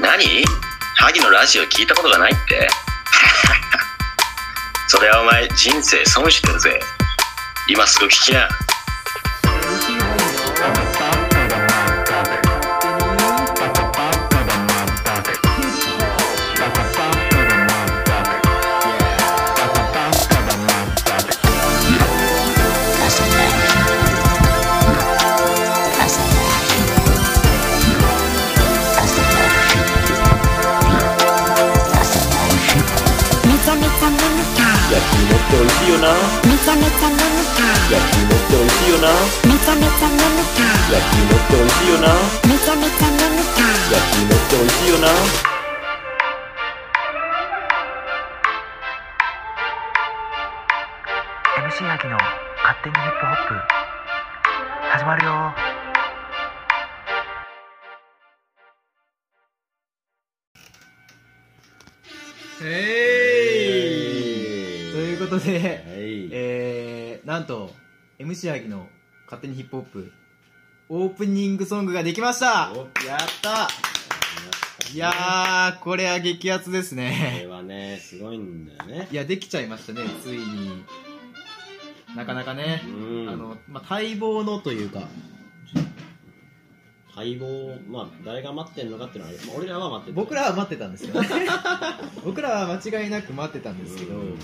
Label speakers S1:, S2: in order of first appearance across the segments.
S1: 何萩のラジオ聞いたことがないって それはお前人生損してるぜ今すぐ聞きな
S2: めちゃめちゃ飲むか
S3: 焼き芋って美味しいよな
S2: めちゃめちゃ飲むか
S3: 焼き芋って美味しいよな
S2: めちゃめちゃ飲むか
S3: 焼き芋って美味しいよな
S2: めちゃめちゃ飲むか
S3: 焼き芋って美味しいよな
S4: ー MC ヤギの勝手にヒップホップ始まるよー
S5: えい、ということで、
S3: はい
S5: えー、なんと MC アギの「勝手にヒップホップ」オープニングソングができました
S3: お
S5: やったいやーこれは激アツです
S3: こ
S5: ね
S3: れはねすごいんだよね
S5: いやできちゃいましたねついになかなかね
S3: う、ん
S5: あのまあ、待望のというか
S3: 待望まあ誰が待ってんのかっていうのは、まあ俺らは待ってる
S5: 僕らは待ってたん ですよ僕らは間違いなく待ってたんですけど、
S3: うん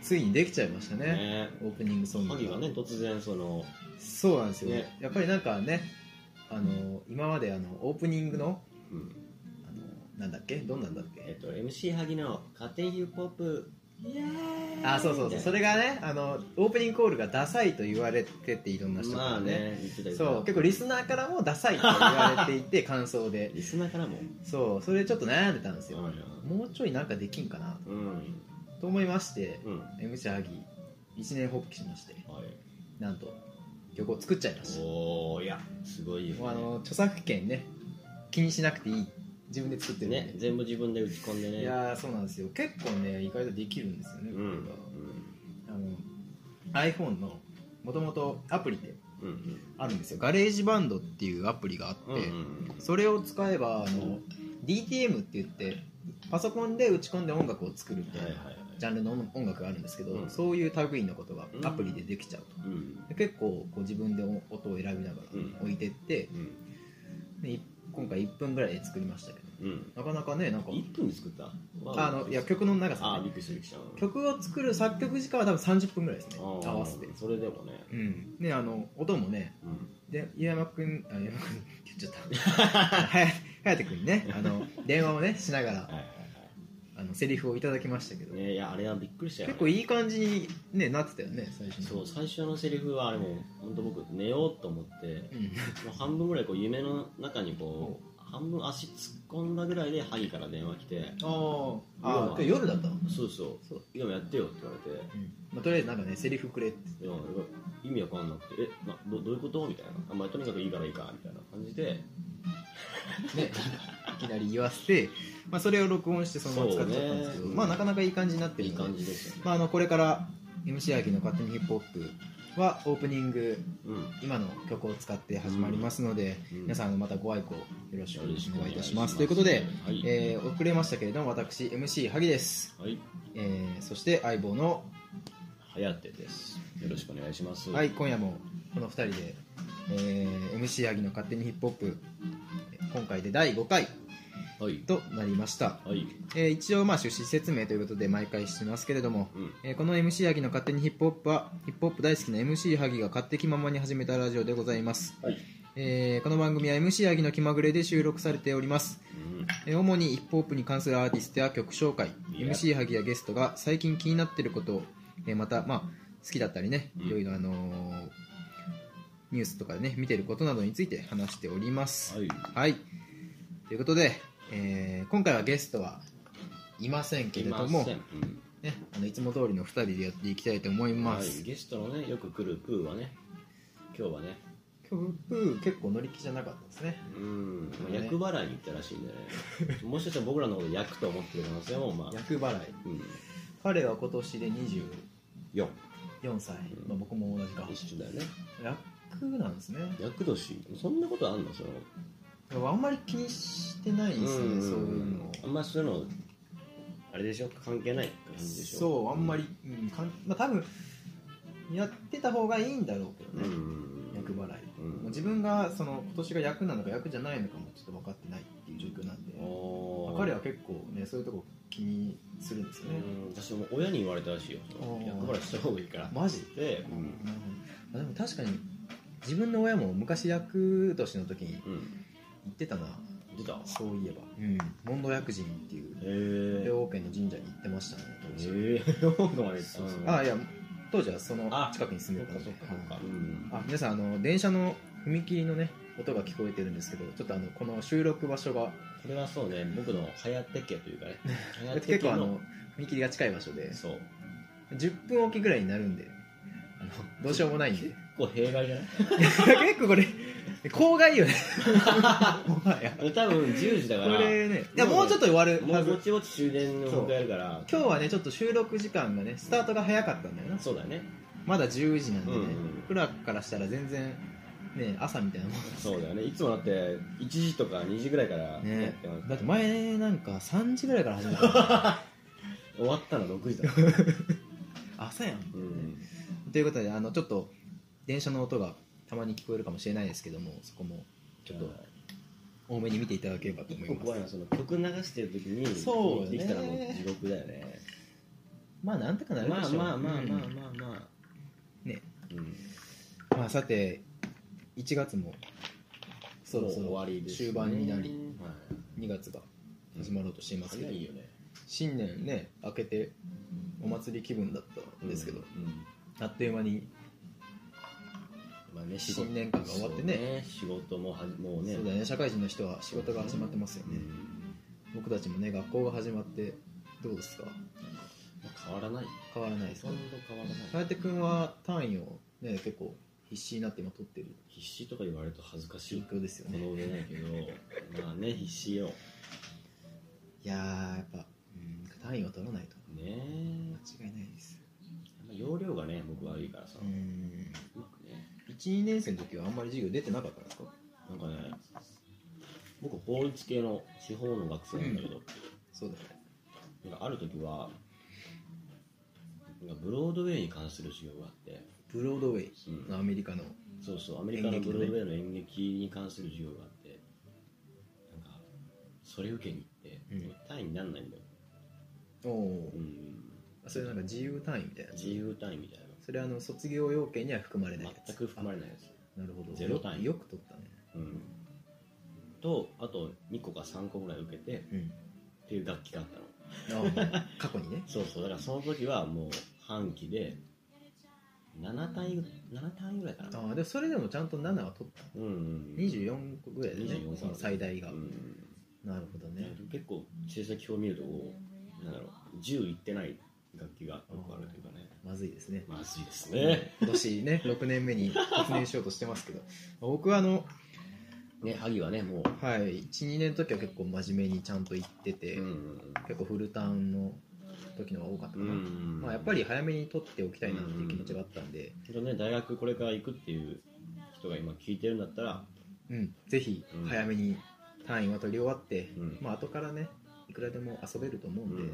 S5: ついにできちゃいましたね
S3: ね
S5: オープニングソング
S3: 萩はね突然その
S5: そうなんですよ、
S3: ね
S5: やっぱりなんかねあの今まであのオープニングの
S3: うん
S5: あのなんだっけどんなんだっ
S3: え
S5: け
S3: っと MC 萩の家庭ヒップホップ
S5: あそうそうそうそれがねあのオープニングコールがダサいと言われてていろんな人か
S3: ま
S5: ら
S3: あ
S5: ね,、
S3: ね言ってたけど
S5: そう結構リスナーからもダサいと言われて いて感想で
S3: リスナーからも
S5: そうそれでちょっと悩んでたんですよ、
S3: う
S5: もうちょいなんかできんかな
S3: うん
S5: と思いまして
S3: うん
S5: MC 萩一年発起しまして
S3: はい
S5: なんと曲を作っちゃいました
S3: おおいやすごいよ、ね、
S5: もうあの著作権ね気にしなくていい自分で作ってるんで、
S3: ね全部自分で打ち込んでね
S5: いやーそうなんですよ結構ね意外とできるんですよね、
S3: うん
S5: これがあの iPhone のもともとアプリで
S3: うんうん
S5: あるんですよガレージバンドっていうアプリがあって、
S3: うんうん
S5: それを使えばあの DTM って言ってパソコンで打ち込んで音楽を作るみたい
S3: はいはい
S5: な
S3: はい
S5: ジャンルの音楽があるんですけど、
S3: うん
S5: そういう類のことがアプリでできちゃうと、
S3: うん
S5: で結構こう自分で音を選びながら置いてって、
S3: うん
S5: でい今回1分ぐらいで作りましたけど
S3: うん
S5: なかなかねなんか
S3: 1分で作った
S5: あのいや曲の長さ、ね、
S3: あーびっくりするびっくりした
S5: 曲を作る作曲時間は多分30分ぐらいですね
S3: あ
S5: 合
S3: ー
S5: わせて
S3: それでもね
S5: うんねあの音もね
S3: うん
S5: で岩山くんあ岩山くんって言っ ちゃったはや隼人くんにねあの電話をねしながら
S3: はいはい
S5: あのセリフをいただきましたけど、
S3: はいねいやあれはびっくりしたよ
S5: 結構いい感じに、ね、なってたよね最初
S3: そう
S5: の
S3: 最初のセリフはあれも本当僕寝ようと思って
S5: うん
S3: もう半分ぐらいこう夢の中にこう半分足突っ込んだぐらいで萩から電話来て
S5: あーあー夜だったの、
S3: そうそう
S5: そう
S3: 今やってよって言われて
S5: うんまあ、とりあえずなんかねセリフくれって
S3: いや意味わかんなくて、え、などどういうことみたいな、あまあ、とにかくいいからいいからみたいな感じで、
S5: ねいきなり言わせて、まあ、それを録音してそのまま使っちゃったんですけ
S3: そ
S5: ど、
S3: うね
S5: まあなかなかいい感じになって
S3: い
S5: る
S3: い
S5: ので
S3: 感じですよね。
S5: まあ、あのこれから MC アキの勝手にヒップホップはオープニング
S3: うん、
S5: 今の曲を使って始まりますので、
S3: うん
S5: 皆さんあのまたご愛顧よろしくお
S3: よろしくお
S5: 願
S3: 願
S5: い
S3: いい
S5: いた
S3: た
S5: し
S3: し
S5: ま
S3: ますす
S5: ということで、
S3: はい
S5: えー遅れましたけれども私 MC 萩です、
S3: はい、
S5: えーそして相棒の、
S3: はやてです。よろしくお願いします。
S5: はい、今夜もこの2人で、えー MC 萩の勝手にヒップホップ今回で第5回
S3: はい、
S5: となりました、
S3: はい、
S5: えー一応まあ趣旨説明ということで毎回してますけれども、
S3: うん、
S5: えーこの MC ハギの勝手にヒップホップはヒップホップ大好きな MC ハギが勝手気ままに始めたラジオでございます、
S3: はい、
S5: えーこの番組は MC ハギの気まぐれで収録されております、えー主にヒップホップに関するアーティストや曲紹介
S3: いや
S5: MC ハギやゲストが最近気になっていることを、えーまた、まあ、好きだったりね
S3: うん
S5: いろいろあのーニュースとかでね見てることなどについて話しております
S3: うん、はい、
S5: はい、ということで、えー今回はゲストはいませんけれども
S3: いませんうん
S5: ね、あのいつも通りの2人でやっていきたいと思いま
S3: は
S5: す、
S3: い、ゲストのね、よく来るプーはね、今日はね、
S5: 今日プー結構乗り気じゃなかったですね
S3: うん、まあ、役払いに行ったらしいんでね、 もしかしたら僕らのこと役と思ってる可能性も、まあ、
S5: 役払い
S3: うん、
S5: 彼は今年で24
S3: 4、
S5: 歳、まあ、僕も同じか
S3: 一緒だよね。
S5: 役なんですね
S3: 役年、そんなことあんのその
S5: あんまり気にしてないですね、そういうの
S3: あんまそういうのあれでしょ関係ないって感じでしょ
S5: そうあんまり、うんかんまあ、多分やってた方がいいんだろうけ
S3: う
S5: ど
S3: んう
S5: ね、
S3: ん
S5: 役払い、
S3: うん
S5: もう自分がその今年が役なのか役じゃないのかもちょっと分かってないっていう状況なんで
S3: あ
S5: 彼は
S3: は
S5: 結構ねそういうとこ気にするんですよね、
S3: 私も親に言われたらしいよ
S5: あー
S3: 役払いした方がいいから
S5: マジ
S3: で
S5: うんあでも確かに自分の親も昔役年の時に
S3: うん
S5: 行ってたな
S3: 出たへ
S5: そういえば、問答薬人っていう
S3: え
S5: 兵庫県の神社に行ってましたね当時、
S3: ええ本土まで行った
S5: そうそうあいや当時はその
S3: あ
S5: 近くに住んでたんで
S3: そっかそっかそっか
S5: はい
S3: うん
S5: あ皆さんあの電車の踏切のね音が聞こえてるんですけどちょっとあのこの収録場所が
S3: これはそうね僕の早手家というか ね早手
S5: 結構
S3: 家
S5: あ
S3: の
S5: の踏切が近い場所で
S3: そう
S5: 10分おきぐらいになるんであのどうしようもない んで
S3: こう弊害じゃない
S5: 結構これ郊 外よねもはやこ
S3: 多分10時だから
S5: れねいやもうちょっと終わる
S3: も
S5: は
S3: うぼ
S5: ず
S3: ちぼち終電を迎えるから
S5: 今日はねちょっと収録時間がねスタートが早かったんだよな
S3: そうだね
S5: まだ10時なんでね、
S3: うんうん
S5: 僕らからしたら全然ね朝みたいなもん
S3: そうだよねいつもだって1時とか2時ぐらいからや
S5: ね
S3: ってます
S5: だって前なんか3時ぐらいから始めた からね
S3: 終わったの6時だ から
S5: 朝や
S3: う
S5: ん
S3: ん
S5: ということであのちょっと電車の音がたまに聞こえるかもしれないですけどもそこもちょっと多めに見ていただければと思い
S3: 結構怖い
S5: ま
S3: な
S5: す
S3: その曲流してる時に
S5: そうね
S3: できたらもう地獄だよね
S5: まあなんとかなる
S3: ま
S5: で
S3: あ
S5: しょう
S3: まあまあまあまあまあ
S5: うんね
S3: うん
S5: まあさて1月もそろそ
S3: もう終わ
S5: ろ
S3: りですね
S5: 終盤になり
S3: は
S5: 2月が始まろうとしてい
S3: い
S5: ますけ
S3: 早
S5: ど
S3: いよね
S5: 新年ね明けてお祭り気分だったんですけど
S3: うん
S5: あっという間に
S3: まあね仕事
S5: 新年間が終わってね
S3: そう仕事もはじもうね
S5: そうだよね社会人の人は仕事が始まってますよ
S3: う
S5: ね
S3: ん
S5: 僕たちもね学校が始まってどうですか
S3: まあ変わらない
S5: 変わらないです
S3: ほ
S5: ね
S3: んと変わらない
S5: 颯君は単位をね結構必死になって今取ってる
S3: 必死とか言われると恥ずかし
S5: 状
S3: いこ
S5: 況ですよね
S3: の上ないけどまあね必死よ
S5: いやーやっぱうん単位を取らないと
S3: ね
S5: 間違いないです
S3: え容量がね僕悪いからさ
S5: う
S3: うんまくね
S5: 12年生の時はあんまり授業出てなかったんですか
S3: なんかね僕法律系の地方の学生なんだけど、
S5: そうだよね
S3: なんかある時はなんかブロードウェイに関する授業があって、
S5: ブロードウェイ
S3: うん
S5: のアメリカの
S3: そうそうアメリカの
S5: 演劇
S3: ブ
S5: の
S3: ロ
S5: ね
S3: ードウェイの演劇に関する授業があってなんかそれ受けに行って、
S5: うん
S3: 単位にならないんだよ、
S5: おお
S3: うん、
S5: それなんか自由単位みたいなやつ
S3: 自由単位みたいな
S5: それはあの卒業要件には含まれないやつ
S3: 全く含まれないやつ
S5: なるほど
S3: ゼロ単位
S5: よくよく取ったね
S3: うんとあと2個か3個ぐらい受けて
S5: うん
S3: っていう楽器があったの
S5: ああ過去にね
S3: そうそうだからその時はもう半期で7単位ぐらい7単位ぐらいかな
S5: ああでもそれでもちゃんと7は取っ
S3: う
S5: た
S3: んうんうん
S5: 24個ぐらいでね
S3: 24個
S5: その最大が、
S3: うん
S5: なるほどね
S3: 結構成績表を見るとこうなんだろう10いってない楽器がよくあるというかね
S5: まずいですね
S3: まずいですね
S5: ね今年ね6年目に突入しようとしてますけど僕はあの、
S3: ね萩はねもう
S5: はい、12年の時は結構真面目にちゃんと行ってて、
S3: うん
S5: 結構フルターンの時の方が多かったか
S3: うんう
S5: な、
S3: ん
S5: まあ、やっぱり早めに取っておきたいなっていう気持ちがあったんで、
S3: 本当ね大学これから行くっていう人が今聞いてるんだったら
S5: うん、ぜひ
S3: うん
S5: 早めに単位は取り終わって、
S3: うん
S5: まあ後からねいくらでも遊べると思うんで、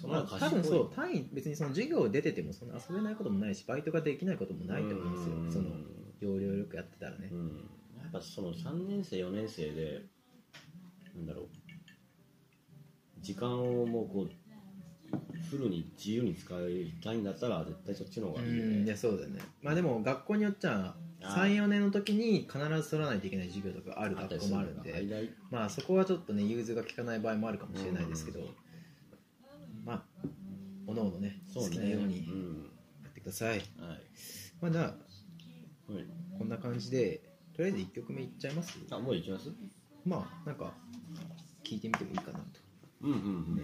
S3: そ
S5: ま
S3: の
S5: あ、
S3: 方が
S5: 多
S3: 賢い
S5: 分そう単位別にその授業出ててもそんな遊べないこともないしバイトができないこともないと思うんですよ、
S3: うん
S5: その要領よくやってたらね
S3: う、んやっぱその3年生4年生でなんだろう時間をもうこうフルに自由に使いたいんだったら絶対そっちの方がいいよ
S5: うんい
S3: ね
S5: やそうだよねまあでも学校によっちゃ34年の時に必ず取らないといけない授業とかある
S3: あった
S5: 学
S3: り
S5: 校
S3: す
S5: もあ
S3: の
S5: るん
S3: が
S5: で
S3: 間に
S5: まあそこはちょっとね融通が利かない場合もあるかもしれないですけど、
S3: うん
S5: まあおのおのね
S3: そう
S5: 好
S3: ね
S5: きなように
S3: ん
S5: やってください、
S3: はい
S5: まあじゃあ
S3: はい
S5: こんな感じでとりあえず1曲目いっちゃいます
S3: あもう行きます
S5: まあなんか聞いてみてもいいかなと
S3: うんうんうん
S5: ね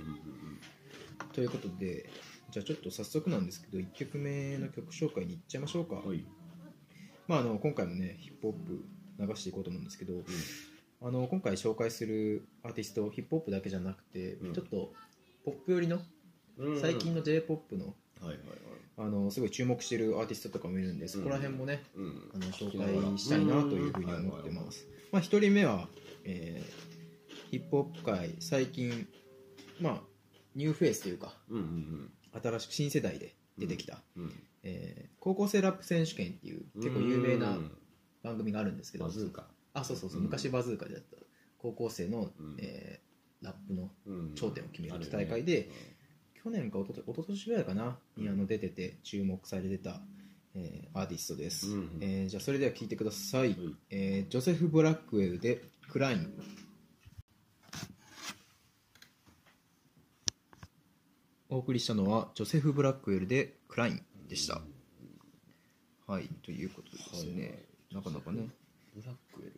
S5: ということでじゃあちょっと早速なんですけど1曲目の曲紹介に行っちゃいましょうか、
S3: うんはい
S5: まあ、あの今回もねヒップホップ流していこうと思うんですけど、あの今回紹介するアーティストヒップホップだけじゃなくて、
S3: うん
S5: ちょっとポップ寄りの
S3: うん
S5: 最近の j p o p の
S3: はいはいはい
S5: あのすごい注目してるアーティストとかもいるんでそこら辺もね、
S3: うん
S5: あの紹介したいなというふうに思ってます、まあ、1人目はえーヒップホップ界最近まあニューフェイスというか
S3: うんうん
S5: 新しく新世代で出てきた、
S3: うんうん
S5: えー高校生ラップ選手権っていう結構有名
S3: う
S5: なん番組があるんですけど
S3: バズーカ
S5: あそうそうそう、
S3: うん
S5: 昔バズーカでやった高校生の、
S3: うん
S5: えーラップの
S3: うん
S5: 頂点を決める
S3: あよね
S5: 大会で去年か一昨年一昨年ぐらいかなにあの出てて注目されてた、えーアーティストです、
S3: うんうん
S5: えーじゃあそれでは聞いてください、
S3: うん
S5: えージョセフ・ブラックウェルで「クライン」お送りしたのはジョセフ・ブラックウェルで「クライン」でした、はいということですね、なかなかね
S3: ブラックウェル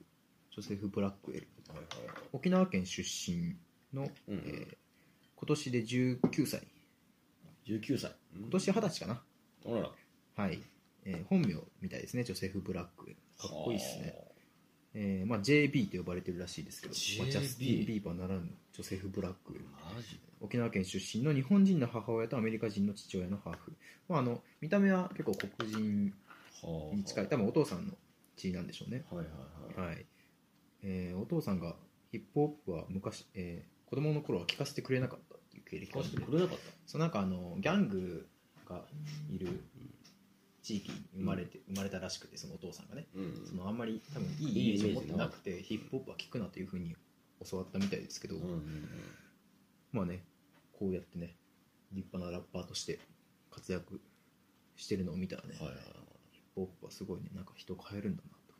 S5: ジョセフ・ブラックウェル
S3: はいはいはい
S5: 沖縄県出身の、
S3: うんうん
S5: えー今年で19歳
S3: 19歳
S5: 今年二十歳かな、
S3: あららか
S5: はい、えー本名みたいですねジョセフ・ブラックウェルかっこいいですね、えーまあ、JB と呼ばれてるらしいですけど、まあ
S3: JB
S5: ジャスティン・ビーバーならぬジョセフ・ブラックウェル
S3: マジで
S5: 沖縄県出身の日本人の母親とアメリカ人の父親のハーフ、まあ、あの見た目は結構黒人
S3: は
S5: に近い多分お父さんの血なんでしょうね、
S3: はいはいはい
S5: はいえーお父さんがヒップホップは昔、えー子供の頃は聞かせてくれなかったっていう経
S3: 聞
S5: 歴が
S3: か
S5: あっ
S3: せ
S5: て
S3: てくれなかった
S5: そうなんかあのギャングがいる地域に生まれて、生まれたらしくてそのお父さんがね
S3: うん
S5: そのあんまり多分いいイメージを持ってなくてヒップホップは聞くなというふうに教わったみたいですけど、
S3: うんうんうん
S5: まあねこうやってね立派なラッパーとして活躍してるのを見たらね、
S3: はいはいはい
S5: ヒップホップはすごいねなんか人を変えるんだなと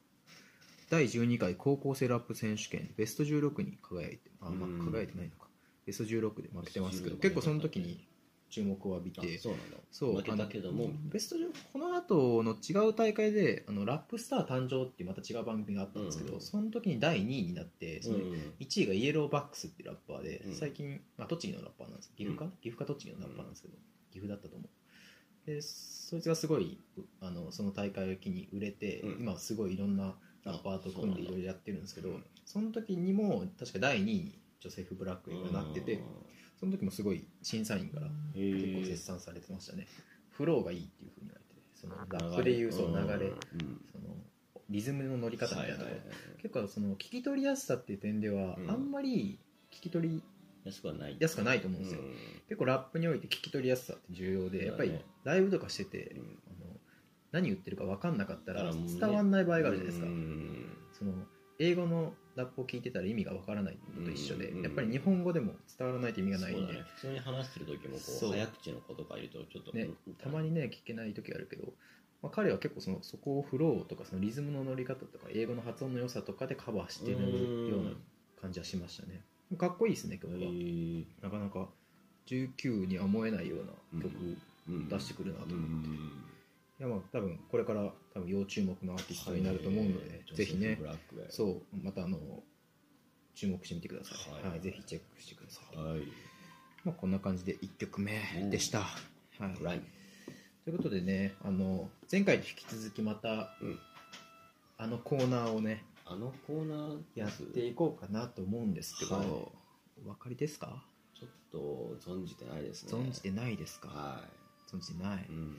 S5: 第12回高校生ラップ選手権ベスト16に輝いてあま
S3: うん
S5: あ輝いてないのかベスト16で負けてますけど
S3: ベスト16
S5: 結構その時に注目を浴びて
S3: あそうなんだ
S5: そう
S3: 負けたけども
S5: あのベスト16この後の違う大会であのラップスター誕生っていうまた違う番組があったんですけど、
S3: うん
S5: その時に第2位になってその
S3: うん
S5: 1位がイエローバックスっていうラッパーで、
S3: うん
S5: 最近、まあ、栃木のラッパーなんです岐阜か、
S3: う
S5: 岐阜か栃木のラッパーなんですけど、岐阜だったと思うでそいつがすごいうあのその大会を機に売れて、
S3: うん
S5: 今はすごいいろんなラッパーと組んで
S3: あ
S5: いろいろやってるんですけど
S3: う
S5: そ
S3: ん
S5: の時にも確か第2位にジョセフ・ブラックがなってて、その時もすごい審査員から
S3: へ
S5: 結構
S3: ー
S5: 絶賛されてましたね、フローがいいっていうふうに言われてそのラップでいうその流れ、
S3: うん
S5: そのリズムの乗り方みたいなところ、
S3: はいはいはい
S5: 結構その聞き取りやすさっていう点では、
S3: うん
S5: あんまり聞き取り
S3: 安くはない
S5: やすくはないと思うんですよ、
S3: うん
S5: 結構ラップにおいて聞き取りやすさって重要で、やっぱり
S3: そうだね
S5: ライブとかしてて、
S3: うん
S5: あの何言ってるか分かんなかった
S3: だか
S5: ら
S3: らもうね
S5: 伝わんない場合があるじゃないですか、
S3: うん
S5: その英語のラップを聞いてたら意味が分からないのと一緒で、
S3: うん
S5: やっぱり日本語でも伝わらないと意味がない
S3: そ
S5: ん
S3: う
S5: で、
S3: だね普通に話してる時もこ
S5: そう
S3: う早口の子とかいるとちょっと
S5: ね
S3: うん
S5: たまにね聞けない時あるけど、まあ、彼は結構そのそこをフローとかそのリズムの乗り方とか英語の発音の良さとかでカバーして
S3: うー
S5: る
S3: ん
S5: ような感じはしましたねかっこいいですね
S3: へ
S5: 曲は、
S3: ー
S5: なかなか19には思えないような曲、
S3: うん
S5: い
S3: うん
S5: 出してくるなと思って
S3: うん
S5: やまあ多分これから多分要注目のアーティストになると思うので、ぜひね
S3: そ
S5: そうまたあの注目してみてください、は
S3: はいい
S5: ぜひチェックしてください、
S3: はい
S5: まあ、こんな感じで1曲目でした、はい、
S3: ライン
S5: ということでねあの前回と引き続きまた、
S3: うん
S5: あのコーナーをね
S3: あのコーナー
S5: やっていこうかなと思うんですけど、
S3: はい
S5: お分かりですか
S3: ちょっと存じてないですね
S5: 存じてないですか、
S3: は
S5: 存じてない、
S3: い、うん、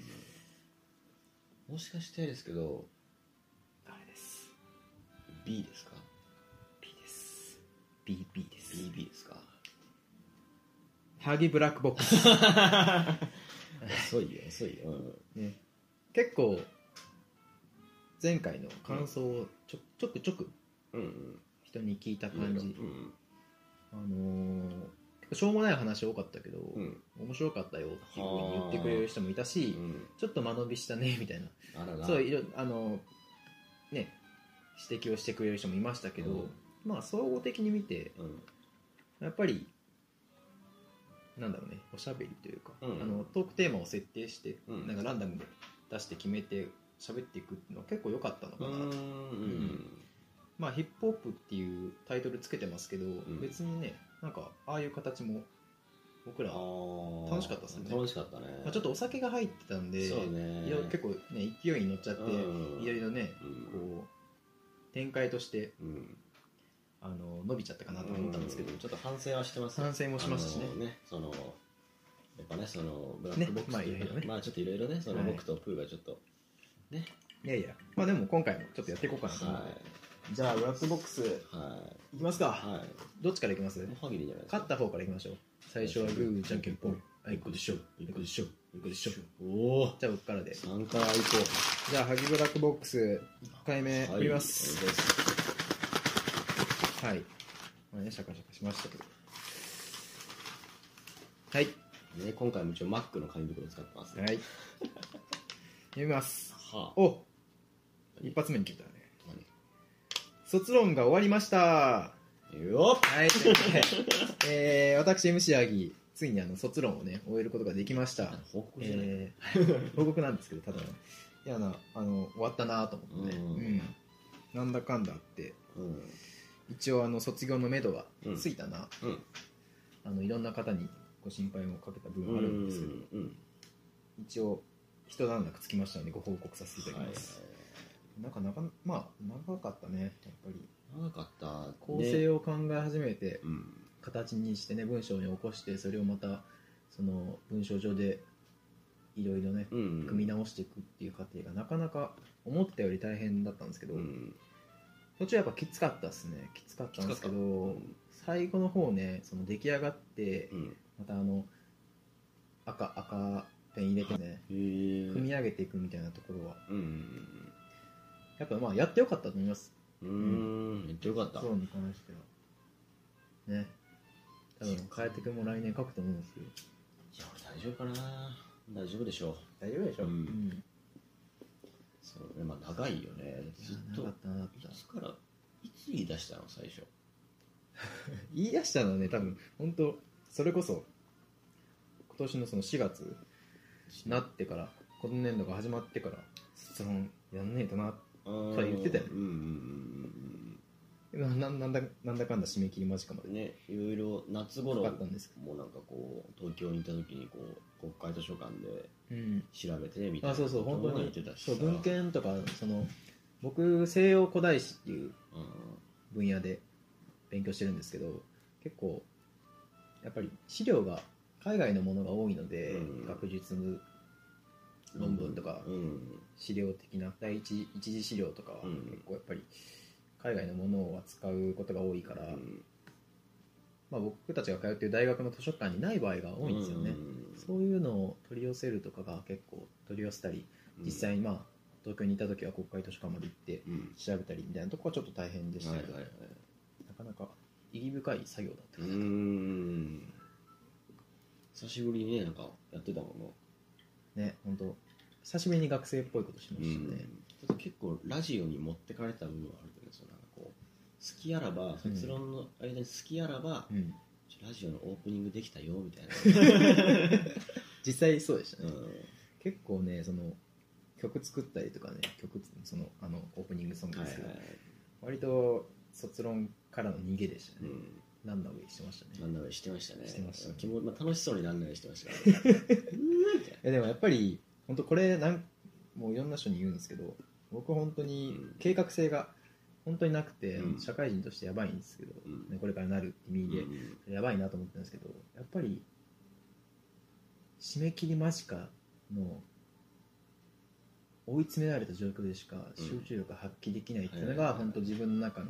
S3: もしかしてですけど
S5: あれです
S3: B ですか
S5: B です BB です
S3: BB ですか
S5: ハギブラックボックス、
S3: 遅いよ遅いよ、うん
S5: ね、結構前回の感想をちょちょくちょく
S3: うん
S5: 人に聞いた
S3: うん、
S5: 感じ、
S3: うん
S5: あのー結構しょうもない話多かったけど、
S3: うん
S5: 面白かったよっていうふうに言ってくれる人もいた
S3: う
S5: し、
S3: ん、
S5: ちょっと間延びしたねみたいな
S3: あらら
S5: そういろあのね指摘をしてくれる人もいましたけど、
S3: うん
S5: まあ総合的に見て
S3: うん
S5: やっぱりなんだろうねおしゃべりというか、
S3: うん
S5: あのトークテーマを設定して、
S3: うん
S5: なんかランダムで出して決めて喋っていくっていうのは結構良かったのか
S3: う
S5: な、
S3: んうん
S5: まあヒップホップっていうタイトルつけてますけど、
S3: ん
S5: 別にねなんかああいう形も僕ら、ま
S3: あー
S5: 楽しかったですね
S3: 楽しかったね、
S5: あ、ちょっとお酒が入ってたんで
S3: そうね
S5: いろいろ結構ね勢いに乗っちゃって、
S3: うん
S5: いろいろね
S3: うん
S5: こう展開として
S3: うん
S5: あの伸びちゃったかなと思ったんですけど、
S3: う
S5: ち
S3: ち
S5: ょ
S3: ょ
S5: っ
S3: っ
S5: と
S3: と反省はしてますよ
S5: 反省もしますしね
S3: あのそのやっぱねそのブラックボックスっていう
S5: ねまあいろいろね
S3: まあちょっといろいろねその
S5: はい
S3: 僕とプーがちょっとね
S5: いやいやまあでも今回もちょっとやっていこうかなと思っ
S3: は
S5: て、じゃあ、ブラックボックス、い
S3: は
S5: きますか。
S3: い。は
S5: どっちからいきます
S3: い。おはぎでいいんじゃないですか。
S5: 勝った方からいきましょう。最初はグー、じゃんけんぽん。あ、いこでしょ。いこでしょ。いこでしょ。
S3: おお。
S5: じゃあ、僕からで。
S3: 三回行こ
S5: じゃあ、ハギブラックボックス、1回目、
S3: う。
S5: 振ります。
S3: はいお願いします
S5: はい。まあね、シャカシャカしましたけど。はい。
S3: ね、今回も一応 Mac の紙袋使ってますね。
S5: はい。読みます。
S3: はあ。
S5: お一発目に切ったね。
S3: 何
S5: 卒論が終わりました。
S3: よっ
S5: はい、ということでえー、私、MC アギ、ついにあの卒論をね、終えることができました。
S3: 報告じゃない、
S5: えー、報告なんですけど、ただ、いやな、あの、終わったなと思ってね、
S3: うん
S5: うんなんだかんだあって、
S3: うん。
S5: 一応、あの、卒業のめどは
S3: うん
S5: ついたな、
S3: うん
S5: あの、いろんな方にご心配もかけた部分はあるんですけど、
S3: うん。
S5: 一応、一段落つきましたので、ご報告させていただきます。なんかなか、まあ、長かったね、やっぱり。
S3: 長かった。
S5: 構成
S3: を。
S5: を考え始めて、
S3: うん。
S5: 形にしてね文章に起こしてそれをまたその文章上でいろいろね
S3: うん。
S5: 組み直していくっていう過程がなかなか思ったより大変だったんですけど、
S3: うん。
S5: 途中やっぱきつかったですねきつかったんですけど、
S3: うん
S5: 最後の方ねその出来上がって
S3: うん。
S5: またあの赤赤ペン入れてね
S3: へえ。
S5: 組み上げていくみたいなところは
S3: うん。
S5: やっぱまあやってよかったと思います
S3: うーん。めっちゃよかった。
S5: そうに関してはね多分楓君も来年書くと思うんですけど
S3: いや、俺大丈夫かな大丈夫でしょう。
S5: 大丈夫でしょ
S3: うん
S5: うん
S3: そうね、まあ長いよね。ずっ
S5: な
S3: と
S5: かっ。たなかっ
S3: い
S5: た
S3: つから、いつ言い出したの、最初。
S5: 言い出したのはね多分本当それこそ今年のその4月になってから今年度が始まってから卒論やんねえとな
S3: うん
S5: そう言ってたよね
S3: うんうんうん
S5: なななんだなんだかんだ締め切り間近ま
S3: う
S5: で
S3: ん。ね、いろいろ夏
S5: か
S3: 頃
S5: かったんですけ
S3: もうなんかこう東京にいた時にこう国会図書館で
S5: ど、うん、
S3: 調べてみたい
S5: あ
S3: な
S5: そうそう
S3: こと
S5: 本
S3: も
S5: 当
S3: 言っ
S5: に
S3: てたし
S5: そう
S3: さ
S5: 文献とかその僕西洋古代史っていう
S3: う
S5: 分野で勉強してるんですけど結構やっぱり資料が海外のものが多いので、
S3: うん
S5: 学術
S3: ん
S5: 論文とか
S3: うん
S5: 資料的な第一一次資料とかは
S3: うん
S5: 結構やっぱり海外のものを扱うことが多いから、
S3: うん
S5: まあ、僕たちが通っている大学の図書館にない場合が多いんですよね、
S3: うん
S5: そういうのを取り寄せるとかが結構取り寄せたり実際にまあ東京にいた時は国会図書館まで行って
S3: うん
S5: 調べたりみたいなとこはちょっと大変でした
S3: はい
S5: け
S3: はい
S5: ど、
S3: はい
S5: なかなか意義深い作業だった
S3: う
S5: なと、
S3: ん久しぶりにねなんかやってたもの
S5: ね本当久しぶりに学生っぽいことしましたね、
S3: ちょっと結構ラジオに持ってかれた部分はあるけどそのなんかこう好きあらば
S5: うん
S3: 卒論の間に好きあらば
S5: うん
S3: ちょラジオのオープニングできたよみた いな
S5: 実際そうでしたね、
S3: うん
S5: 結構ねその曲作ったりとかね曲そのあのオープニングソング
S3: は
S5: で
S3: い
S5: す
S3: は
S5: け
S3: い
S5: ど、
S3: はい
S5: 割と卒論からの逃げでした
S3: う
S5: ね、
S3: ん
S5: ランダムにしてましたね、
S3: ランダムにしてましたね。
S5: してましたね
S3: 気もまあ、楽しそうにランダムにしてました から、
S5: いやでもやっぱり本当これなんもういろんな人に言うんですけど僕本当に
S3: うん
S5: 計画性が本当になくて、
S3: うん
S5: 社会人としてやばいんですけど、
S3: うん
S5: ねこれからなるって意味で、やばいなと思ってたんですけどやっぱり締め切り間近の追い詰められた状況でしか集中力が発揮できないっていうの
S3: はい
S5: が
S3: はいはい
S5: 本当自分の中の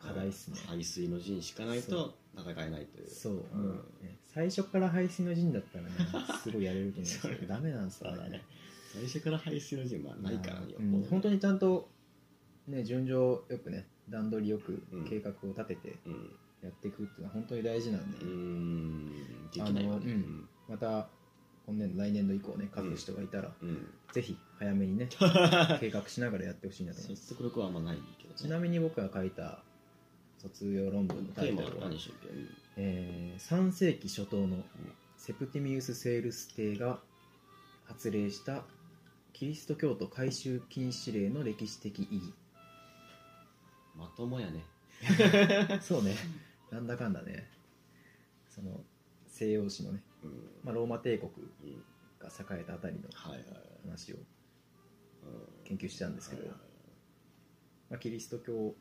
S5: 課題っすね、
S3: 排水の陣しかないと戦えないという。
S5: そう、
S3: ん
S5: もうね最初から排水の陣だったらねすごいやれると思うんですけ
S3: そう
S5: どダメなんですよ
S3: そうだね
S5: ね
S3: 最初から排水の陣はないからね、
S5: う
S3: よっ
S5: ん、
S3: ぽど
S5: 本当にちゃんとね順序よくね段取りよく
S3: うん
S5: 計画を立てて
S3: うん。
S5: やっていくっていうのは本当に大事なんで、
S3: うん。できないわね。
S5: あのうんまた今年度来年度以降ね書く人がいたら、
S3: うん。うん
S5: ぜひ早めにね 計画しながらやってほしいなと思います
S3: 説得力はあんまないけどね。
S5: ちなみに僕が書いた卒業論文のタ
S3: テ
S5: イ
S3: ー
S5: ト
S3: マは
S5: ルは
S3: 何でしたっけうん
S5: えー3世紀初頭のセプティミウス・セールス帝が発令したキリスト教徒改宗禁止令の歴史的意義
S3: まともやね。
S5: そうねなんだかんだねその西洋史のね、
S3: うん。
S5: まあ、ローマ帝国
S3: うん
S5: が栄えたあたりの
S3: はいはい。
S5: 話を
S3: うん
S5: 研究してたんですけど、まあ、キリスト教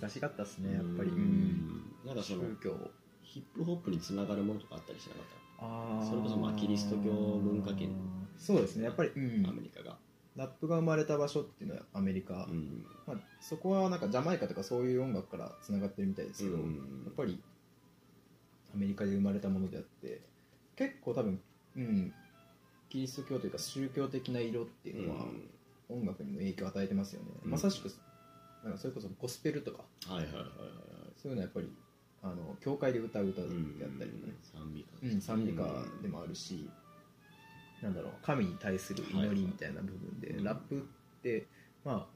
S5: 難しかったっすねやっぱり
S3: う
S5: うん
S3: んなんかそ
S5: 宗
S3: の、
S5: 教を
S3: ヒップホップにつながるものとかあったりしなかった
S5: あー
S3: それこそまあキリスト教文化圏
S5: そうですねやっぱり、う
S3: ア
S5: ん
S3: メ、リカが。
S5: ラップが生まれた場所っていうのはアメリカ、
S3: うん
S5: まあ、そこはなんかジャマイカとかそういう音楽からつながってるみたいですけど、
S3: うん
S5: やっぱりアメリカで生まれたものであって結構多分、うん、キリスト教というか宗教的な色っていうのは音楽にも影響を与えてますよね、
S3: うん
S5: まさしくなんかそれこそゴスペルとか
S3: はいはいはいは
S5: そういうのはやっぱりあの教会で歌う歌で
S3: いはい
S5: あったりとかね、
S3: 賛美歌
S5: うん、賛美歌でもあるし、なんだろう神に対する祈りみたいな部分で、
S3: はいはい
S5: ラップってまあ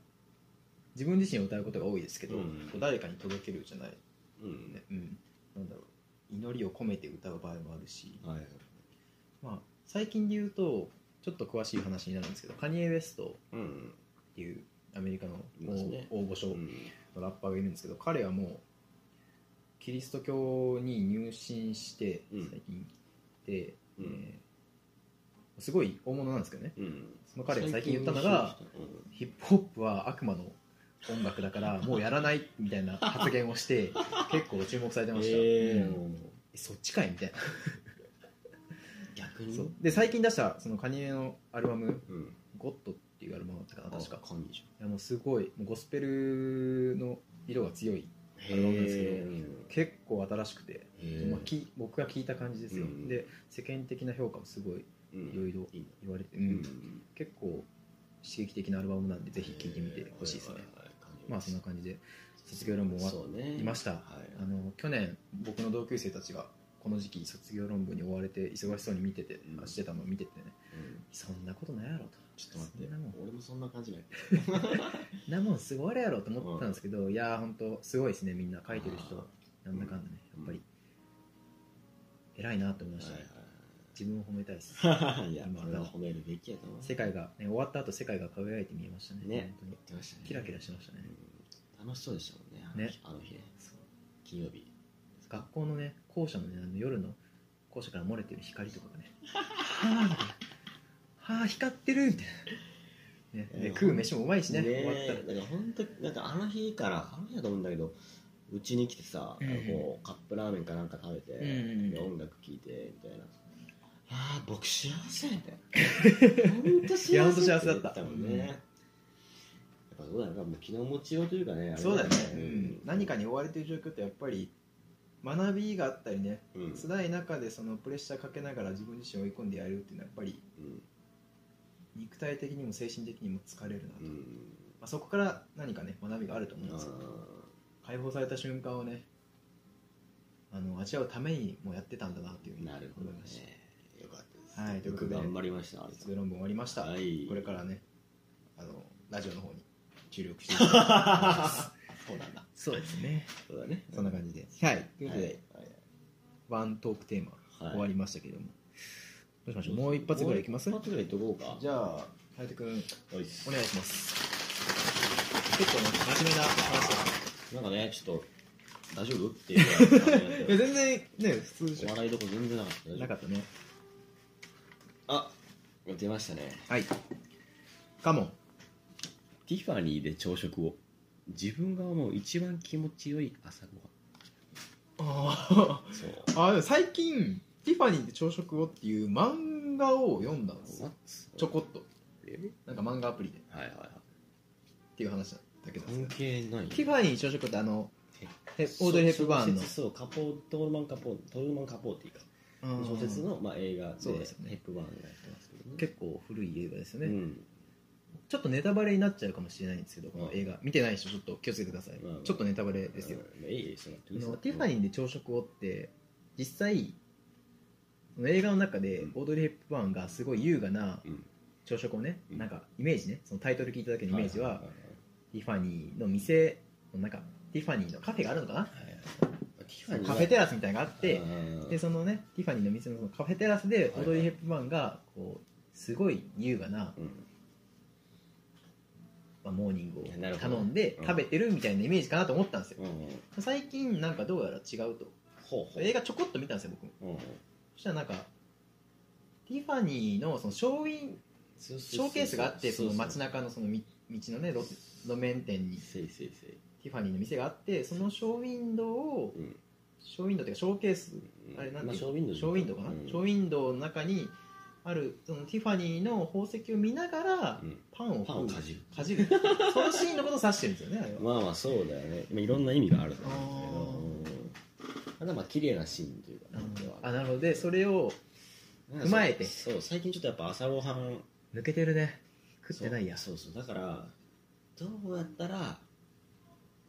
S5: 自分自身を歌うことが多いですけど、
S3: うん
S5: こう誰かに届けるじゃない、
S3: うん
S5: ねうん、なんだろう祈りを込めて歌う場合もあるし、
S3: はいはい
S5: まあ、最近で言うとちょっと詳しい話になるんですけどカニエ・ウェスト
S3: うん
S5: っていうアメリカの
S3: い
S5: 大,、
S3: ますね
S5: 大御所
S3: う
S5: の
S3: ん
S5: ラッパーがいるんですけど彼はもうキリスト教に入信して
S3: うん
S5: 最近で、
S3: うん
S5: えーすごい大物なんですけどね
S3: うん
S5: その彼が最近言ったのがヒップホップは悪魔の音楽だからもうやらないみたいな発言をして結構注目されてました、
S3: え
S5: うんそっちかいみたいな
S3: 逆に
S5: そうで最近出したそのカニエのアルバム
S3: うん
S5: 「ゴッドっていうアルバムだったかな確か
S3: あ神じ
S5: いやもうすごいもうゴスペルの色が強い
S3: ゃん
S5: アルバムなんですけど
S3: へー
S5: 結構新しくて、
S3: へー
S5: まあ、き僕が聞いた感じですよ、
S3: うん
S5: で世間的な評価もすごい
S3: うん
S5: いろいろ
S3: いいね
S5: 言われて、
S3: う
S5: うん
S3: ん
S5: 結構刺激的なアルバムなんでぜひ聴いてみてほしいですね、
S3: はははい感じ
S5: まあそんな感じで卒業論文終わ
S3: そうね
S5: いました
S3: はい
S5: あの去年僕の同級生たちがこの時期卒業論文に追われて忙しそうに見てて、
S3: うん
S5: あしてたのを見ててね
S3: うん
S5: そんなことないやろと
S3: ちょっと待って
S5: そんなもん
S3: 俺もそんな感じない
S5: そんなもんすごいあるやろと思ってたんですけど、いやーほんとすごいですねみんな書いてる人
S3: あ
S5: なんだかんだね
S3: う
S5: や
S3: ん
S5: っぱり偉いなと思いました、ね
S3: は
S5: 自分を褒めた いです
S3: いはいはいいや
S5: 今
S3: これは褒めるべきやと思う
S5: 世界が、ね、終わった後世界が輝いて見えましたね
S3: ね
S5: 本当に
S3: 言ってましたね
S5: キラキラしてましたね、
S3: うん楽しそうでしたもんねあの
S5: ね
S3: 日あの日ね
S5: そう
S3: 金曜日
S5: 学校のね校舎のねあの夜の校舎から漏れてる光とか がねはあみたいなはあ光ってるみたいな、ね
S3: いや
S5: で食う飯もうまいしね
S3: ね
S5: 終わったら
S3: だから本当なんかあの日からあの日だと思うんだけどうちに来てさ、
S5: うん
S3: こうカップラーメンかなんか食べて、
S5: うんうんうん
S3: で音楽聴いてみたいなああ僕幸せみたい な本当幸せ
S5: いやほんと幸せだった
S3: て言てもんね、
S5: うん
S3: やっぱそうだよねもう気の持ちようというかねあれ
S5: そうだよね、うん何
S3: か、
S5: かに追われてる状況ってやっぱり学びがあったりね
S3: うんうん
S5: 辛い中でそのプレッシャーかけながら自分自身を追い込んでやるっていうのはやっぱり肉体的にも精神的にも疲れるなと、
S3: う
S5: ま
S3: ん
S5: あ、そこから何かね学びがあると思うん
S3: あ
S5: ですけど
S3: ー
S5: 解放された瞬間をねあの味わうためにもやってたんだなっていうふうに
S3: なるほどね
S5: 思いました
S3: よかったです、
S5: はいという
S3: よ
S5: こ
S3: く
S5: とで
S3: 頑張りましたあれ
S5: 卒業論文終わりました、
S3: はい
S5: これからねあのラジオの方に注力していきたいと思います
S3: そうなんだ
S5: そうですね
S3: そうだね
S5: そんな感じではいという
S3: は
S5: こと
S3: い
S5: で、ワントークテーマ、終わりましたけどもどうしましょうもう一発ぐらいいきます
S3: もう一発ぐらいいっとこうか
S5: じゃあ颯君
S3: おいっ
S5: お願いします結構ね真面目な話
S3: なんかね、ちょっと、大丈夫っていうぐらいあのやっ
S5: いや
S3: て
S5: 全然ね普通でし
S3: お笑いどこ全然なかった。大
S5: ょ
S3: 丈
S5: な
S3: 夫
S5: かったね
S3: あ出ましたね。
S5: はいカモン
S3: ティファニーで朝食を。自分が思う一番気持ちよい朝ご
S5: あ
S3: はん。そう。
S5: ー あーでも最近「ティファニーで朝食を」っていう漫画を読んだんですよちょこっと
S3: え
S5: なんか漫画アプリでっ
S3: はいはいはい。
S5: ていう話だったけど
S3: 関係ない。
S5: ティファニー朝食ってあの
S3: え
S5: へオードリー・ヘップバーンの
S3: 小説そう、カポー、トールマンカポー、トールマンカポーティか。
S5: うん
S3: 小説の、まあ、映画で、
S5: そうですよね
S3: ヘップバーンがやってますけどね。
S5: 結構古い映画ですよ
S3: 構
S5: ね、
S3: うん。
S5: ちょっとネタバレになっちゃうかもしれないんですけどこの映画見てない人ちょっと気をつけてください、
S3: うん
S5: ちょっとネタバレですよ、
S3: うん。ええ、その
S5: あのティファニーで朝食をって実際その映画の中で
S3: うん
S5: オードリー・ヘップバーンがすごい優雅な
S3: うん
S5: 朝食をね、
S3: うん
S5: なんかイメージねそのタイトル聞いただけのイメージは、
S3: いいい
S5: ティファニーの店の中ティファニーのカフェがあるのかな
S3: はいティファニー
S5: カフェテ
S3: ラ
S5: ラスみたいなのがあってでそのねティファニーの店のそのカフェテラスでオードリー・ヘップバーンがこうすごい優雅な、まあ、モーニングを
S3: なるほど
S5: 頼んで
S3: うん
S5: 食べてるみたいなイメージかなと思ったんですよ
S3: うん、
S5: 最近なんかどうやら違うと
S3: ほうほう
S5: 映画ちょこっと見たんですよ僕も
S3: うん、
S5: そしたらなんかティファニーのそのショーウィン
S3: シ
S5: ショーケースがあってその街
S3: な
S5: 中のそのみ道のね路路面店に
S3: せいせいせい、
S5: ティファニーの店があってそのショーウィンドウを
S3: うん
S5: ショーウィンドウっていうかショーケース
S3: うん
S5: あれなんて
S3: まあ、
S5: いうの
S3: ショーウィンドウ
S5: ショーウィンドウかな、
S3: うん
S5: ショーウィンドウの中にあるそのティファニーの宝石を見ながら
S3: うん
S5: パンを
S3: パンをかじる
S5: かじる そのシーンのことを指してるんですよねあれは
S3: まあまあそうだよね、まあ、いろんな意味があると
S5: あ
S3: 思うんだけどうんただまあ綺麗なシーンというかねこれは
S5: あなるほどでそれを
S3: なんかそう
S5: 踏まえて
S3: そう最近ちょっとやっぱ朝ごはん
S5: 抜けてるね食ってないや
S3: そうそうそうだからどうやったら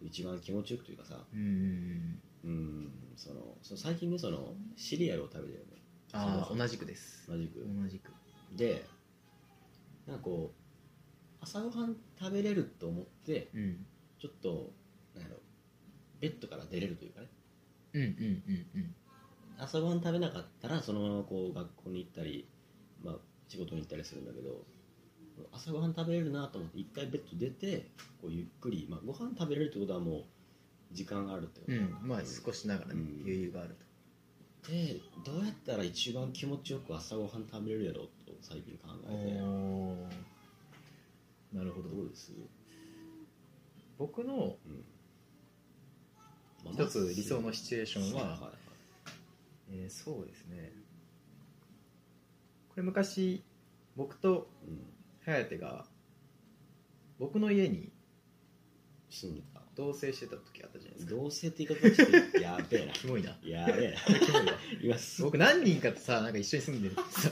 S3: 一番気持ちよくというかさ
S5: うーん
S3: うんそのそう最近ねそのシリアルを食べてるよね
S5: あ
S3: そ
S5: あ
S3: う
S5: 同じくです
S3: 同じく、
S5: 同じく
S3: でなんかこう朝ごはん食べれると思って
S5: うん
S3: ちょっとなんやろベッドから出れるというかね
S5: うんうんうん
S3: 朝ごはん食べなかったらそのままこう学校に行ったり、まあ、仕事に行ったりするんだけど朝ごはん食べれるなと思って一回ベッド出てこうゆっくり、まあ、ご飯食べれるってことはもう時間があるってこと
S5: う
S3: だ
S5: んうんまあ少しながらね
S3: うん
S5: 余裕があると
S3: でどうやったら一番気持ちよく朝ごはん食べれるやろうと最近考え
S5: おーなるほ
S3: て
S5: ど
S3: どうです、
S5: 僕の
S3: うんまあ
S5: 一つ理想のシチュエーションは
S3: はいはい
S5: えーそうですねこれ昔僕と
S3: うん、
S5: 颯が僕の家に
S3: 住んでた
S5: 同棲してた時あったじゃないですか
S3: 同棲って言い方ちょっとやべえな
S5: キモいな
S3: やべえ
S5: キモいな
S3: な今す
S5: 僕何人かとさなんか一緒に住んでるってさ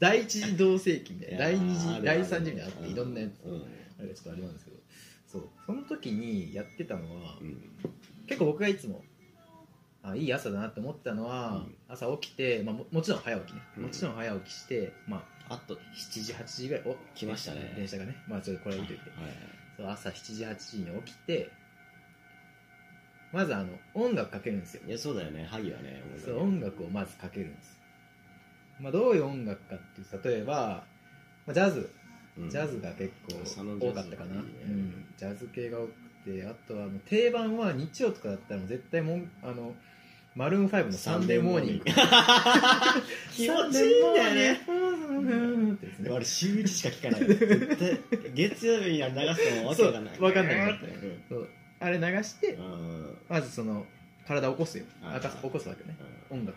S5: 第一次同棲期みたいな 第二次第三次みたいなのあっていろんなやつ、
S3: うん
S5: あれがちょっとあれなんですけどそうその時にやってたのは、
S3: うん
S5: 結構僕がいつもあいい朝だなって思ってたのは、
S3: うん
S5: 朝起きて、まあ、ももちろん早起きね、
S3: うん
S5: もちろん早起きして、まあ、
S3: あと
S5: 7時8時ぐらいお
S3: 来ましたね
S5: 電車がねまあちょっとこれは置いといて
S3: はいはい
S5: そう朝7時8時に起きてまずあの音楽かけるんですよ
S3: いやそうだよね萩はね思い出
S5: そう音楽をまずかけるんです、まあ、どういう音楽かっていうと例えば、まあ、ジャズ
S3: うん
S5: ジャズが結
S3: 朝
S5: 構
S3: のジャ
S5: 多
S3: ズ
S5: かったかな、
S3: いいね
S5: うん、ジャズ系が多くてあとはあの定番は日曜とかだったらもう絶対もんあのマルーン5の「サンデーモーニング」
S3: 気持ちいいんだよね
S5: サンデーモーニングってですね
S3: 俺週一しか聞かない絶対月曜日には流すのもわけがない
S5: そうわかんない
S3: うん
S5: そうあれ流して
S3: うん
S5: まずその体を起こすよ
S3: はい
S5: 起こす起こすわけね音楽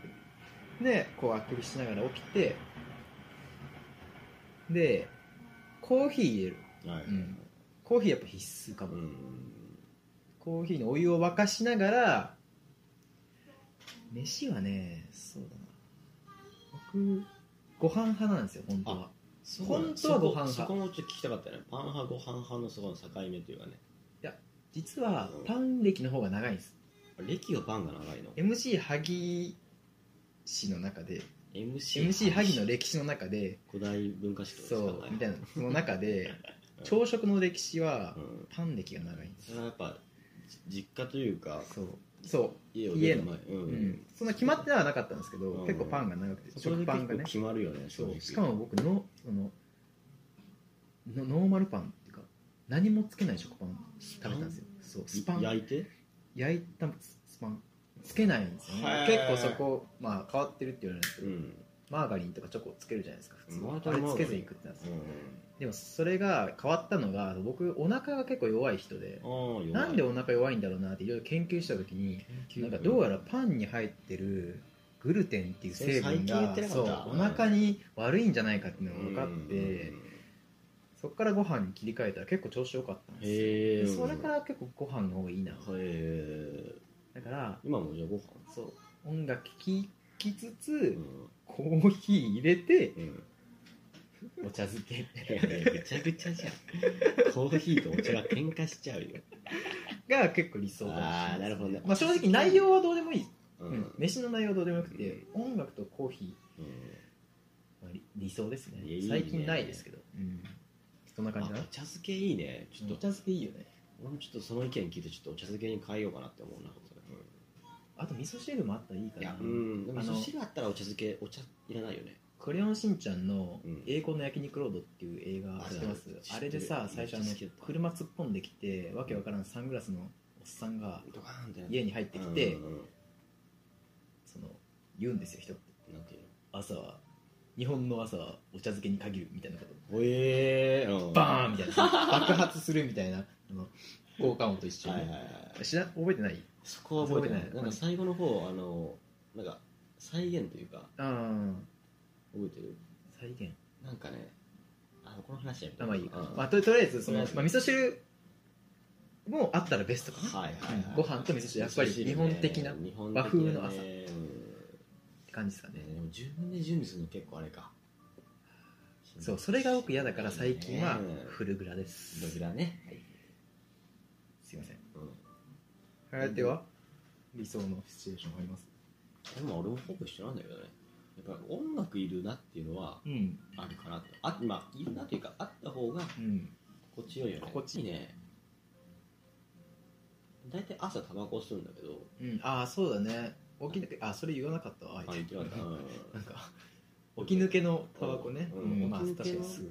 S5: ででこうあくびしながら起きてでコーヒー入れる
S3: はい
S5: うんコーヒーやっぱ必須か
S3: う
S5: も、
S3: ん
S5: コーヒーのお湯を沸かしながら飯はねそうだな僕ご飯派なんですよ本当は
S3: そ
S5: 本当はご飯派
S3: そこそこもちょっと聞きたかったよねパン派ご飯派のそこの境目というかね
S5: 実は
S3: うん
S5: パン歴の方が長いんです
S3: 歴はパンが長いの
S5: MC 萩氏の中で
S3: MC
S5: MC 萩の歴史の中で
S3: 古代文化史とか
S5: そうみたい
S3: な
S5: なその中 で
S3: うん
S5: 朝食の歴史は
S3: うん
S5: パン歴が長いんです
S3: それはやっぱじ実家というか
S5: そうそう
S3: 家を出る
S5: 家の
S3: 前う
S5: うんん、そんな決まってはなかったんですけど、
S3: うん
S5: 結構パンが長くて
S3: それ
S5: 食
S3: で
S5: パ
S3: 結
S5: ンが
S3: 構
S5: ね
S3: 決まるよね正
S5: そ
S3: 直
S5: うしかも僕のそののノーマルパンっていうか何もつけない食パン食べたんですよそうスパン
S3: 焼いて
S5: 焼いたススパンつけないんですよね
S3: へ
S5: 結
S3: ー
S5: 構そこ、まあ、変わってるって言われるんですけ
S3: う
S5: ど、
S3: ん
S5: マーガリンとかチョコつけるじゃないですか普通、
S3: また
S5: あれ
S3: マーガリン
S5: つけずに食ってたんですよ、
S3: う
S5: でもそれが変わったのが僕お腹が結構弱い人で
S3: んああ
S5: なんでお腹弱いんだろうなっていろいろ研究した時になんかどうやらパンに入ってるグルテンっていう成
S3: そ
S5: 分
S3: れ最近言っ
S5: が
S3: てなか
S5: そう
S3: った
S5: お腹に悪いんじゃないかっていうのが分かってそこからご飯に切り替えたら結構調子良かったんですよ
S3: へえ
S5: でそれから結構ご飯の方がいいな
S3: へえ
S5: だから
S3: 今もじゃあご飯
S5: そう音楽聴きつつ
S3: うん
S5: コーヒー入れて
S3: うん
S5: お茶漬け
S3: いやいやぐちゃぐちゃ じゃんコーヒーとお茶が喧嘩しちゃうよ
S5: が結構理想かもしれ
S3: ああ
S5: な
S3: ないるほどね
S5: まあ正直内容はどうでもいい、
S3: う
S5: うんん、飯の内容はどうでもよくて音楽とコーヒー
S3: うん
S5: まあ理理想ですね
S3: いやいいね
S5: 最近ないですけど、うん、そんな感
S3: あ
S5: じかな
S3: お茶漬けいいねちょっ
S5: お
S3: と
S5: 茶漬けいいよね
S3: 俺もちょっとその意見聞いてちょっとお茶漬けに変えようかなって思うなそれ
S5: あと味噌汁もあったらいいか
S3: い
S5: な
S3: やうんでも
S5: あ
S3: 味
S5: の
S3: 噌汁あったらお茶漬けお茶いらないよね
S5: クレヨンしんちゃんの
S3: うん
S5: 「栄光の焼肉ロード」っていう映画
S3: あ
S5: 知ってます
S3: 知ってる
S5: あれでさ最初あの
S3: めっちゃ好きだった
S5: 車突っ込んできてわけわからんサングラスのおっさんが
S3: ドカーンってなって
S5: 家に入ってきて
S3: うんうん
S5: その言うんですよ人って
S3: うんなんていうの
S5: 朝は日本の朝はお茶漬けに限るみたいなこと
S3: おえーうん
S5: バーンみたいな爆発するみたいなあの効果音と一緒
S3: はいはい
S5: に
S3: はい
S5: 知ら覚えてない
S3: そこは覚えてない
S5: 覚えて
S3: な
S5: ない
S3: んか最後の方あのなんか再現というか
S5: ああ
S3: 覚えてる
S5: 再現
S3: なんかねあこの話や
S5: あまあいいか、まあ、
S3: は
S5: ととりあえずその、
S3: う
S5: ま
S3: ん
S5: あ、味噌汁もあったらベストか
S3: い
S5: なっ
S3: はいはい
S5: ご飯と味噌汁やっぱり日本的な
S3: 日本的なね
S5: 和風の朝
S3: うん
S5: て感じですかね
S3: ね、でも自分で準備するの結構あれか
S5: そうそれが僕嫌だから最近はフルグラで
S3: ど
S5: す
S3: ちらね、はい
S5: すいません
S3: う
S5: はいでは理想のシチュエーションあります
S3: ん、でも俺もほぼ一緒なんだけどねやっぱ音楽いるなっていうのは
S5: うん
S3: あるかなってあまあいるなというかあった方が
S5: うん
S3: 心地よいよね
S5: 心地い
S3: いいね大体朝タバコ吸うんだけど
S5: うん、ああそうだね起き抜けあそれ言わなかったわあ
S3: あ言っ
S5: いつ
S3: てなかったうん
S5: なんか起き抜けのタバコね、
S3: うん
S5: まあ
S3: 起き抜
S5: 確か
S3: けの
S5: にす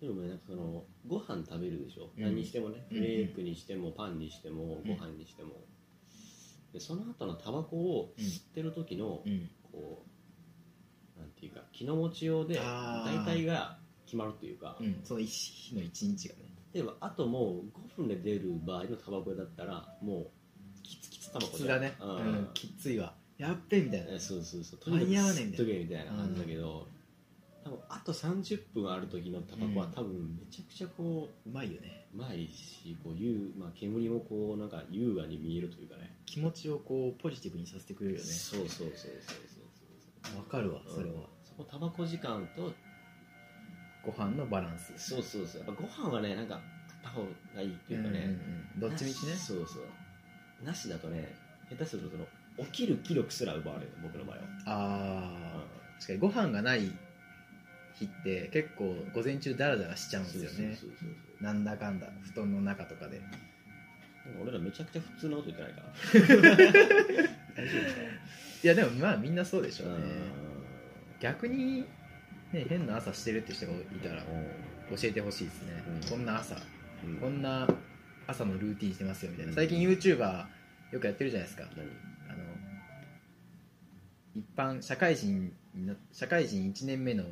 S5: ぐ
S3: でもねなんかそのご飯食べるでしょ、
S5: うん
S3: 何にしてもね
S5: う
S3: フ
S5: ん
S3: レークにしてもパンにしても
S5: う
S3: ご
S5: ん
S3: 飯にしても、でその後のタバコを吸ってる時の、
S5: うん
S3: こうなんていうか気の持ちようで
S5: あ
S3: 大
S5: ー
S3: 体が決まるというか、
S5: うんその一日の一日がね
S3: 例えばあともう5分で出る場合のタバコ屋だったらもうキツキツタバ
S5: き
S3: コ
S5: つ
S3: じ
S5: だ
S3: ゃん
S5: ね、
S3: う
S5: うんん、きついわやっべみたいな
S3: えそうそうそうと
S5: 間に合わねえ
S3: 吸っ
S5: んだよ
S3: とけみたいな感じだけど、多分あと30分ある時のタバコは
S5: うん
S3: 多分めちゃくちゃこ
S5: うまいよね
S3: ううまいしこう優まあ、煙もこうなんか優雅に見えるというかね
S5: 気持ちをこうポジティブにさせてくれるよね
S3: そうそうそうそうそうそう
S5: わかるわそれは、
S3: うんそこタバコ時間と
S5: ご飯のバランス
S3: そうそうそうやっぱご飯はねなんかあった方がいいっていうかね、
S5: んんうんどっちみちね
S3: なしそうそうなしだとね下手するとその起きる気力すら奪われるの僕の場合は、
S5: ああ確かにご飯がない日って結構午前中ダラダラしちゃうんですよね
S3: そうそうそうそう
S5: なんだかんだ布団の中とかで
S3: なんか俺らめちゃくちゃ普通なこと言ってないかな大丈夫ですか
S5: いやでもまあみんなそうでしょうね
S3: う
S5: 逆に、ね、変な朝してるって人がいたら教えてほしいですね、
S3: うん
S5: こんな朝
S3: ん
S5: こんな朝のルーティンしてますよみたいな
S3: うん
S5: 最近 YouTuber よくやってるじゃないですか
S3: 何
S5: あの一般社会人の社会人1年目の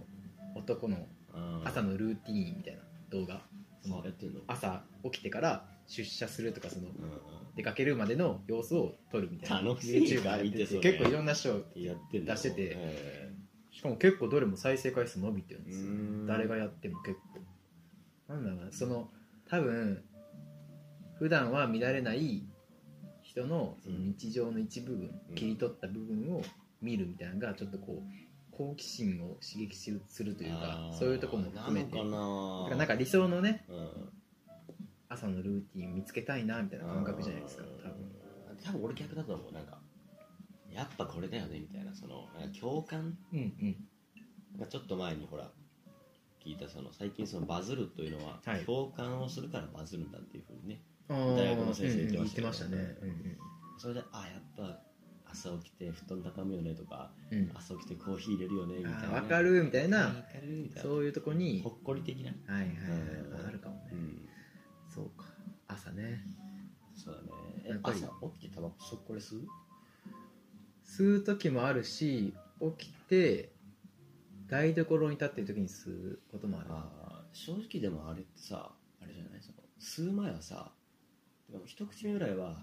S5: 男の
S3: あー
S5: 朝のルーティンみたいな動画その
S3: あやってんの
S5: 朝起きてから出社するとかその
S3: うんうん
S5: 出かけるまでの様子を撮るみたいな
S3: 楽しい
S5: YouTuber やって
S3: 見てそ
S5: て
S3: れ
S5: 結構いろんな人
S3: やってんの
S5: 出してて
S3: え
S5: しかも結構どれも再生回数伸びてるん
S3: ー
S5: ですよ
S3: うーん
S5: 誰がやっても結構なんだろうなその多分普段は見られない人のその日常の一部分、
S3: うん
S5: 切り取った部分を見るみたいなのがちょっとこう好奇心を刺激するというか
S3: あー
S5: そういうとこも含めて
S3: な
S5: だ
S3: の
S5: か
S3: からな
S5: なんか理想のね
S3: うん
S5: 朝のルーティン見つけたいなみたいな感覚じゃないですか多分
S3: うん多分俺逆だと思うなんかやっぱこれだよねみたいなそのなんか共感
S5: うんうん
S3: なんかちょっと前にほら聞いたその最近そのバズるというのは、
S5: はい
S3: 共感をするからバズるんだっていうふうにね
S5: 大
S3: 学の先生
S5: 言
S3: 言
S5: っ
S3: ってて
S5: ま
S3: ま
S5: し
S3: したた
S5: ね
S3: ね
S5: うん
S3: それであやっぱ朝起きて布団畳むよねとか
S5: うんうん
S3: 朝起きてコーヒー入れるよねみたい
S5: あ
S3: な
S5: ーわかるみたい
S3: わ
S5: な
S3: かるみたいな
S5: そういうとこに
S3: ほっこり的な
S5: はいはいはい
S3: うん
S5: あるかもね
S3: うん
S5: そうか朝ね
S3: そうだねえ
S5: やっぱり
S3: 朝起きてタバコそっこり吸う
S5: 吸う時もあるし起きて台所に立ってる時に吸うこともある
S3: あー正直でもあれってさあれじゃないその吸う前はさでも一口目ぐらいはうわ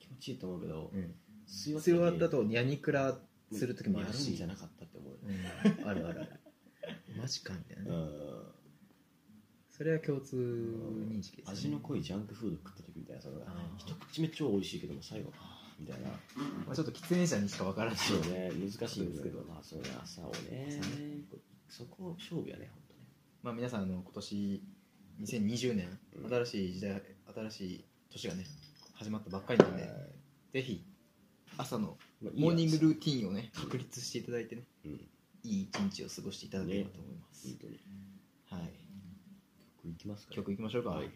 S3: 気持ちいいと思うけど、
S5: うん
S3: 吸い
S5: 吸い終わった
S3: と
S5: とヤニクラする時もある
S3: やるん
S5: し
S3: じゃなかったって思うよね
S5: うんあるあるあるマジかみた
S3: う
S5: いなね
S3: ん
S5: それは共通認識ですね
S3: 味の濃いジャンクフード食った時みたいなその
S5: あー
S3: 一口目超美味しいけども最後あーみたいな
S5: まあちょっと喫煙者にしかわからない
S3: そうね難しいんですけどまあそうね朝をねそこ勝負やね本当ね
S5: まあ皆さんあの今年2020年
S3: うん
S5: 新しい時代新しい年がね始まったばっかりなんでぜひ朝の
S3: まあいいや
S5: モーニングルーティンをね確立していただいてね
S3: うん
S5: いい一日を過ごしていただければと思います、
S3: 本当に
S5: はい
S3: 曲いきますか
S5: 曲いきましょうか、
S3: はい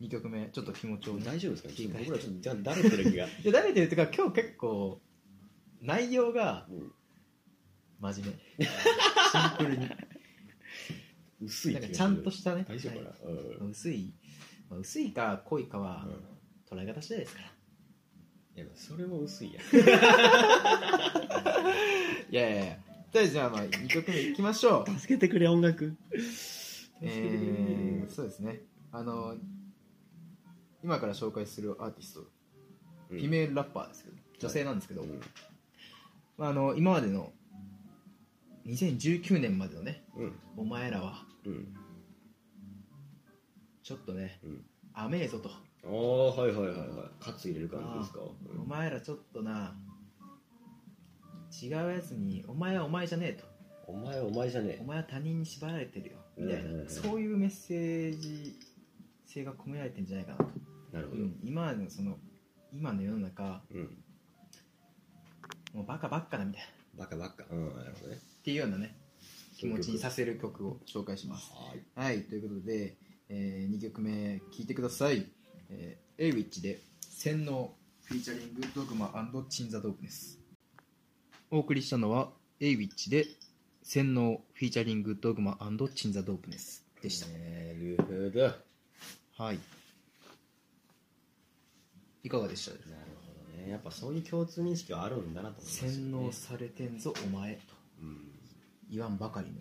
S5: 2曲目ちょっと気持ちをね
S3: 大丈夫ですか
S5: 切り替えて
S3: 僕らちょっとだだれてる気が
S5: いや誰で言うてか今日結構内容が
S3: うん
S5: 真面目シンプルに
S3: 薄い気
S5: な
S3: が
S5: ん
S3: す
S5: か
S3: る
S5: ちゃんとしたね
S3: 大丈夫かな、
S5: はい薄い、まあ、薄いか濃いかは
S3: うん、い
S5: 捉え方次第ですから
S3: やそれも薄いや
S5: いやいやいやとりあえずじゃあまあ2曲目いきましょう
S3: 助けてくれ音楽
S5: えー、そうですねあの今から紹介するアーティスト、
S3: うん
S5: フィメールラッパーですけど女性なんですけど、
S3: うん
S5: まあ、あの今までの2019年までのね、
S3: うん
S5: お前らは、
S3: うん
S5: ちょっとね、
S3: うん
S5: 甘えぞと。
S3: ああはいはいはいはいカツ入れる感じですか
S5: お前らちょっとな、違うやつに、お前はお前じゃねえと。
S3: うんお前お前じゃね
S5: お
S3: え
S5: 前は他人に縛られてるよ。みた
S3: う
S5: い
S3: んうんう
S5: な、
S3: ん
S5: そういうメッセージ性が込められてんじゃないかなと。
S3: なるほ
S5: う
S3: ど
S5: ん、今のその、今の世の中、
S3: うん
S5: もうバカばっかだみたいな。
S3: バカバカうんなるほどね
S5: っていうようなね、気持ちにさ
S3: せ
S5: せる曲を紹介します。
S3: はい
S5: はい、ということで、え2曲目聴いてください。えー、A-Witch で洗脳フィーチャリングドグマチンザドープです。お送りしたのは A-Witch で洗脳フィーチャリングドグマチンザドープです。でした。
S3: なるほどなる
S5: はい。いかがでしたで
S3: ほどねやっぱそういう共通認識はあるんだなと思いましたね
S5: 洗脳されてんぞお前と
S3: うん
S5: 言わんばかりの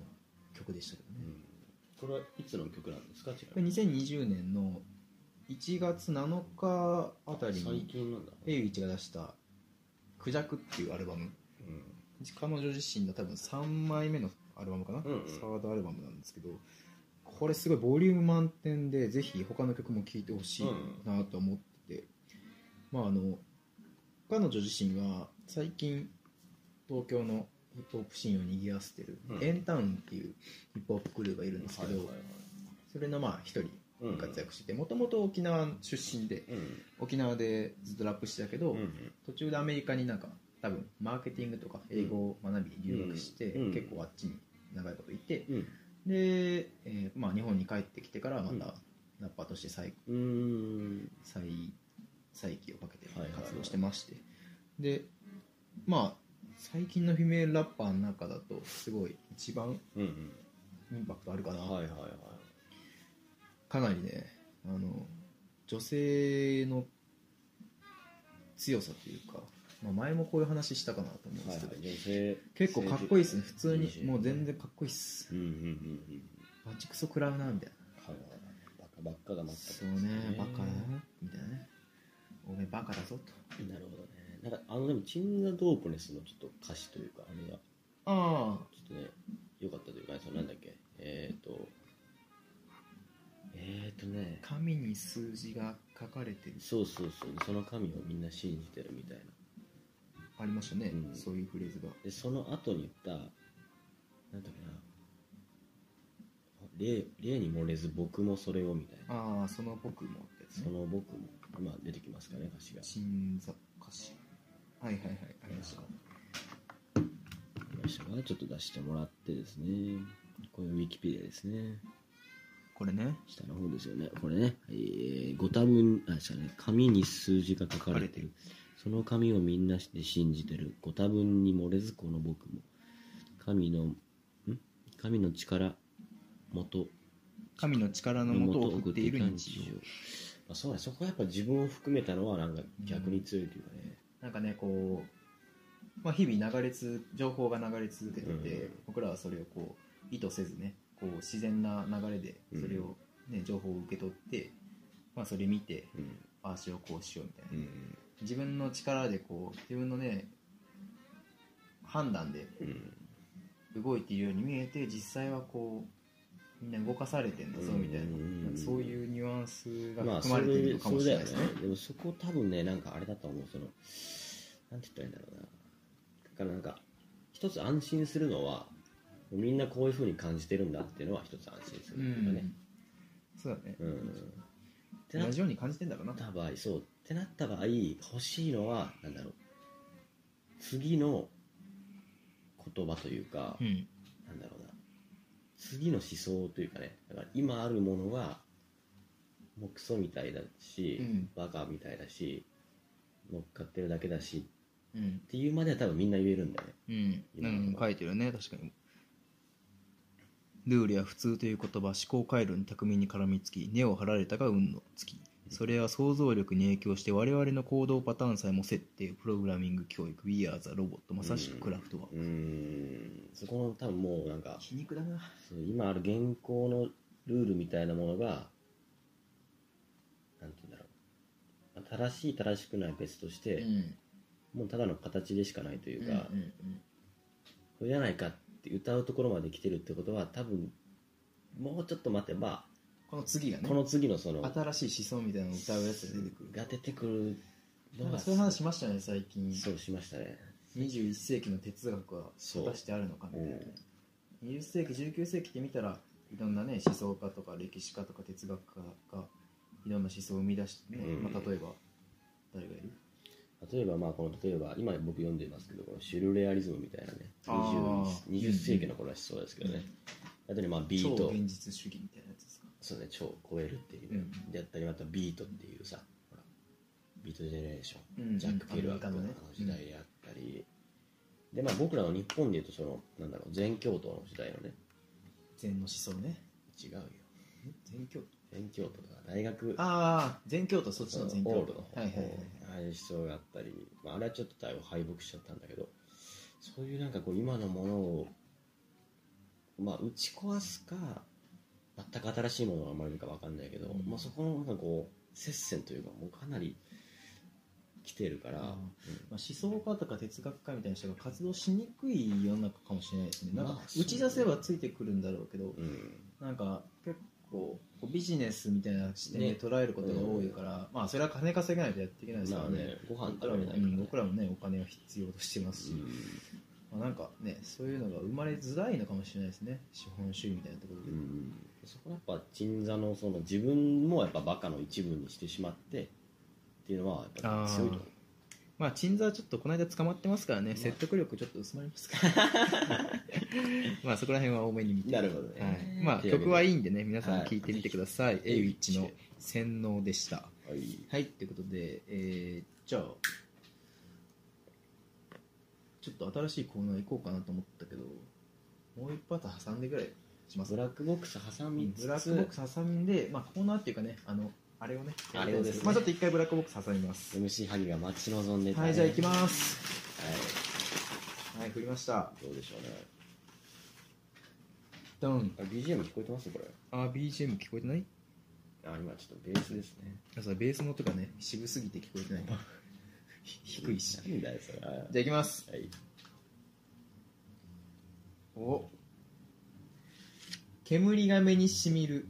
S5: 曲でしたけどね。
S3: うんこれはいつの曲なんですか違
S5: これ2020年の1月7日あたり
S3: 最
S5: に
S3: 近なんだ
S5: ペイウィチが出した「クジャク」っていうアルバム
S3: うん
S5: 彼女自身の多分3枚目のアルバムかな、
S3: うんうん
S5: サードアルバムなんですけどこれすごいボリューム満点でぜひ他の曲も聴いてほしいなと思ってて、まああの彼女自身は最近東京のヒップホップシーンを賑わせてる、
S3: うん
S5: エンタウンっていうヒップホップクルーがいるんですけど、
S3: はいはいはい
S5: それのまあ一人
S3: うん
S5: 活躍しててもともと沖縄出身で
S3: うん
S5: 沖縄でずっとラップしてたけど、
S3: うん
S5: 途中でアメリカになんか多分マーケティングとか英語を学び留学して、
S3: うん
S5: 結構あっちに長いこといて
S3: うん
S5: で、えーまあ、日本に帰ってきてからま
S3: うん
S5: たラッパーとして再
S3: うーん
S5: 再再起をかけて
S3: はいはいはい
S5: 活動してまして、でまあ最近のフィメールラッパーの中だとすごい一番
S3: うん
S5: インパクトあるか
S3: うん
S5: な、
S3: はいはいはい
S5: かなりねあの女性の強さというか、まあ、前もこういう話したかなと思うん
S3: は
S5: で
S3: い
S5: すけど、
S3: はい女性
S5: 結構かっこいいですね普通に
S3: 20
S5: もう全然かっこいいっす
S3: うんうんうんうん
S5: バチクソ食らうなみたい
S3: はいはいはいバカばっかが
S5: な
S3: 待った
S5: そうねバカだなみたいなね俺バカだぞと
S3: なるほどねなんかあのでもチンザドープネスのちょっと歌詞というかあれが
S5: ああ
S3: ちょっとね良かったというかそのなんだっけえっ、ー、とえっ、ー、とね
S5: 紙に数字が書かれてる
S3: そうそうそうその神をみんな信じてるみたいな
S5: ありましたね、
S3: うん
S5: そういうフレーズが
S3: でその後に言ったなんだっけな例例に漏れず僕もそれをみたいな
S5: ああその僕もってやつ
S3: そ
S5: ね
S3: の僕も今出てきますかね歌詞が
S5: 鎮座歌詞はいはいはいありました
S3: よいしょちょっと出してもらってですねこれウィキペディアですね
S5: これね
S3: 下の方ですよねこれね、えー、ご多分あじゃね紙に数字が書かれてるその紙をみんなして信じてるご多分に漏れずこの僕も神のん神の力元
S5: 神の力のもとを送っている日常
S3: まあ、そうねそこはやっぱ自分を含めたのはなんか逆に強いというかね、
S5: なんかねこう、まあ、日々流れつ情報が流れ続けてて、
S3: うん
S5: 僕らはそれをこう意図せずねこう自然な流れでそれを、ね情報を受け取って、まあ、それ見て
S3: うん
S5: ああしようこうしようみたいな、
S3: うん
S5: 自分の力でこう自分のね判断で
S3: うん
S5: 動いているように見えて実際はこうみんな動かされてんだぞみたいな,、
S3: うんうんうん
S5: なんかそういうニュアンスが
S3: まあ
S5: 含
S3: そ
S5: まれてい
S3: れ
S5: るのか
S3: そ
S5: も
S3: れ
S5: しれ
S3: だ
S5: な
S3: よ
S5: い
S3: ね
S5: ですね
S3: でもそこ多分ねなんかあれだと思うそのなんて言ったらいいんだろうなだからなんか一つ安心するのはみんなこういうふうに感じてるんだっていうのは一つ安心するっていうかね
S5: そうだね、
S3: うん、ってなっ
S5: 同じように感じてんだろうな
S3: た場合そうってなった場合欲しいのはなんだろう次の言葉というか、
S5: うん
S3: なんだろうな次の思想というかねだから今あるものはもうクソみたいだし、
S5: うん
S3: バカみたいだし乗っかってるだけだし
S5: うん
S3: っていうまでは多分みんな言えるんだよね
S5: うん、
S3: 今
S5: うん、書いてるね確かにルールや普通という言葉思考回路に巧みに絡みつき根を張られたが運のつきそれは想像力に影響して我々の行動パターンさえも設定プログラミング教育 We are the robot まさしくクラフトは、
S3: うーんそこの多分もうなんか
S5: 皮肉だな
S3: そう今ある現行のルールみたいなものがなんて言うんだろうまあ正しい正しくないは別とし
S5: う
S3: て、
S5: ん
S3: もうただの形でしかないといううんか、
S5: うん
S3: これじゃないかっって歌うところまで来てるってことは多分もうちょっと待てば
S5: この次がね
S3: この次のその
S5: 新しい思想みたいなのを歌うやつが出てくる
S3: が出てくる
S5: な
S3: の
S5: ん
S3: が
S5: かそういう話しましたね最近
S3: そうしましたね
S5: 21世紀の哲学は
S3: そう
S5: 果たしてあるのかみたいな
S3: うん
S5: 20世紀19世紀って見たらいろんなね思想家とか歴史家とか哲学家がいろんな思想を生み出して、ね
S3: うん
S5: まあ、例えば誰がいる
S3: 例えばまあこの例えば今僕読んでますけどこのシュルレアリズムみたいなね
S5: あ
S3: 20,
S5: ー
S3: 20世紀の頃はそうですけどね、あとにまあビー
S5: 超
S3: ト
S5: 現実主義みたいなやつですか
S3: そうね超を超えるっていう、
S5: うん
S3: であったりまたビートっていうさほらビートジェネレーション、
S5: うん
S3: ジャック・ピルアップの
S5: ア
S3: あの
S5: メリカのね
S3: 時代であったり、でまあ僕らの日本でいうとそのなんだろう全教徒の時代のね
S5: 禅の思想ね
S3: 違うよ
S5: 禅教
S3: 全教徒とか大学
S5: ああ禅教とそっち
S3: その
S5: の禅
S3: オ
S5: 教
S3: ール
S5: 徒
S3: の方
S5: はいはいはい
S3: ああいう思想があったり、まあ、あれはちょっと対応敗北しちゃったんだけどそういうなんかこう今のものを、まあ、打ち壊すか全く新しいものが生まれるか分かんないけど、
S5: うん
S3: まあ、そこのなんかこう接戦というかもうかなり来てるから、
S5: うん
S3: うん
S5: まあ、思想家とか哲学家みたいな人が活動しにくい世の中かもしれないですねなんか
S3: まあそう
S5: 打ち出せばついてくるんだろうけど
S3: うん
S5: なんか結構こうビジネスみたいな視点で
S3: ね
S5: 捉えることが多いから、まあそれは金稼げないとやっていけないですか
S3: ま
S5: ら
S3: あ
S5: ね,、
S3: ねご飯
S5: 僕
S3: 食
S5: ら
S3: べ
S5: も
S3: れないから、
S5: う
S3: ね
S5: ん僕らもねお金は必要としてますし、まあ、なんかねそういうのが生まれづらいのかもしれないですね資本主義みたいなところ
S3: う
S5: で、
S3: んうんそこはやっぱ鎮座のその自分もやっぱバカの一部にしてしまってっていうのはやっぱ強いと思う
S5: まあ鎮座はちょっとこの間捕まってますからね、
S3: まあ
S5: 説得力ちょっと薄まりますから まあそこら辺は多めに見て
S3: なるほどね
S5: はい、まあ
S3: というわけで
S5: 曲はいいんでね皆さん聴いてみてください、エイウィッチの洗脳でした
S3: はい
S5: はい、ということで、えーじゃあ、ちょっと新しいコーナー行こうかなと思ったけど、もう一発挟んでぐらいします
S3: ブラックボックス挟みつつ
S5: ブラックボックス挟んで、まあ、コーナーっていうかね、あの、あれをね、
S3: あれをですね
S5: まあ、ちょっと一回ブラックボックス挟みます。
S3: MC 萩が待ち望んでたね
S5: はい、じゃあ行きます。
S3: は
S5: はい、振りました。
S3: いどうでしょうね
S5: ドン。
S3: あ BGM 聞こえてますこれ
S5: あ、BGM 聞こえてない
S3: あ今ちょっとベースですね
S5: あそうベースの音がね、渋すぎて聞こえ てない。低いし。じゃ
S3: なんだよそれは
S5: あ行きます。
S3: い
S5: お煙が目にしみる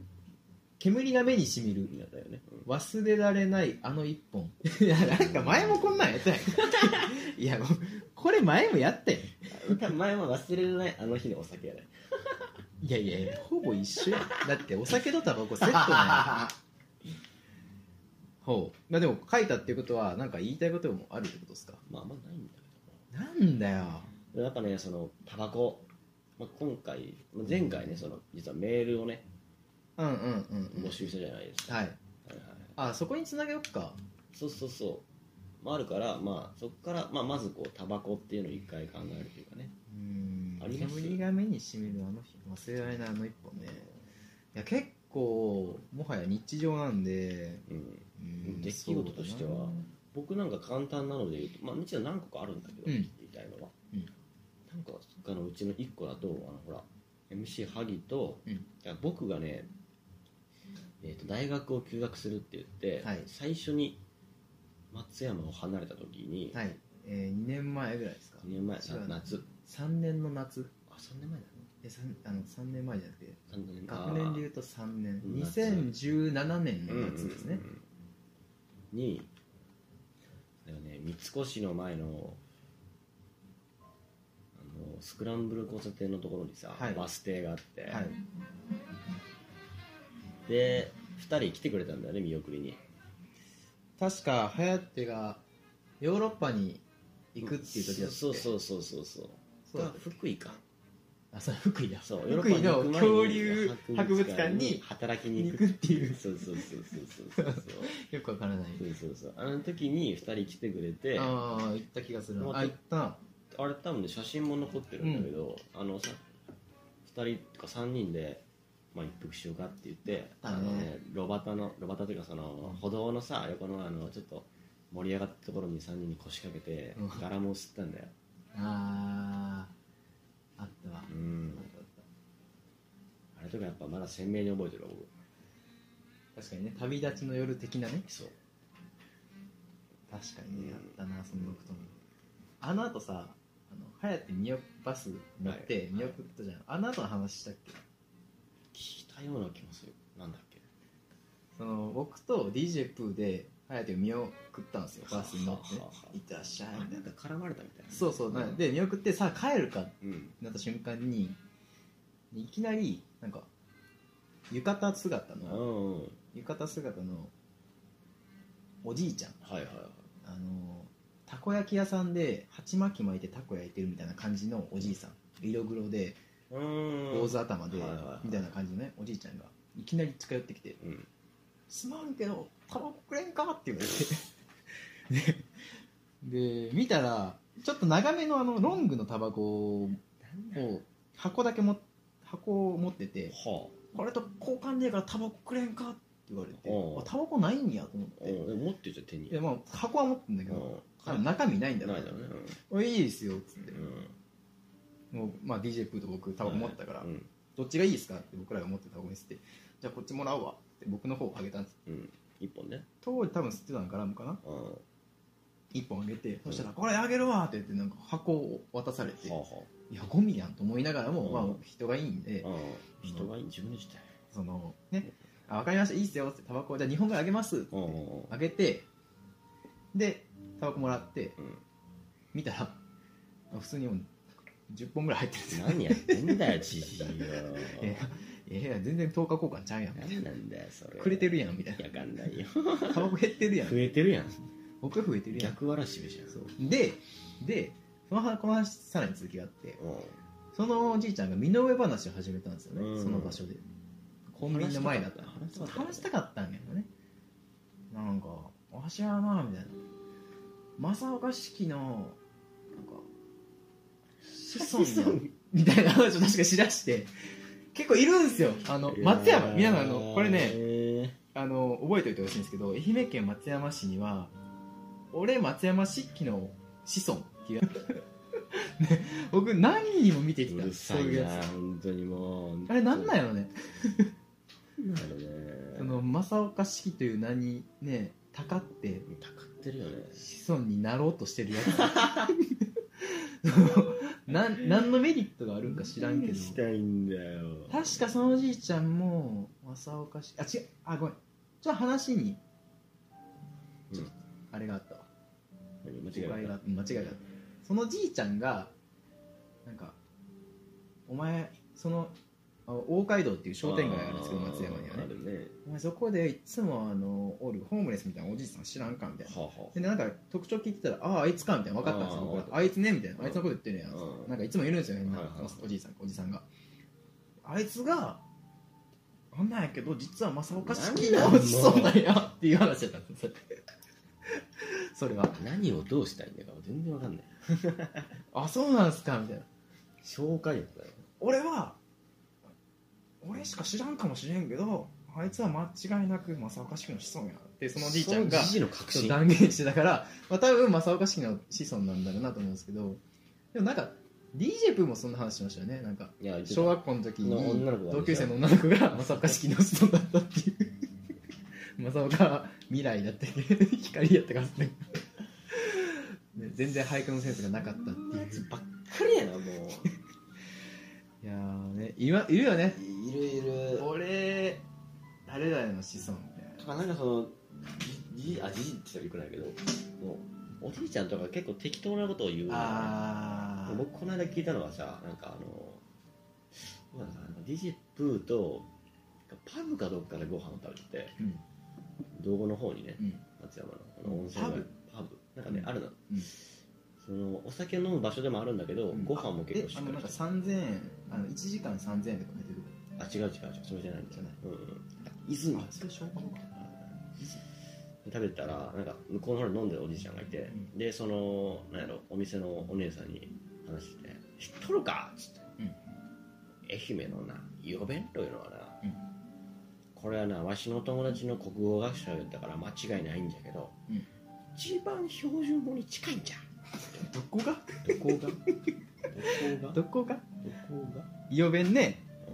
S5: 煙が目にしみる
S3: なんだよねうん
S5: 忘れられないあの一本 いやなんか前もこんなんやった やんいやこれ前もやったやん
S3: 歌前も忘れられないあの日のお酒やね
S5: いやいやほぼ一緒やんだってお酒とタバコセットなんやほうまあでも書いたっていうことはなんか言いたいこともあるってことですか
S3: まああんまないんだけどな
S5: なんだよ
S3: やっぱね、そのタバコ、まあ、今回、まあ前回ね、その実はメールをね、
S5: うんうんうんうん
S3: 募集したじゃないですか。
S5: はい
S3: はいはいはい
S5: あそこにつなげよっか
S3: そうそうそう、まあ、あるから、まあ、そこから、まあ、まずこうタバコっていうのを一回考えるというかね、
S5: うん
S3: あります
S5: 煙が目にしみるあの日忘れられないあの一本ねいや結構もはや日常なんで
S3: うん、
S5: うん
S3: 出来事としては
S5: そうだな
S3: 僕なんか簡単なので言うと、まあ、もちろん何個かあるんだけど、
S5: うん
S3: 言いたいのは、
S5: うん
S3: なんかそっかのうちの1個だと、あのほら、MC 萩と、
S5: うん
S3: いや僕がね、えーと、大学を休学するって言って、
S5: はい
S3: 最初に松山を離れた時に、
S5: はい、えー、2年前ぐらいですか
S3: 2年前、
S5: 違う
S3: 夏、
S5: 3年の夏
S3: あ、3年前だね、
S5: え三あの3年前じゃなくて
S3: 3年
S5: 学年でいうと3年
S3: あー
S5: 2017年
S3: あー
S5: の夏ですね
S3: うんうんうんうんに、だよね、三越の前の、あのスクランブル交差点のところにさ、
S5: はい
S3: バス停があって、
S5: はい
S3: で2人来てくれたんだよね見送りに
S5: 確か颯がヨーロッパに行くっていう時だったっけ
S3: そうそうそうそうそう
S5: そうだったっけ
S3: 福井か
S5: あそう福井だ
S3: そう
S5: 福井の
S3: ヨーロッパに行く前に
S5: 恐竜博物館
S3: に
S5: に
S3: 働きに行く
S5: 行くっていう
S3: そうそうそうそうそうそう
S5: よくわからない
S3: そうそうそうあの時に2人来てくれてあ
S5: ああ行った気がするな
S3: また
S5: あ行ったな
S3: れ多分ね写真も残ってるんだけど、あのさ2人とか3人で、まあ、一服しようかって言って
S5: あね
S3: のね路端の路端というかその歩道のさ横のあのちょっと盛り上がったところに3人に腰掛けて
S5: うん
S3: ガラムを吸ったんだよ、
S5: あーあったわ、
S3: う
S5: あっ
S3: ん、
S5: たあっ
S3: あれとかやっぱまだ鮮明に覚えてるわ僕
S5: た確かにね旅立ちの夜的なね
S3: そう
S5: 確かに
S3: う
S5: ね
S3: ん
S5: あったなその6ともあの後さあの颯見送バス乗って見送ったじゃん、あの後の話したっけ
S3: 聞いたような気もするなんだっけ
S5: その僕と DJ プーで颯を見送ったんですよバスに乗ってね
S3: はあはあはあ
S5: 「いってらっしゃい」
S3: あ
S5: みた
S3: ないん
S5: な
S3: か絡まれたみたいな
S5: そうそうなで見送ってさあ帰るかって
S3: うん
S5: なった瞬間にいきなりなんか浴衣姿
S3: うん
S5: の
S3: うんはい
S5: 浴衣姿のおじいちゃん
S3: はいはい
S5: あのたこ焼き屋さんで鉢巻き巻いてたこ焼いてるみたいな感じのおじいさん色黒で
S3: うーん
S5: 坊主頭で
S3: はいはいはい
S5: みたいな感じのねおじいちゃんがいきなり近寄ってきて
S3: うん
S5: 「すまんけどタバコくれんか?」って言われて でで見たらちょっと長めのあのロングのタバコを箱だけも箱を持ってて
S3: は
S5: これと交換ねえからタバコくれんかって言われて
S3: うん
S5: あタバコないんやと思っ
S3: あ
S5: て
S3: お持ってるじゃん手に
S5: いやまあ箱は持ってんだけど
S3: う
S5: あ
S3: ん
S5: 中身ないんだ
S3: ない
S5: ろ
S3: だろうね
S5: おいいいですよっつって
S3: うんうん
S5: もう、まあ、DJ プーと僕タバコ持ってたから、
S3: うん
S5: どっちがいいですかって僕らが持ってたタバコに吸ってじゃあこっちもらうわって僕の方をあげたんです
S3: うん一本ね
S5: 当時多分吸ってたのかなのかな
S3: うんは
S5: 1本あげてそしたら「これあげるわ」って言ってなんか箱を渡されて
S3: あはい
S5: やゴミやんと思いながらも、
S3: うん
S5: まあ、人がいいんで
S3: あうん人がいい自分でしたよ
S5: そのねあ分かりましたいいっすよってタバコじゃあ2本ぐらいあげますって
S3: うんうんうん
S5: あげてでタバコもらって、
S3: うん
S5: 見たら普通にもう10本ぐらい入ってるんですよ
S3: 何やってんだよじじいよ
S5: い やいやいや全然10日交換ちゃうやん
S3: 何なんだよそれ
S5: くれてるやんみたい
S3: やかんないよ
S5: なタバコ減ってるやん
S3: 増えてるやん
S5: 僕が増えてるやん
S3: 逆わらしべじゃん
S5: そうででその話この話さらに続きがあって
S3: う
S5: そのおじいちゃんが身の上話を始めたんですよね、
S3: うん
S5: その場所でコンビニの前だった
S3: 話したかった
S5: 話したかったんやけどねなんかわしはなみたいな正岡式のなんか子孫やんみたいな話を確かしだして結構いるんですよあの
S3: ん
S5: 松山皆さんあ
S3: いや
S5: の
S3: ー
S5: これねあの覚えておいてほしいんですけど愛媛県松山市には俺松山式の子孫 っていうね僕何人も見てき
S3: う
S5: た
S3: るさいな本当にもう
S5: あれなんなんやろね
S3: なんだろうね
S5: その正岡式という名にねたかって
S3: たかってるよね
S5: 子孫になろうとしてるやつその なん何のメリットがあるんか知らんけど
S3: 何したいんだよ
S5: 確かそのおじいちゃんも正岡式あ違うあごめんちょっと話に
S3: うん
S5: ちょっとあれがあったわ
S3: 間
S5: 誤
S3: 違
S5: 解
S3: え
S5: が
S3: た
S5: あった間違いがあったそのじいちゃんがなんかお前そのあ大街道っていう商店街があるんですけど
S3: あー
S5: 松山にはね
S3: あるね
S5: お前そこでいつもあのおるホームレスみたいなおじいさん知らんかみたいな
S3: はあは
S5: でなんか特徴聞いてたら「あああいつか」みたいな分かったんですよ
S3: あー
S5: 僕
S3: 分
S5: は
S3: かった
S5: あいつね」みたい
S3: うん
S5: な「あいつのこと言ってるやん」
S3: うん
S5: なんかいつもいるんですよ変な
S3: はいはいはい
S5: おじいさんおじさんがあいつがあんなんやけど実は正岡式の
S3: 何
S5: 子孫なんやっていう話だったんですよ それは
S3: あ何をどうしたいんだか全然わかんない
S5: 「あそうなんすか」みたいな
S3: 紹介力だよ
S5: 「俺は俺しか知らんかもしれんけどあいつは間違いなく正岡式の子孫や」ってそのおじいちゃん
S3: そ
S5: が
S3: のじじいの確信
S5: 断言してたから、まあ、多分正岡式の子孫なんだろうなと思うんですけどでもなんか DJ プーもそんな話しましたよねなんか
S3: いや言ってた
S5: 小学校の時に
S3: の女の子が
S5: 同級生の女の子が正岡式の子孫だったって いう正岡未来だったっけ光やったからねね全然俳句のセンスがなかったっていう
S3: ばっかりやなもう
S5: いやーね今いるよね
S3: いるいる
S5: 俺誰々の子孫みたいな
S3: とかなんかそのじじあじじって言ったらよくないけどもうおじいちゃんとか結構適当なことを言う
S5: あー
S3: 僕この間聞いたのはさなんかあのなんかあの DJ プーとパブかどっかでご飯を食べてて
S5: うん
S3: 道後の方にね
S5: うん
S3: 松山のあの温泉街
S5: パブ
S3: パブなんかね、
S5: うん
S3: あるの、
S5: うん
S3: そのお酒飲む場所でもあるんだけど、ご飯も結構し
S5: えあ
S3: っか
S5: のなん
S3: り
S5: か
S3: してあ
S5: 3000円あの1時間3000円とか書いて
S3: 違
S5: る
S3: う違う違うそれじゃないんだ
S5: じ
S3: よ
S5: ゃない
S3: うんうん泉
S5: あそれ消化とか
S3: 食べてたらなんか向こうの方で飲んでるおじいちゃんがいて、
S5: う
S3: でそのなんやろお店のお姉さんに話してて「知っとるか?」っつって
S5: うん
S3: 愛媛のな呼べんというのはな、
S5: うん
S3: これはなわしの友達の国語学者だったから間違いないんじゃけど、
S5: うん
S3: 一番標準語に近いんじゃ
S5: どこが
S3: どこがどこがど
S5: どこが
S3: こが
S5: 予弁ね
S3: う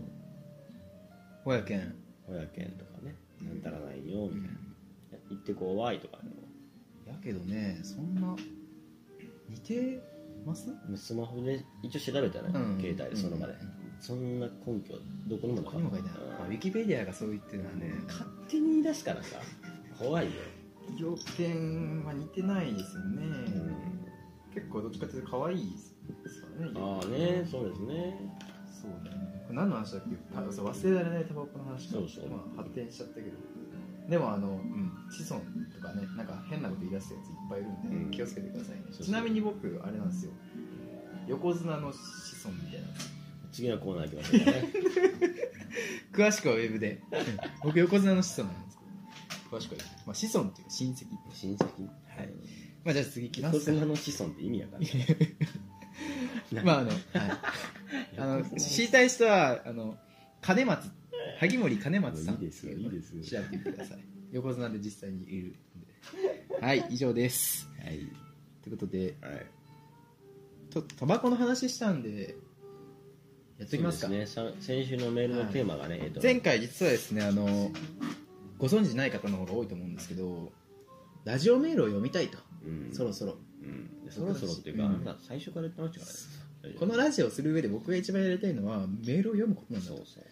S3: ん
S5: 親県
S3: 親県とかねなんたらないよみたいな、行ってこわいとかね
S5: やけどねそんな似てます
S3: スマホで一応調べたね、携帯でその場で、そんな根拠どこにもな
S5: どこ
S3: か
S5: に
S3: っ
S5: も
S3: た
S5: 書いてない、まあ、ウィキペディアがそう言ってるのはね
S3: 勝手に言い出す からさ怖いよ、
S5: 要点は似てないですよね、
S3: うん
S5: 結構どっちかというと可愛いですからね
S3: ああねそうですね
S5: そうだねこれ何の話だっけたそう忘れられないタバコの話か
S3: そうそう
S5: まあ、発展しちゃったけどでもあの、うん、子孫とかねなんか変なこと言い出すやついっぱいいるんで、
S3: うん
S5: 気をつけてくださいね
S3: そうそう
S5: ちなみに僕あれなんですよ横綱の子孫みたいな
S3: 次のコーナー行きましょうかね
S5: 詳しくはウェブで僕横綱の子孫なんですけど詳しくは、まあ、子孫っていうか親戚
S3: 親戚
S5: はいまあじゃあ次いきま
S3: 横
S5: すか
S3: 綱の子孫って意味やから、ね、
S5: まああの、はい、あの知りたい人はあの金松萩森金松さん
S3: いいですよいいですよ
S5: 調べてください横綱で実際にいるんではい以上です
S3: はい
S5: ということで
S3: はい
S5: ちょっとタバコの話したんでやってきますか
S3: そうですねさ先週のメールのテーマがね、えっと
S5: 前回実はですねあのご存知ない方の方が多いと思うんですけどラジオメールを読みたいと、
S3: うん
S5: そろそろ
S3: うん、そろそろっていうか、
S5: うん
S3: あなた最初から言ってましたからね
S5: このラジオをする上で僕が一番やりたいのはメールを読むことなんだ
S3: そう
S5: と
S3: そうそう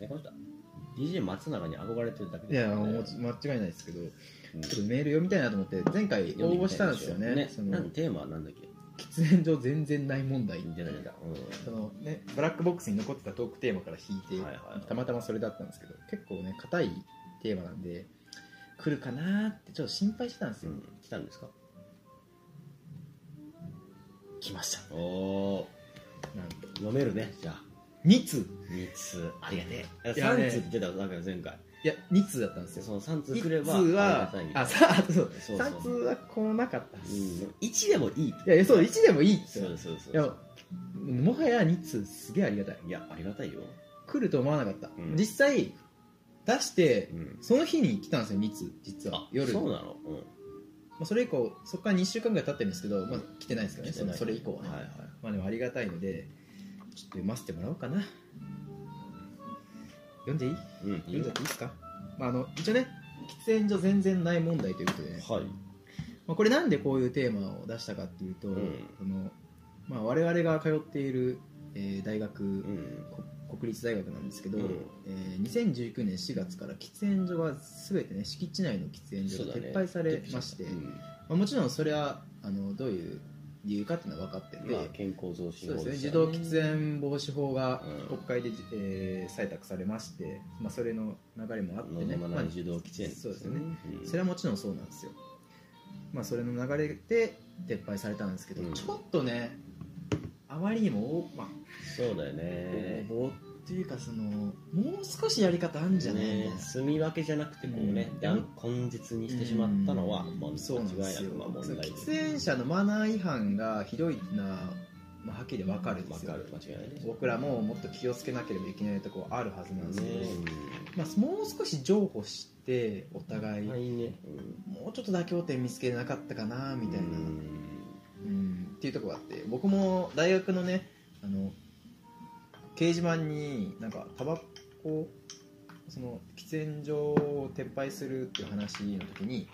S3: えこの人 DJ 松永に憧れてるだけ
S5: い
S3: です
S5: や
S3: から
S5: も
S3: ね
S5: う間違いないですけど
S3: うん
S5: ちょっとメール読みたいなと思って前回応募したんですよねそ
S3: な
S5: の
S3: んテーマはなんだっけ
S5: 喫煙所全然ない問題
S3: 出た出た。う
S5: そのねブラックボックスに残ってたトークテーマから引いて、
S3: はいはいはい
S5: たまたまそれだったんですけど結構ね硬いテーマなんで来るかなーってちょっと心配してたんです
S3: ん。
S5: よ、
S3: うん来たんですか
S5: 来ました
S3: おお
S5: なんと
S3: ー。飲めるね、じゃあ。
S5: 2通
S3: 3つ。ありがてえ。
S5: いやね
S3: 3つって出ただから前回。
S5: いや2通だったんです
S3: で
S5: よ
S3: その3通
S5: 1
S3: くれば、
S5: 通は
S3: ありがた
S5: あ
S3: い
S5: さあそう
S3: そうそう
S5: 3通は来なかったっす
S3: うん、1でもいい
S5: いやいやそう1でもいいっす
S3: そう
S5: よ
S3: そうそうそう。
S5: いやもはや2通すげえありがたい
S3: いや、ありがたいよ。
S5: 来ると思わなかった、
S3: うん
S5: 実際出して
S3: うん。
S5: その日に来たんですよ2通実は
S3: あ、
S5: 夜
S3: そうなのうん。
S5: まあ、それ以降そこから2週間ぐらい経ってるんですけど、まあ、来てないですけどね
S3: 来て
S5: そ
S3: ない
S5: のそれ以降はね、
S3: はいはい
S5: まあでもありがたいのでちょっと読ませてもらおうかな読んでいい
S3: うん。
S5: 読んじゃっていいですか、まあ、あの一応ね喫煙所全然ない問題ということでね、
S3: はい。
S5: まあ、これなんでこういうテーマを出したかっていうと、
S3: ん
S5: そのまあ、我々が通っている、えー大学、
S3: うん。
S5: こ国立大学なんですけど、
S3: うん
S5: えー2019年4月から喫煙所が全てね敷地内の喫煙所が撤廃されまして、
S3: うん
S5: まあ、もちろんそれはあのどういう理由かっていうのは分かってて、
S3: まあ、健康増進
S5: そうで
S3: 法
S5: すね
S3: です
S5: 自
S3: よ
S5: 動
S3: ね。
S5: 喫煙防止法が
S3: うん
S5: 国会でじ、えー採択されまして、まあ、それの流れもあってね、
S3: 望ま
S5: まあ
S3: ない自動喫煙
S5: そうですね、
S3: うん
S5: それはもちろんそうなんですよ、まあ、それの流れで撤廃されたんですけど、
S3: うん
S5: ちょっとねあまりにも、まあ、
S3: そうだよね。
S5: 応募っていうかそのもう少しやり方あるんじゃないみたい
S3: ね
S5: な、
S3: 住み分けじゃなくてこうね、
S5: うん
S3: であの根絶にしてしまったのは、
S5: うん
S3: まあ、
S5: そうなんで
S3: 間違
S5: す
S3: いな
S5: よ
S3: くまあ問題です
S5: 喫煙者のマナー違反がひどいな、まあ、はっきり分かるんで
S3: わ
S5: すよ
S3: かる間違いないです
S5: 僕らももっと気をつけなければいけないとこあるはずなんですけど、
S3: ね
S5: まあ、もう少し譲歩してお互
S3: う
S5: い、
S3: んはいね、
S5: もうちょっと妥協点見つけなかったかなみたいな、
S3: う
S5: うん
S3: ん
S5: っていうとこがあって僕も大学のねあの掲示板になんかタバコその喫煙所を撤廃するっていう話の時に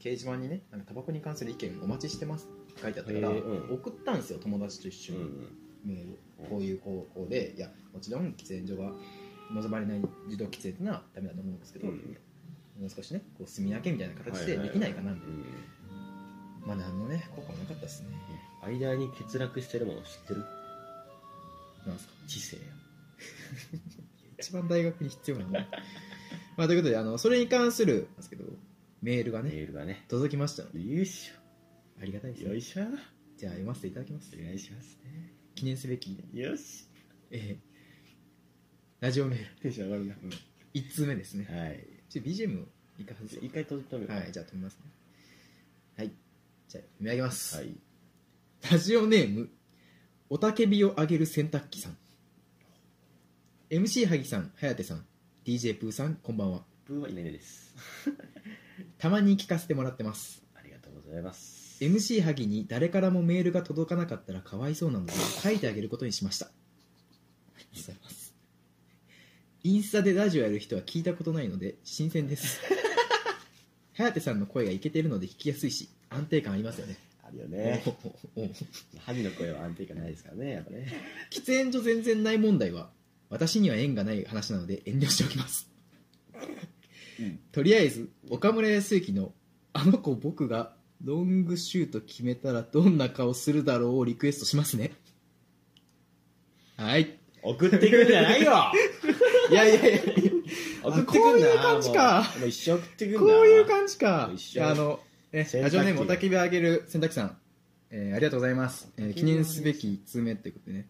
S5: 掲示板にねなんかタバコに関する意見お待ちしてますって書いてあったから、
S3: へえうん
S5: 送ったんですよ友達と一緒
S3: う
S5: に、
S3: ん
S5: メールこういう方向でいやもちろん喫煙所が望まれない自動喫煙ってのはダメだと思うんですけど、
S3: う
S5: も
S3: ん
S5: う少しねこう住み分けみたいな形でできないかなみたいな、
S3: うん
S5: まあ何のね効果もなかったですね
S3: 間に欠落してるもの知ってる
S5: なんすか
S3: 知性や
S5: 一番大学に必要なのねまあということであのそれに関するなんですけどメールが
S3: メ
S5: ね
S3: ールがね
S5: 届きましたので
S3: よいし
S5: ありがたいです
S3: ょよ
S5: ね
S3: いしょ
S5: じゃあ読ませていただきます
S3: お願いしますね
S5: 記念すべき、
S3: よし
S5: えーラジオメール
S3: テンション上がるな、
S5: 1通目ですね
S3: はい
S5: ちょ BGM いかはず
S3: 一回閉じてみよう
S5: はい、じゃあ止めますね。はい。じゃあ、読み上げます。
S3: はい
S5: ラジオネーム、おたけびをあげる洗濯機さん。MC 萩さん、颯さん、DJ プーさん、こんばんは。
S3: ブーはいないです
S5: たまに聞かせてもらってます。
S3: ありがとうございます
S5: MC 萩に誰からもメールが届かなかったらかわいそうなので、書いてあげることにしました。ありがとうございます。インスタでラジオやる人は聞いたことないので、新鮮です。颯さんの声がいけてるので聞きやすいし、安定感ありますよね。
S3: 安るよね
S5: おお
S3: 萩の声は安定感ないですからねやっぱね
S5: 喫煙所全然ない問題は私には縁がない話なので遠慮しておきます、
S3: うん
S5: とりあえず岡村康之の「あの子僕がロングシュート決めたらどんな顔するだろう」をリクエストしますねはい
S3: 送ってくるんじゃないよ
S5: いやいやいや
S3: 送ってくんな
S5: あこういう感じか
S3: もうもう一生送ってくんな
S5: こういう感じか
S3: 一緒
S5: いやあの、ね、
S3: 洗濯機
S5: ラジオネームおたけびあげる洗濯機さん、えーありがとうございます、えー記念すべき1通目ってことでね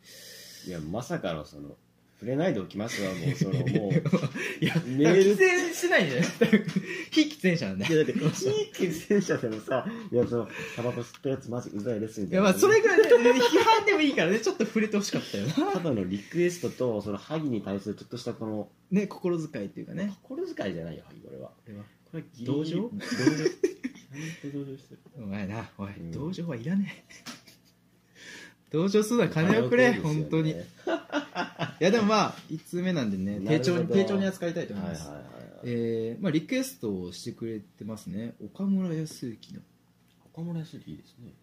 S3: いやまさかのその触れないでおきますわ もうそのもう
S5: いや、
S3: メール
S5: 喫煙してないんじゃない非喫煙者なんで。
S3: いやだって、非喫煙者でもさ、いや、その、タバコ吸ったやつマジうざいですみ
S5: い
S3: たい
S5: や、
S3: な。
S5: まあ、それぐらい、ね、批判でもいいからね、ちょっと触れてほしかったよな。
S3: ただのリクエストと、その、萩に対するちょっとしたこの、
S5: ね、心遣いっていうかね。
S3: 心遣いじゃないよ、萩、俺は。
S5: これは
S3: これ、ギ
S5: 同情
S3: 同情。ちゃんと同情してる。
S5: お前な、おい、
S3: うん
S5: 同情はいらねえ。同情するのは金をくれ、本当に。い
S3: はい
S5: や、でもまあ、1通目なんでね、
S3: な
S5: 丁
S3: るほど
S5: 重に、丁重に扱いたいと思い
S3: はいはい
S5: ます。
S3: はい。
S5: えー、まあ、リクエストをしてくれてますね。岡村康之の。
S3: 岡村康之いいですね。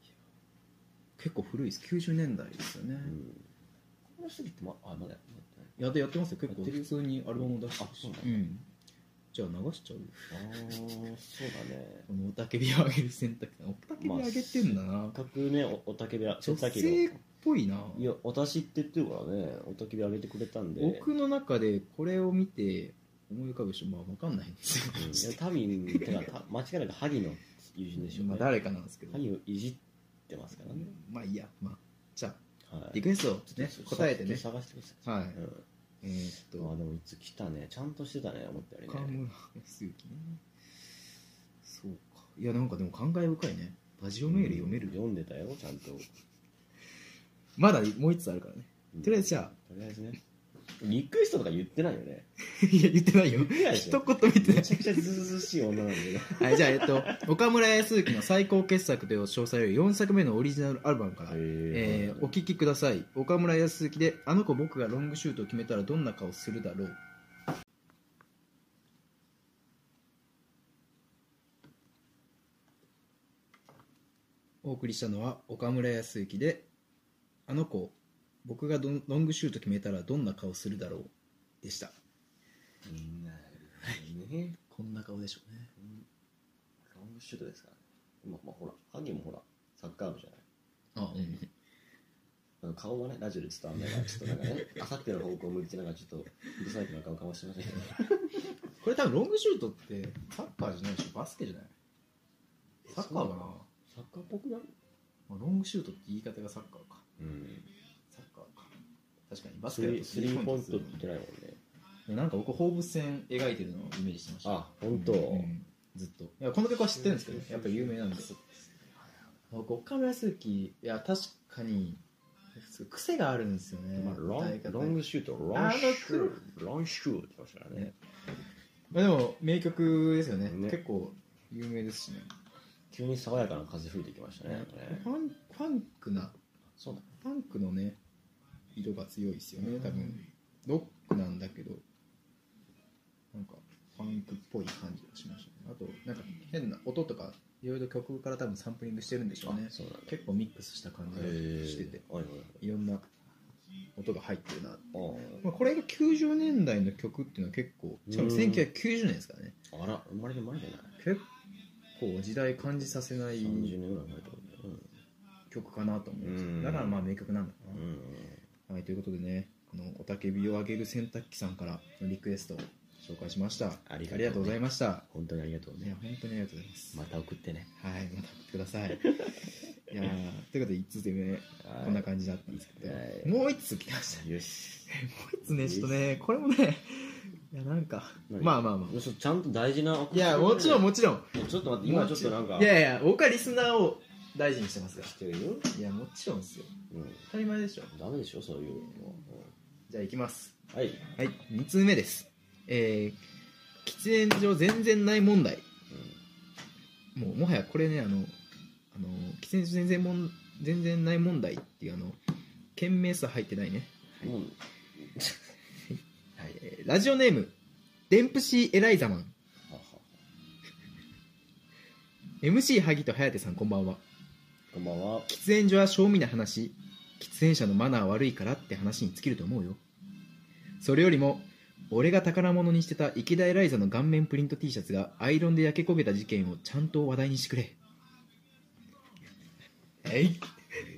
S5: 結構古いです。90年代ですよね。
S3: うん。岡村康之って、ま、あ、まだやってない。
S5: やってやってますよ。結構
S3: やってる
S5: 普通にアルバムを出してる
S3: あそう
S5: し
S3: な。
S5: うんん。じゃあ流しちゃうよ
S3: あー、そうだね。
S5: このおたけびをあげる選択肢おたけびあげてんだな、
S3: せっかくね、おおたけびあ、せっ
S5: 女
S3: かく
S5: 性っぽいない
S3: や、私って言ってるからね、おたけびあげてくれたんで。
S5: 僕の中でこれを見て思い浮かぶ人まあ分かんないんですよ、
S3: うんいや多分てかた間違いなく萩の友人でしょう
S5: ま
S3: ね
S5: あ、誰かなんですけど、
S3: 萩をいじってますからね、
S5: まあいいやまあじゃあ
S3: はい、
S5: リクエストを、ね
S3: ちょっ、と
S5: 答えてね
S3: ちょっと探してくださ
S5: は
S3: い、
S5: い
S3: う
S5: えーっと
S3: ん、まあでもいつ来たねちゃんとしてたね思ったより
S5: 岡
S3: ね
S5: 村康之ねそうかいやなんかでも感慨深いねラジオメール読める、
S3: 読んでたよちゃんと
S5: まだもう一つあるからねとりあえずじ ゃ
S3: あとりあえずねリクエストとか言ってないよね
S5: あいや言ってないよ
S3: てないでし
S5: 一
S3: ょ
S5: 言見てな
S3: め
S5: い
S3: ちゃくちゃずうずうしい女なんだけ ど
S5: はい、じゃあ、えっと、岡村康之の最高傑作という詳細を4作目のオリジナルアルバムから、えーお聴きください。岡村康之で、あの子僕がロングシュートを決めたらどんな顔するだろう。お送りしたのは岡村康之で、あの子僕がどんロングシュート決めたらどんな顔するだろうでした。
S3: みんなね
S5: こんな顔でしょうね。
S3: ロングシュートですからねまあまあほら萩もほらサッカー部じゃない
S5: あ、うん。
S3: あの顔はね、ラジオで伝わんないから、ちょっとなんか ね、あさっての方向を向いて、なんかちょっと、うるさいな顔かもしれませんけど、
S5: これ多分ロングシュートってサッカーじゃないでしょバスケじゃないサッカーかな、
S3: サッカーっぽくない
S5: まあ、ロングシュートって言い方がサッカーか
S3: うん。
S5: サッカーか確かにバ
S3: バ
S5: ス
S3: ス
S5: ケ
S3: ケ
S5: だ
S3: だ
S5: と
S3: と
S5: ス
S3: ス
S5: リ
S3: リ
S5: ー
S3: ー
S5: ポ
S3: ポイ
S5: イン
S3: ン
S5: ト
S3: ト
S5: っ
S3: っててないもんね。
S5: なんか僕放物線描いてるのをイメージしてました
S3: あ、本当。
S5: うんずっといやこの曲は知ってるんですけどやっぱ有名なんで僕岡村鈴木いや確かにすごい癖があるんですよね、
S3: まあ、ロン
S5: 歌い方
S3: ロングシュート、ロンシュート、ロンシュートって言ってましたからね
S5: ね。まあ、でも名曲ですよね
S3: ね
S5: 結構有名ですしね
S3: 急に爽やかな風吹いてきましたね。なんかね
S5: ファンファンクな
S3: そうだ。
S5: パンクのね色が強いですよね多分ロックなんだけどなんかパンクっぽい感じがしましたねあとなんか変な音とかいろいろ曲から多分サンプリングしてるんでしょうね
S3: あそうなんだ
S5: 結構ミックスした感じがしてて
S3: はいはい
S5: いろんな音が入ってるな、
S3: はい。
S5: まあ、これが90年代の曲っていうのは結構しかも
S3: うん
S5: 1990年ですからね
S3: ああら、生まれる前じゃない
S5: 結構時代感じさせない
S3: ?30 年ぐらい前ってことだよね
S5: 曲かなと思うんですよ
S3: うん
S5: だからまあ名曲なんだな、
S3: うん。うん。
S5: はい、ということでね、このおたけびをあげる洗濯機さんからのリクエストを紹介しました。
S3: ありがとうね
S5: ございました。
S3: 本当にありがとう
S5: いや
S3: ね。、
S5: 本当にありがとうございます。
S3: また送ってね。
S5: はい、また送ってください。いやーということで、1通目、
S3: はい
S5: こんな感じだったんですけど、
S3: はい
S5: もう1通来ました。
S3: よし。
S5: もう1通ね、ちょっとね、これもね、いや、なんか、まあまあまあ。
S3: ちょっとちゃんと大事な。
S5: いや、もちろん、もちろん。
S3: ちょっと待って、今ちょっとなんか。
S5: いやいや、僕はリスナーを大事にしてますか
S3: してるよ。
S5: ら。いや、もちろんですよ。
S3: うん。
S5: 当たり前でしょ。
S3: ダメでしょ、そういうの。
S5: じゃあ、行きます。
S3: うんはい。
S5: はい、2通目です。えー、喫煙所全然ない問題。もうもはやこれね、あの、あの喫煙所全然もん全然ない問題っていう、あの、件名数入ってないね。
S3: うん。うん
S5: はい、えーラジオネーム、デンプシー・エライザマン。
S3: はは
S5: MC 萩と颯さん、こんばんは。
S3: こんばんは。
S5: 喫煙所は正味な話喫煙者のマナー悪いからって話に尽きると思うよそれよりも俺が宝物にしてた池田エライザの顔面プリント T シャツがアイロンで焼け焦げた事件をちゃんと話題にしてくれえい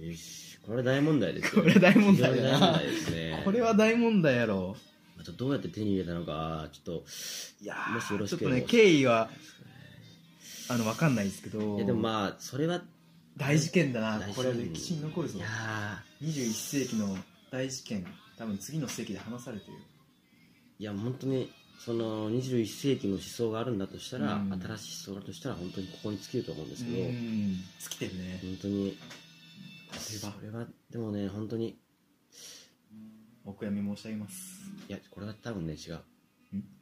S3: よしこれ大問題です
S5: こ
S3: よ。
S5: れ大問題
S3: 非常
S5: だ
S3: に大問
S5: な
S3: 題ですね。
S5: これは大問題やろ
S3: あとどうやって手に入れたのか、ちょっと、
S5: いや
S3: もしよろ
S5: ちょ
S3: し
S5: っ
S3: け
S5: と
S3: れば。
S5: ね経緯はあの分かんないですけど
S3: いやでもまあ、それは、
S5: 大事件だ
S3: 大
S5: な
S3: 事件
S5: これは歴史に残るぞ
S3: いやー
S5: 21世紀の大事件多分次の世紀で話されてる
S3: いや本当にその21世紀の思想があるんだとしたら、
S5: うん
S3: 新しい思想だとしたら本当にここに尽きると思うんですけど、
S5: うん尽きてるね
S3: 本当に
S5: それは
S3: それはでもね本当に
S5: お悔やみ申し上げます
S3: いやこれは多分ね違う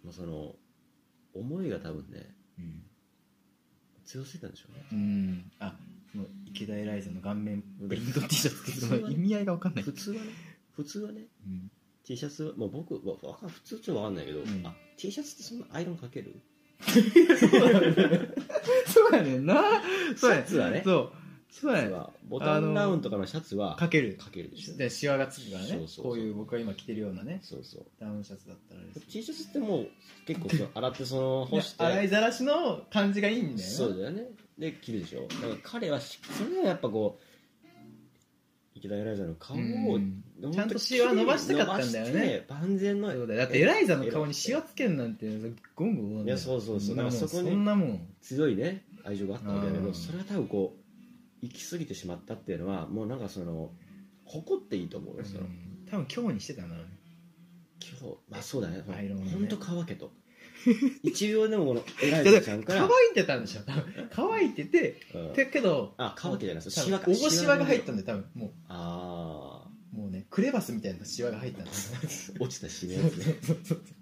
S3: もうその思いが多分ね
S5: うん、
S3: 強すぎたんでしょうね
S5: うん、あもう池田エライザの顔面プリント T シャツって
S3: それは
S5: 意味合いが分かんない
S3: 普、通はね普通はね
S5: うん、
S3: T シャツもう僕わわか普通ちょっとわかんないけど、
S5: うん
S3: あ T シャツってそんなアイロンかける
S5: そうやねんなそうや
S3: シャツはね
S5: そうそ
S3: シャ
S5: うやね
S3: ツ
S5: ん
S3: はボタンダウンとかのシャツは
S5: かける
S3: かけるでしょ
S5: でシワがつくからね
S3: そうそうそう
S5: こういう僕が今着てるようなね
S3: そうそう
S5: ダウンシャツだったらあれです
S3: T シャツってもう結構その洗ってその干して
S5: 洗いざらしの感じがいいんだよな
S3: そうだよねで着るでしょだから彼はしそれでもやっぱこう池田エライザの顔を、
S5: うん
S3: 本当に
S5: ちゃんとシワ伸ばしたかったんだよね
S3: 伸ばして万全の
S5: そうだよだってエライザの顔にシワつけるなんてゴンゴン
S3: いやそうそうそうん
S5: なもん
S3: だからそこに
S5: んなもん
S3: 強いね愛情があったわけだけ
S5: う
S3: ど
S5: ん
S3: それは多分こう行き過ぎてしまったっていうのはもうなんかその誇っていいと思うよその、
S5: うん多分今日にしてたんだろうね
S3: 今日まあそうだね
S5: アイロンね
S3: 本当乾け と一秒でもこのエラ
S5: い
S3: イ
S5: や
S3: ザ
S5: だ
S3: ちゃんか
S5: から
S3: ら、
S5: 乾いてたんでしょ多分乾いてて
S3: うん
S5: てけど
S3: あ乾けじゃないです
S5: 多
S3: シワ
S5: 分
S3: か
S5: おごしわが入ったん
S3: だ
S5: で多分も
S3: あ
S5: うもうねクレバスみたいなシワが入ったんです
S3: あ 落ちた しねやつね
S5: そうそうそう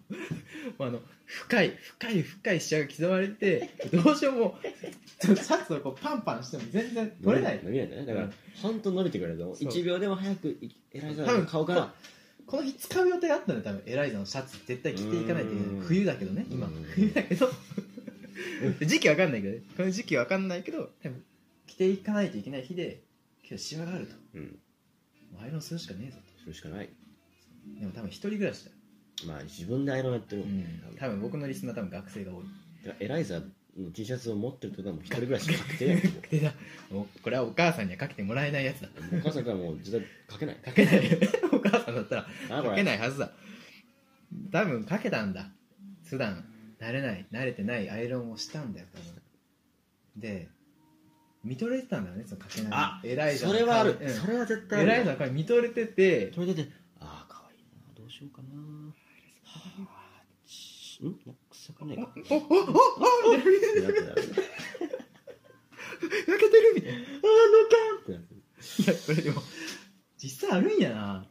S5: まああの深い深い深いシワが刻まれてどうしよう もシャツをこうパンパンしても全然取れない
S3: 伸びないんだねだか
S5: う
S3: ら
S5: ん
S3: 本当伸びてくれると思う
S5: そう
S3: 1秒でも早くいエライザ
S5: 多
S3: ー
S5: 分
S3: の顔から
S5: この日使う予定あったのよ多分エライザのシャツ絶対着ていかないといけな
S3: う
S5: い
S3: ん
S5: 冬だけどね今
S3: うん
S5: 冬だけど 時期わかんないけどねこの時期わかんないけど多分着ていかないといけない日でけどシワがあると
S3: うん
S5: もうアイロンするしかねえぞ
S3: それしかない
S5: とでも多分一人暮らしだよ、
S3: まあ自分でアイロンやってるもんね多分だ
S5: 多分僕のリスナー多分学生が多い
S3: からエライザーの T シャツを持ってるってことはもう一人ぐらいしか確定やんも
S5: でだもうこれはお母さんにはかけてもらえないやつだ
S3: うお母さんからもう絶対かけない
S5: かけない お母さんだったら
S3: あこ
S5: かけ
S3: れ
S5: ないはずだ多分かけたんだ普段慣れない慣れてないアイロンをしたんだよ多分で見とれてたんだよねそのかけない
S3: あ
S5: 偉いじゃん
S3: それはある
S5: うん
S3: それは絶対ある
S5: 偉いのは見とれてて
S3: それでああかわいいなどうしようかなはあちんなくさかねえか
S5: おおおおお焼
S3: ってなってなるね
S5: けてるみたいな
S3: ああのかんってなる
S5: いやこれでも実際あるんやな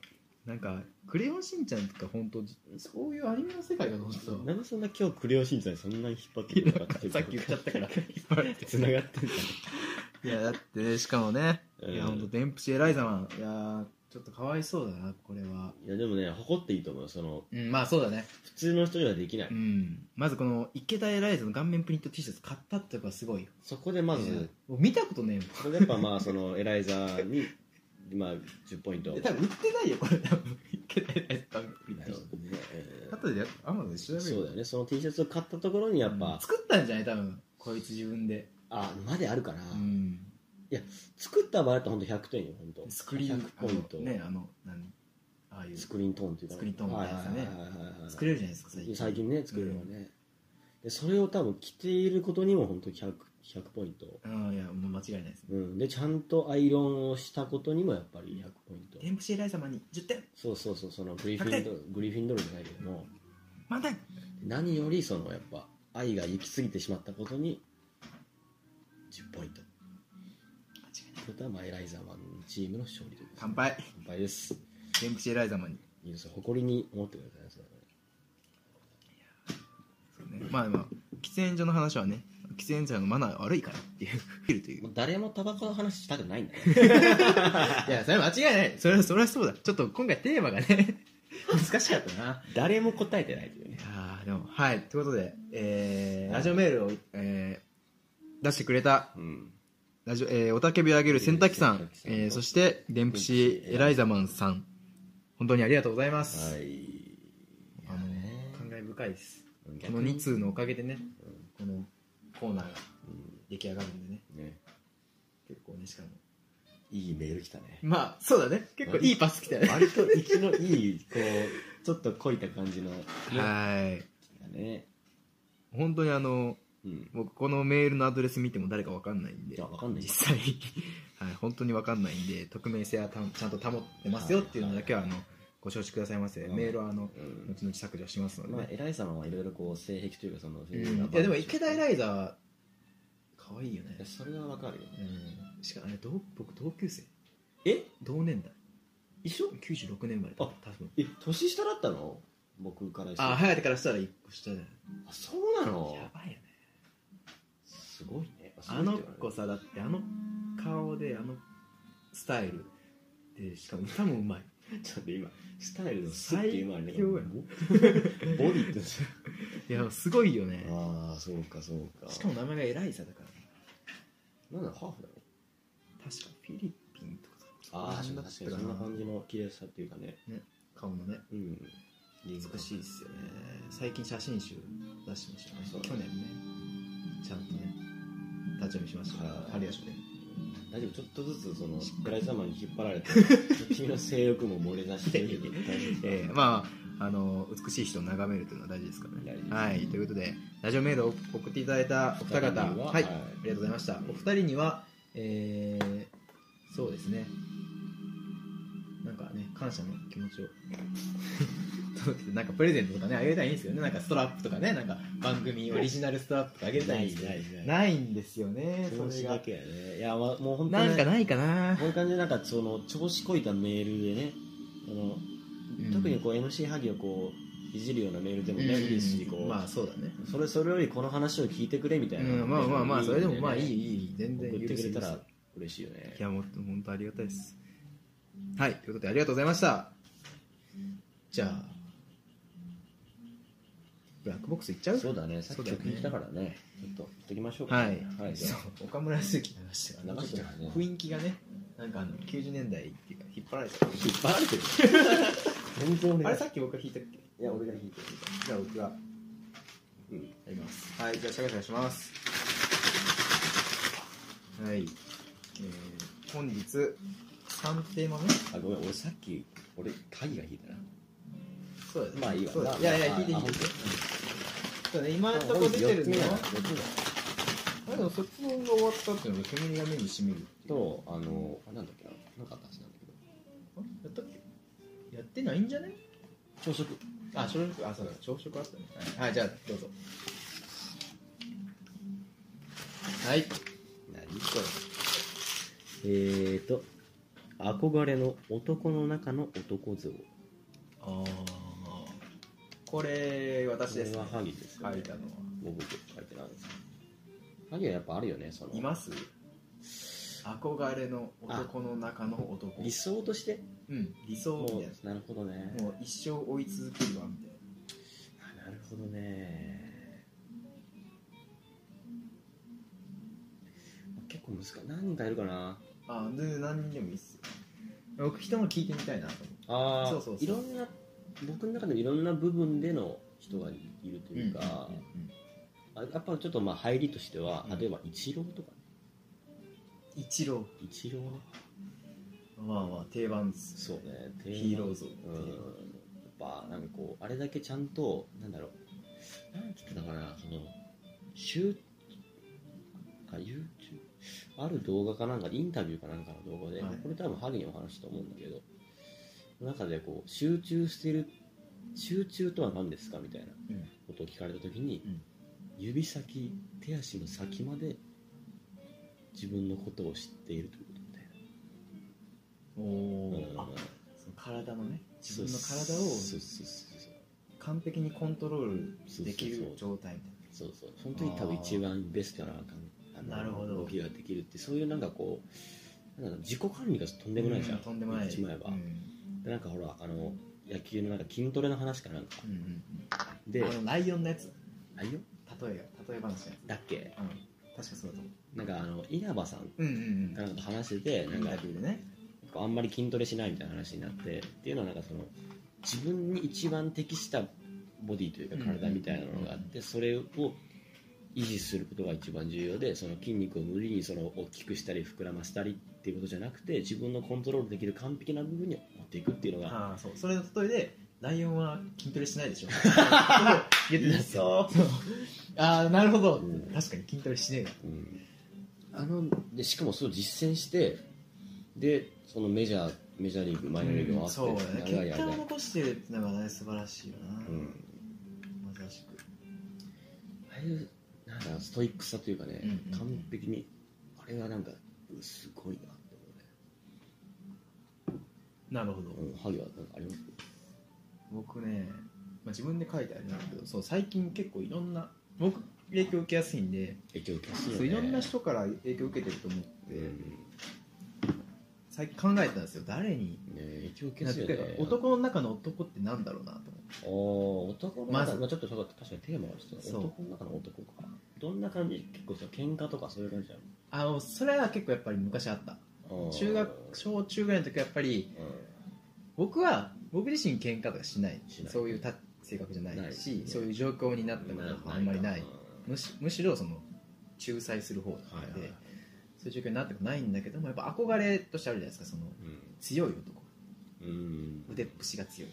S5: なんか「クレヨンしんちゃん」とか本当そういうアニメの世界かと思ってたわ
S3: なんで そんな今日クレヨンしんちゃんにそんなに引っ張ってくるのかっていう
S5: さっき言っちゃったから
S3: つながってる
S5: いやだってねしかも
S3: う
S5: ね、
S3: ん
S5: いやほんとデンプシエライザマンいやーちょっとかわいそうだなこれは、
S3: いやでもね誇っていいと思うよその
S5: うん、まあそうだね、
S3: 普通の人にはできない、
S5: うん、まずこの池田エライザの顔面プリント T シャツ買ったってとこはすごいよ
S3: そこでまず、
S5: うん見たことねえもん
S3: そこでやっぱまあ そのエライザーにまあ10ポイント
S5: え多分売ってないよこれ多分池田エライザの顔面プリント T シャツ
S3: え
S5: 後でやアマゾンで調
S3: ー
S5: べる
S3: そうだよねその T シャツを買ったところにやっぱ、
S5: うん作ったんじゃない多分こいつ自分で、
S3: あまであるから、
S5: うん、
S3: 作った場合だと本当100点よ本当
S5: スクリーン
S3: 100ポイント、
S5: あのねあの何ああいう
S3: スクリーントーンっていうか
S5: スクリーントーンみたいなやつ
S3: は
S5: ね
S3: いはいはいはいはい
S5: 作れるじゃないですか
S3: 最近ね作れるのはね、でそれを多分着ていることにも本当に 100, 100ポイント、
S5: うんいやもう間違いないですね
S3: うん、でちゃんとアイロンをしたことにもやっぱり100ポイント
S5: デンプシエライザマンに10点
S3: そうそうそうそのグリフィンドグリフィンドールじゃないけども
S5: 満点
S3: 何よりそのやっぱ愛が行き過ぎてしまったことに10ポイントそれとはまあエライザマンチームの勝利ということで
S5: 乾杯
S3: 乾杯です
S5: デンプシエライザマンに、
S3: いいですよ誇りに思ってくださいねそれはね
S5: まあまあ喫煙所の話はね喫煙者のマナー悪いからっていう切るという
S3: もう誰もタバコの話したくない んだね
S5: いやそれは間違いないそれはそれはそうだちょっと今回テーマ がね難しかったな
S3: 誰も答えてないというね
S5: あーでもはいということで、えー
S3: はい
S5: ラジオメールを、えー出してくれた
S3: うん
S6: ラジオ、えー、おたけびをあげる洗濯機さん、
S3: 洗濯機さん
S6: えー、そして、デンプシーエライザマンさん、本当にありがとうございます。
S3: はい。
S6: あの
S5: 感慨深いです
S6: この2通のおかげでね、
S5: このコーナーが
S3: うん
S5: 出来上がるんでね
S3: ね、
S5: 結構ねしかも
S3: いいメール来た ね。
S6: まあ、そうだね。結構いいパス来たよね。
S3: 割と息のいい、こう、ちょっとこいた感じの、ね、
S6: はい。
S3: ね。
S6: 本当にあの、
S3: うん。
S6: 僕このメールのアドレス見ても誰かわかんないん
S3: い
S6: で
S3: や、、わかんないです。
S6: 実際、 はい、本当にわかんないんで、匿名性はたちゃんと保ってますよっていうのだけは、あの、ご承知くださいませ。
S3: うん
S6: メールは、あの、
S3: うん。
S6: 後々削除しますので
S3: まあ
S6: ね。、
S3: 偉い様はいろいろこう、性癖というか、その、
S6: ん
S5: いやでも池田エラ
S3: い
S5: イザは可愛いよね
S3: や、それはわかるよ。
S5: うんしかもあれ同僕同級生
S3: え
S5: 同年代
S3: 一緒
S5: 96年生まれだ
S3: あ
S5: 多分
S3: え、年下だったの僕からして。
S5: あ
S3: あ、
S5: 颯からしたら1個下だよ
S3: そうなの
S5: やばいよね
S3: すごいね。
S5: あの子さだってあの顔であのスタイルでしかも歌もうまい
S3: ちょっと今、スタイルのスっていうのあれだけど、 ボボ
S5: 最
S3: ディって。
S6: いや、すごいよね。
S3: ああ、そうか、そうか。
S5: しかも名前がエライザだから
S3: なんだ、ハーフだね。
S5: 確かフィリピンとか
S3: ああ、確
S5: そう
S3: か
S5: だ
S3: に、そんな感じの綺麗さっていうかね。
S5: 顔のね
S3: うん。
S5: 美しいですよね最近写真集出してましたね
S3: そう
S5: 去年ねちゃんとね立ち読みしました
S3: はい
S5: 春屋書で
S3: 大丈夫、ちょっとずつ、その、ブライ様に引っ張ら れて、君の性欲も漏れ出してるけど、大丈夫
S6: えーまあ、あの、美しい人を眺めるというのは大事ですから
S3: 大
S6: ね
S3: 事で。す
S6: はい。ということで、ラジオメールを送っていただいたお二方、はい。ありがとうございました。お二人には、
S5: えー、そうですねなんかね感謝の気持ちを そうですねなんかプレゼントとかねあげたいんですよねなんかストラップとかねなんか番組オリジナルストラップとかあげたいんですよ
S3: ないない
S5: ないんですよねそ
S3: 調
S5: れ
S3: 子
S5: が
S3: だけやね。いや、まあもう本当
S6: なん
S3: に
S6: か
S3: ね、
S6: ないかな
S3: こういう感じで、なんか、その、調子こいたメールでね、あの、特にこう MC ハギをこういじるようなメールでもね、いいですしこう、
S5: まあそうだね
S3: それそれよりこの話を聞いてくれみた
S6: う
S3: いな、
S6: ん、まあまあまあ、それでもまあいい、
S3: い
S6: いい、全然
S3: 送って
S6: 許
S3: く
S6: す
S3: れた
S6: 許
S3: ら
S6: す
S3: 嬉しいよね
S6: いや、もう本当ありがたいです。はい。ということで、ありがとうございました。
S5: じゃあブラックボックスいっちゃう
S3: そうだねさっ
S6: そう
S3: き
S6: だよね
S3: 曲に来たからねちょっと行ってきましょうか
S6: はい
S3: はい、じゃ
S5: そう岡村鈴木流してから
S3: 流してたからね
S5: 雰囲気がねなんかあの90年代っていうか引っ張られて
S3: あ引っ張られてる全然俺
S5: あれさっき僕が弾いたっけ
S3: いや俺が弾いてる
S5: じゃあ僕が
S3: うん
S5: やりますはいじゃあシャカシャカします
S6: はい。えー本日、
S5: 3テーマ目
S3: あごめん俺さっき俺鍵が弾いたな
S5: そうだね
S3: まあいいわ
S5: そうだ
S3: まあ
S5: いやいや
S3: まあ
S5: 弾いて弾いて
S3: あ
S5: そうだね今のとこ
S3: 本
S5: ろ
S3: 日
S5: 出て
S3: 4
S5: る
S3: つ目
S5: の
S3: だ
S5: は
S3: な4つ目だ
S5: あでもそっちのが終わったっていうのが煙が目にしみるっていう
S3: とあのあなんだっけななんかあった話なんだけど
S5: あやったっけやってないんじゃね
S3: 朝食
S5: あ朝食あそうだ朝食あったねはい、はい、じゃあどうぞはい
S3: 何これえーと憧れの男の中の男像
S5: あこれ私です
S3: こ
S5: ね
S3: れはハギですよ
S5: 書
S3: ね
S5: いたのは
S3: 僕書いてないですハギはやっぱあるよねその
S5: います憧れの男の中の男
S3: 理想として
S5: うん理想みた
S3: も
S5: いな
S3: うなるほどね
S5: もう一生追い続けるわみたいな
S3: あなるほどね結構難しい何人かいるかな
S5: あ全然何人でもいいっすよ僕人の聞いてみたいなと思
S3: あー
S5: そうそうそう
S3: ろんな僕の中でもいろんな部分での人がいると
S5: う
S3: いうか、あやっぱちょっとまあ入りとしては、
S5: うん
S3: 例えばイチローとかね
S5: 一郎
S3: イチローね
S5: まあまあ定番っす
S3: そうね、ヒ
S5: ヒーロー像
S3: うん、やっぱなんかこう、あれだけちゃんと、なんだろう、なんつってたかな、その、集、あ、YouTube、ある動画かなんか、インタビューかなんかの動画で、
S5: はい
S3: これ多分ハギのお話だと思うんだけど、中でこう、集中してる、集中とは何ですかみたいな
S5: うん
S3: ことを聞かれたときに、
S5: うん
S3: 指先、手足の先まで自分のことを知っているということみたいな。
S5: おお
S3: うん
S5: あその体のね自分の
S3: そ
S5: 体
S3: う
S5: を
S3: そうそうそうそう
S5: 完璧にコントロールできる状態みたい
S3: そうそうその時多分一番ベストな感あの
S5: なるほど
S3: 動きができるってそういうなんかこうなんだろう自己管理がとんでもないじゃん、
S5: うとんでもない
S3: 言ってしまえば、
S5: うん
S3: でなんかほらあの野球のなんか筋トレの話かなんか
S5: うんうん
S3: で
S5: あのライオンのやつ
S3: あいよ
S5: 例えが例え話のやつ
S3: だっけ
S5: うん確かそうだと思う
S3: なんかあの稲葉さん
S5: うんうん
S3: かなんかと話してて
S5: うん
S3: なん
S5: イン
S3: か
S5: タビューでね
S3: あんまり筋トレしないみたいな話になってっていうのはなんかその自分に一番適したボディというか体みたいなのがあってそれを維持することが一番重要でその筋肉を無理にその大きくしたり膨らませたりっていうことじゃなくて自分のコントロールできる完璧な部分に持っていくっていうのが
S5: ああそうそれの例えでライオンは筋トレしない でしょ 言ってたんですよ
S3: そ
S5: ああなるほど、
S3: うん
S5: 確かに筋トレしねえな
S3: う、ん、あのでしかもそれを実践してでそのメジャーメジャーリーグマイナーリーグ
S5: う
S3: も
S5: ん
S3: あって、
S5: そうだね
S3: 長い
S5: 結果を
S3: 間、
S5: 残してるってのがね素晴らしいよな、
S3: うん、
S5: まさしく
S3: ああいうなんかストイックさというかね、
S5: うんうんうん
S3: 完璧にあれはなんかうんすごいなって思
S5: なるほど、
S3: うね、うん、ハゲはなんかあります
S5: 僕ね、まあ、自分で書いてあるんだけどそう最近結構いろんな僕影響受けやすいんで
S3: 影響受けやすい
S5: そ
S3: よ
S5: う、
S3: ね
S5: いろんな人から影響受けてると思って、
S3: うん
S5: 最近考えたんですよ誰に
S3: ね影響受けやすいよ
S5: なん
S3: ね
S5: ていうか男の中の男ってなんだろうなと思って
S3: あー男の中
S5: まず
S3: まあ、ちょっと確かにテーマはちょっと
S5: そう
S3: 男の中の男かどんな感じ結構さ喧嘩とかそういう感じな
S5: あのそれは結構やっぱり昔あった
S3: の
S5: 中学小中ぐらいの時はやっぱり僕は僕自身喧嘩とかしない
S3: しない
S5: そういうた性格じゃない
S3: ない
S5: しそういう状況になったこともあんまりないむしむしろその仲裁する方なの
S3: はい
S5: で、
S3: はい
S5: そういう状況になってもないんだけどもやっぱ憧れとしてあるじゃないですかその強い男
S3: うん
S5: 腕っぷしが強い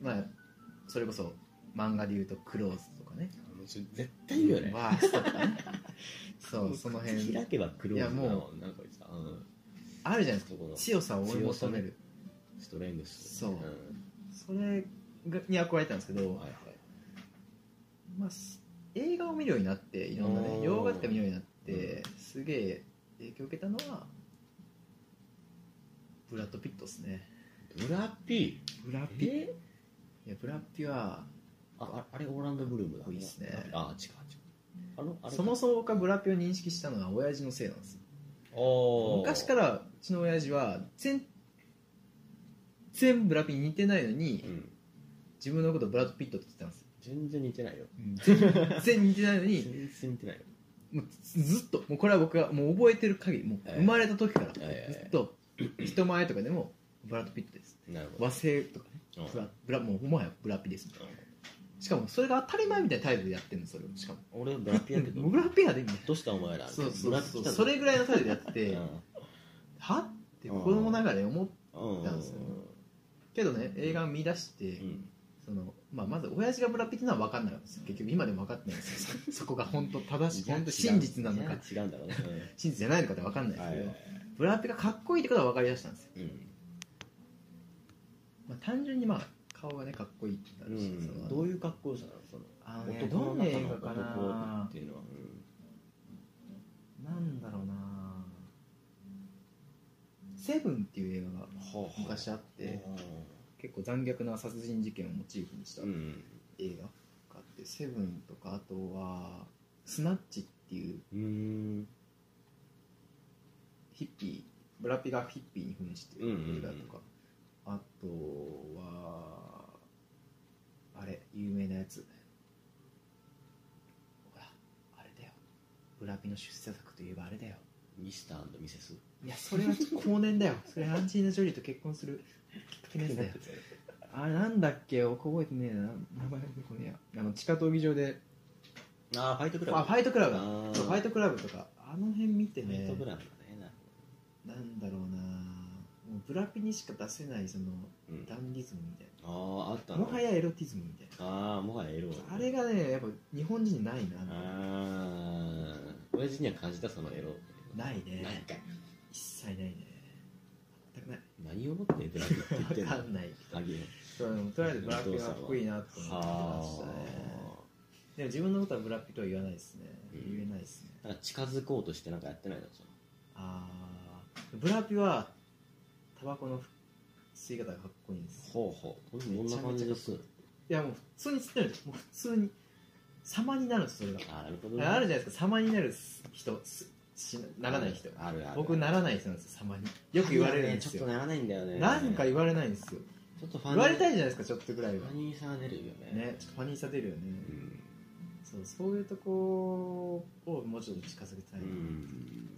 S5: みたいなまあそれこそ漫画でいうとクローズとかね
S3: 絶対いいよね
S5: ワースとか ねそうその
S3: 口
S5: 辺
S3: 開けば黒
S5: いやもう
S3: うなんかこいつさうん
S5: あるじゃないです
S3: そ
S5: か
S3: この
S5: 強さを追い求める
S3: ストレングス
S5: そうんそれがに憧れてたんですけど、
S3: はいはい
S5: まあ、す映画を見るようになっていろんなね
S3: おー
S5: 洋画とか見るようになってすげえ影響を受けたのはブラッド・ピットですね
S3: ブラピ
S5: ブラ
S3: ーえ
S5: いやブラッピは
S3: あああれオーランド・ブルームだ
S5: かっこいいっすね
S3: あ違う違うあのあれ
S5: そもそも僕がブラピを認識したのは親父のせいなんですよ
S3: も
S5: 昔かららうちの親父は全全ブラピに似てないのに自分のことをブラッド・ピットって言ってたんですよ
S3: 全然似てないよ
S5: 全然似てないのに
S3: 全然似てないよ
S5: もうずっともうこれは僕がもう覚えてる限りもう
S3: はい
S5: 生まれた時からず
S3: はいはいはい
S5: っと人前とかでもブラッド・ピットです
S3: なるほ
S5: 和製とかね
S3: ど
S5: ブラブラもうもはやブラピですしかもそれが当たり前みたいな態度でやってるのそれをしかも
S3: 俺ブラピーやけ
S5: もう
S3: ど
S5: ブラピやでみたいな
S3: どうしたお前ら
S5: そう
S3: ブ
S5: そう
S3: ラピー
S5: そ
S3: 来
S5: う
S3: たぞ
S5: それぐらいの態度でやって
S3: う
S5: て
S3: ん
S5: はって子供ながらに思う
S3: うん
S5: なんですよけどね映画を見出して
S3: うん
S5: そのまあまず親父がブラピってのは分かんなかったです結局今でも分かってないんですよ そこが本当正しい本当真実なの
S3: い
S5: か
S3: や違うんだろうね
S5: 真実じゃないのかって分かん
S3: う
S5: ない
S3: んはい
S5: ですけどブラピがかっこいいってことは分かりだしたんですよ
S3: うん
S5: まあ、単純にまあ顔がねかっこいいってな
S3: う
S5: るし、そ
S3: ん
S5: の
S3: どういう格好をしたのその
S5: あの、ね、
S3: 男
S5: ど
S3: の
S5: んな
S3: 中
S5: 映
S3: の
S5: 画かな
S3: 男っていうのはうん
S5: なんだろうなセブンっていう映画が
S3: はあ
S5: 昔あっ
S3: う
S5: て結構残虐な殺人事件をモチーフにした
S3: ん
S5: 映画があってセブンとかあとはスナッチっていう
S3: うん
S5: ヒッピーブラピがヒッピーに扮してる映画とか、あとはあれ有名なやつほらあれだよブラピの出世作といえばあれだよ
S3: ミスターミセス
S5: いやそれは後年だよ それアンジェリーナ・ジョリーと結婚するきっかけのやつだよあれなんだっけ僕覚えてねえな名前が出てこねえやあの地下闘技場で
S3: ああファイトクラブ
S5: あファイトクラブだ
S3: あー
S5: そうファイトクラブとかあの辺見て
S3: ファ
S5: ね
S3: イトクラブだねな
S5: なんだろうなもうブラピにしか出せないその
S3: うん
S5: ダンディズムみたい
S3: あああった
S5: な
S3: の
S5: もはやエロティズムみたい
S3: ああもはやエロ
S5: なあれがねやっぱ日本人にない
S3: あ
S5: な
S3: あ親父には感じたそのエロ
S5: ない
S3: ない
S5: ね
S3: か
S5: 一切ないね全くない
S3: 何をもってブラピって言ってん
S5: 分
S3: の
S5: かんない
S3: あげよ
S5: そうでもとりあえずブラピがかっこいいなと思ってましたね
S3: は
S5: でも自分のことはブラピとは言わないですね
S3: うん
S5: 言えないですね
S3: あなんか近づこうとしてなんかやってないのその
S5: あーブラピはタバコの吸い方がかっこいいんです
S3: ほ
S5: よ
S3: うほうどんな感じです
S5: いやもう普通に吸ってるんですもう普通に様になるんですそれが
S3: あなるほどね
S5: あるじゃないですか様になる人すしならない人
S3: あるある
S5: 僕ならない人なんですよ様によく言われるんで
S3: ち
S5: す
S3: ょっと
S5: よ
S3: ならないんだよね
S5: なんか言われないんですよ
S3: ちょっとファ
S5: 言われたい
S3: い
S5: じゃないですかちょっとぐらい
S3: フ
S5: は
S3: ァニーさが出るよね
S5: ねちょっとファニーさ出るよね
S3: うん
S5: そそうそういうとこをもうちょっと近づけた
S3: う
S5: い、
S3: ん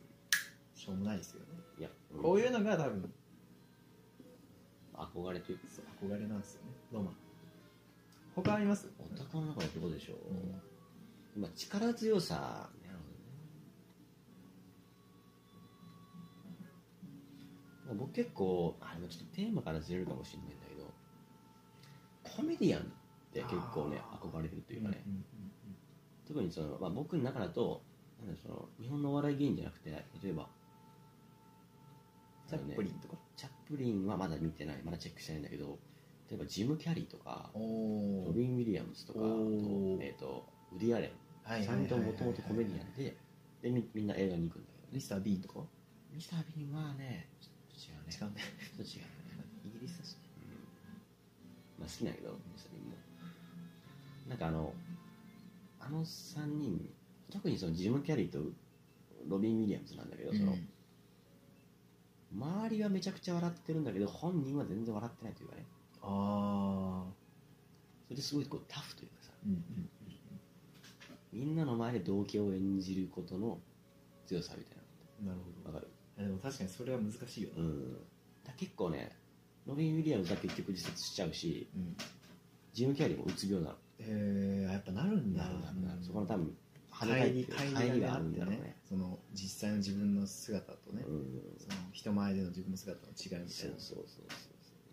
S5: しょうもないですよね、
S3: いや
S5: こういうのが多分
S3: 憧れというかさ
S5: 憧れなんですよねロマン他あります
S3: お宝の中のどこでしょう
S5: うん、
S3: まあ、力強さねまあ僕結構あれもちょっとテーマからずれるかもしれないんだけどコメディアンって結構ね
S5: あー
S3: 憧れるという
S5: う
S3: か
S5: ん
S3: ね、特にその、まあ、僕の中だとなんだろうその日本のお笑い芸人じゃなくて例えば
S5: チャップリンとか、
S3: チャップリンはまだ見てないまだチェックしてないんだけど例えばジム・キャリーとか
S5: お
S3: ロ
S5: お
S3: ビン・ウィリアムズとかあと,、
S5: おー
S3: えー、とウディ・アレンちゃんともともとコメディアンででみみんな映画に行くんだけどね
S5: ミスター・ビーンとか
S3: ミスター・ビーンはねちょっと違うね
S5: 違うね
S3: ちょっと違うねイギリスだしね、うん、まあ好きなんだけどミスター・ビーンもなんかあのあの3人特にそのジム・キャリーとロビン・ウィリアムズなんだけど、その周りはめちゃくちゃ笑ってるんだけど本人は全然笑ってないというかね
S5: ああ
S3: それですごいこうタフというかさ
S5: うんうん
S3: みんなの前で同型を演じることの強さみたい
S5: なる
S3: なのわかる
S5: ほどでも確かにそれは難しいよね
S3: うん、だ結構ねロビン・ウィリアムズは結局自殺しちゃうし
S5: うん
S3: ジム・キャリーもうつ病なの
S5: えー、やっぱなるんだ
S3: なるほどなるほどそこの多分跳ね返
S5: 帰
S3: り
S5: り
S3: 返りがあるんだろうね
S5: その実際の自分の姿とね、
S3: うん
S5: その人前での自分の姿の違いみた
S3: そ
S5: いうな
S3: そうそうそう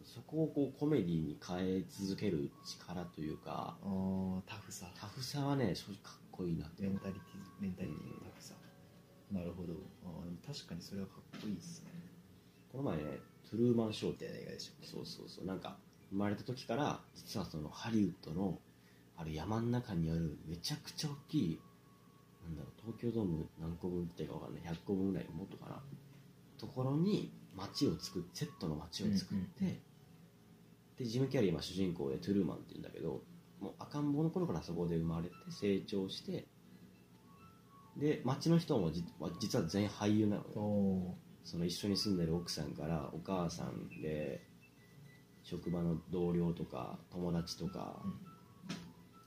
S3: そこをこうコメディに変え続ける力というか
S5: あータフさ
S3: タフさはね正直かっこいいなって
S5: メ
S3: 思
S5: ン
S3: う
S5: タリティメンタリティのタフさ、なるほどあーでも確かにそれはかっこいいですね
S3: この前ねトゥルーマンショーっ
S5: みた
S3: て
S5: いな映画でしょ
S3: そうそうそうなんか生まれた時から実はそのハリウッドのある山の中にあるめちゃくちゃ大きいなんだろう東京ドーム何個分っていうかわかんない100個分ぐらいもっとかなところに街を作っセットの街を作って、
S5: うんうん
S3: でジム・キャリーは主人公でトゥルーマンって言うんだけどもう赤ん坊の頃からそこで生まれて成長してで街の人もじ実は全員俳優なのね
S5: お
S3: その一緒に住んでる奥さんからお母さんで職場の同僚とか友達とか、
S5: うん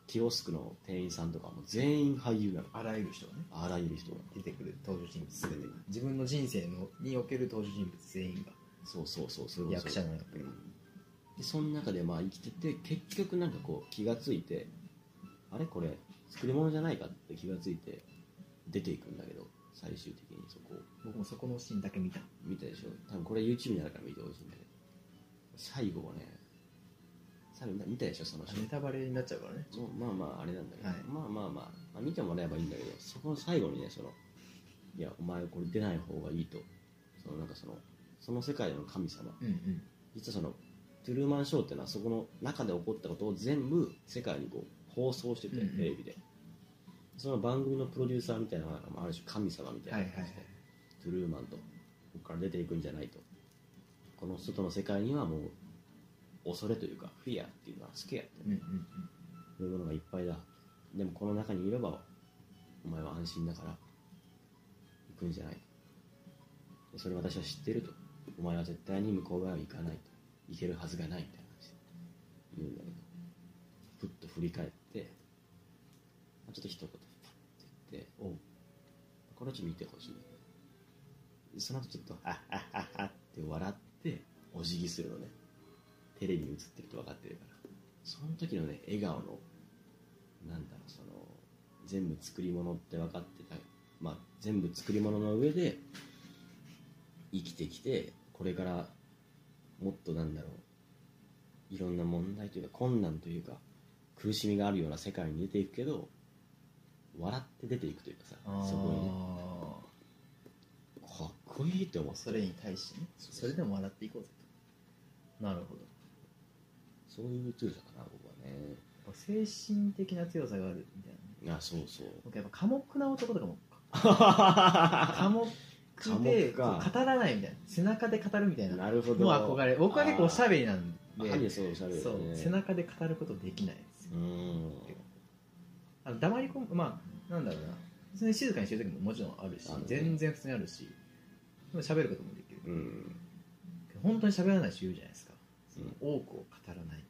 S3: キオスクの店員さんとかも全員俳優なの
S5: あらゆる人がね
S3: あらゆる人が
S5: 出てくる登場人物全てが自分の人生のにおける登場人物全員が
S3: そうそうそうそれ
S5: 役者なのよ
S3: でその中でまあ生きてて結局なんかこう気がついてあれこれ作り物じゃないかって気がついて出ていくんだけど最終的にそこを
S5: 僕もそこのシーンだけ見た
S3: 見たでしょ多分これ YouTube にあるから見てほしいんだけど最後はね最後見た見たでしょその人
S5: ネタバレになっちゃうからね
S3: もうまあまああれなんだけど、
S5: はい
S3: まあまあまあ、まあ、見てもらえばいいんだけどそこの最後にねそのいやお前これ出ない方がいいとそのなんかそのその世界の神様
S5: うんうん
S3: 実はそのトゥルーマンショーっていうのはそこの中で起こったことを全部世界にこう放送してて、
S5: うんうん
S3: テレビでその番組のプロデューサーみたいなのがまあある種神様みたいな感じで、
S5: はいはいはい
S3: トゥルーマンとここから出ていくんじゃないとこの外の世界にはもう恐れというかフィアっていうのはスケアって
S5: うんうん
S3: そういうものがいっぱいだでもこの中にいればお前は安心だから行くんじゃないでそれ私は知ってるとお前は絶対に向こう側は行かないと行けるはずがないみたいな話で言うんだけどふっと振り返ってまあちょっと一言パッて言っておうこれをちょっと見てほしいんだけどその後ちょっとあっあっあっあっって笑ってお辞儀するのねテレビに映ってると分かってるからその時のね笑顔のなんだろうその全部作り物って分かってた、まあ、全部作り物の上で生きてきてこれからもっとなんだろういろんな問題というか困難というか苦しみがあるような世界に出ていくけど笑って出ていくというかさ
S5: あー
S3: そこにねかっこいいって思って
S5: それに対してね
S3: そう
S5: それでも笑っていこうぜとなるほど
S3: そういう強さかな僕はね
S5: 精神的な強さがあるみたいな
S3: あそうそう
S5: 僕やっぱ寡黙な男とかも
S3: 寡
S5: 寡黙で
S3: 黙か
S5: 語らないみたいな背中で語るみたい な
S3: なるほど
S5: のは憧れ僕は結構おしゃべりなん
S3: まあ
S5: で
S3: ハリーはそうおしゃべりだ
S5: そ
S3: よ
S5: う
S3: ね
S5: 背中で語ることできないんですよ
S3: うん
S5: あの黙り込むまあなんだろうな普通に静かにしてる時ももちろんあるし
S3: あるね
S5: 全然普通にあるしでも喋ることもできる
S3: うん
S5: 本当に喋らない人いるじゃないですかその多くを語らない人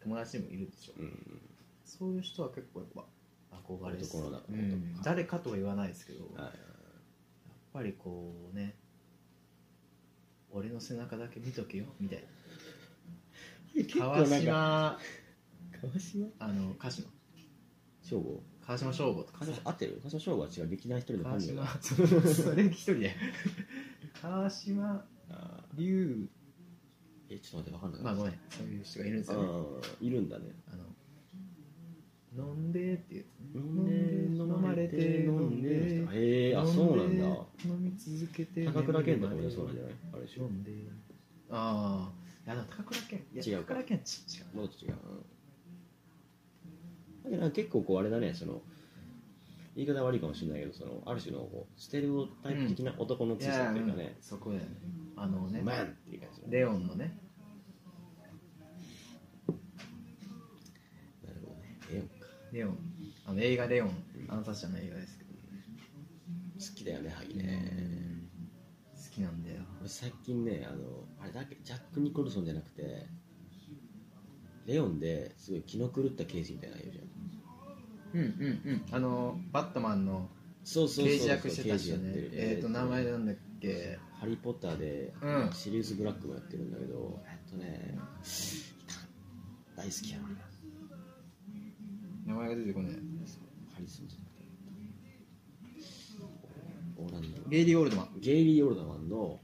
S5: 友達にもいるでしょ
S3: うん
S5: そういう人は結構やっぱ憧れです
S3: 男の中
S5: う
S3: の男
S5: ん、誰かとは言わないですけど、やっ
S3: はい
S5: ぱりこうね俺の背中だけ見とけよみたいな川島
S3: 川島
S5: あの歌手の
S3: 省吾
S5: 川島省吾とか
S3: 川島合ってる川島省吾は違う劇団一人のファ
S5: 川
S3: ン
S5: 島
S3: だ
S5: それ一人で川島
S3: あー
S5: 龍
S3: えちょっと待ってわかんない
S5: まあごめんそういう人がいるんですよね
S3: うんいるんだね
S5: あの飲んでっていう
S3: 飲
S5: んで飲まれて
S3: 飲んで
S5: 飲んで
S3: へえあそうなんだ
S5: 飲み続けて
S3: 高倉健とかもねそうなんじゃないあれでし
S5: 飲
S3: ょ
S5: んでああいやでも高倉健いや
S3: 違うか
S5: 高倉健ち違う
S3: もっと違ううんだけどなんか結構こうあれだねその言い方悪いかもしれないけどそのある種のこうステレオタイプ的な男の
S5: い
S3: 強さ
S5: や
S3: っていうか
S5: うん
S3: ね
S5: そこだよねあのね
S3: マンっていう感じの
S5: レオンのね
S3: なるほどねレオンか
S5: レオンあの映画レオン暗殺者の映画ですけど
S3: 好きだよね萩ね
S5: 好きなんだよ
S3: 俺最近ねあのあれだっけジャック・ニコルソンじゃなくてレオンですごい気の狂った刑事みたいなのいるじゃん
S5: うんうんうんあのバットマンの
S3: そうそうそう
S5: 刑事役してた
S3: 刑事
S5: 人
S3: やって
S5: ね
S3: る
S5: えっと名前なんだっけ
S3: ハリー・ポッターで、
S5: うん
S3: シリウス・ブラックもやってるんだけどえっとね大好きやな
S5: 名前が出てこない
S3: ハリソンじゃなくてオーランド
S5: ゲイリー・オールドマン
S3: ゲイリー・オルダマンの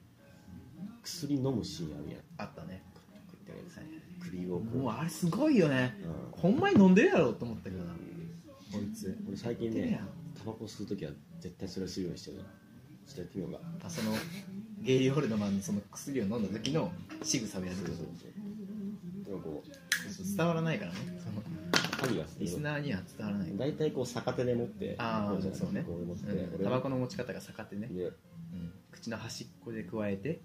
S3: 薬飲むシーンあるやん
S5: あったね
S3: 首をこう、
S5: もうあれすごいよね
S3: うん
S5: ほんまに飲んでるやろと思ったけどなこいつ
S3: 俺最近
S5: やってる
S3: ね
S5: やん
S3: タバコ吸う時は絶対それをするようにしてるのちょっとやってみようか
S5: あそのゲイリー・オールドマンのその薬を飲んだ時の仕草をやるってこと
S3: でもこう
S5: 伝わらないからねその
S3: 針が
S5: リスナーには伝わらない
S3: 大体こう逆手で持って
S5: あ
S3: こ
S5: あ
S3: じゃなくて
S5: そうね
S3: こう持って、
S5: うん
S3: 俺
S5: タ
S3: は
S5: バコの持ち方が逆手ね、
S3: で
S5: うん口の端っこで加えて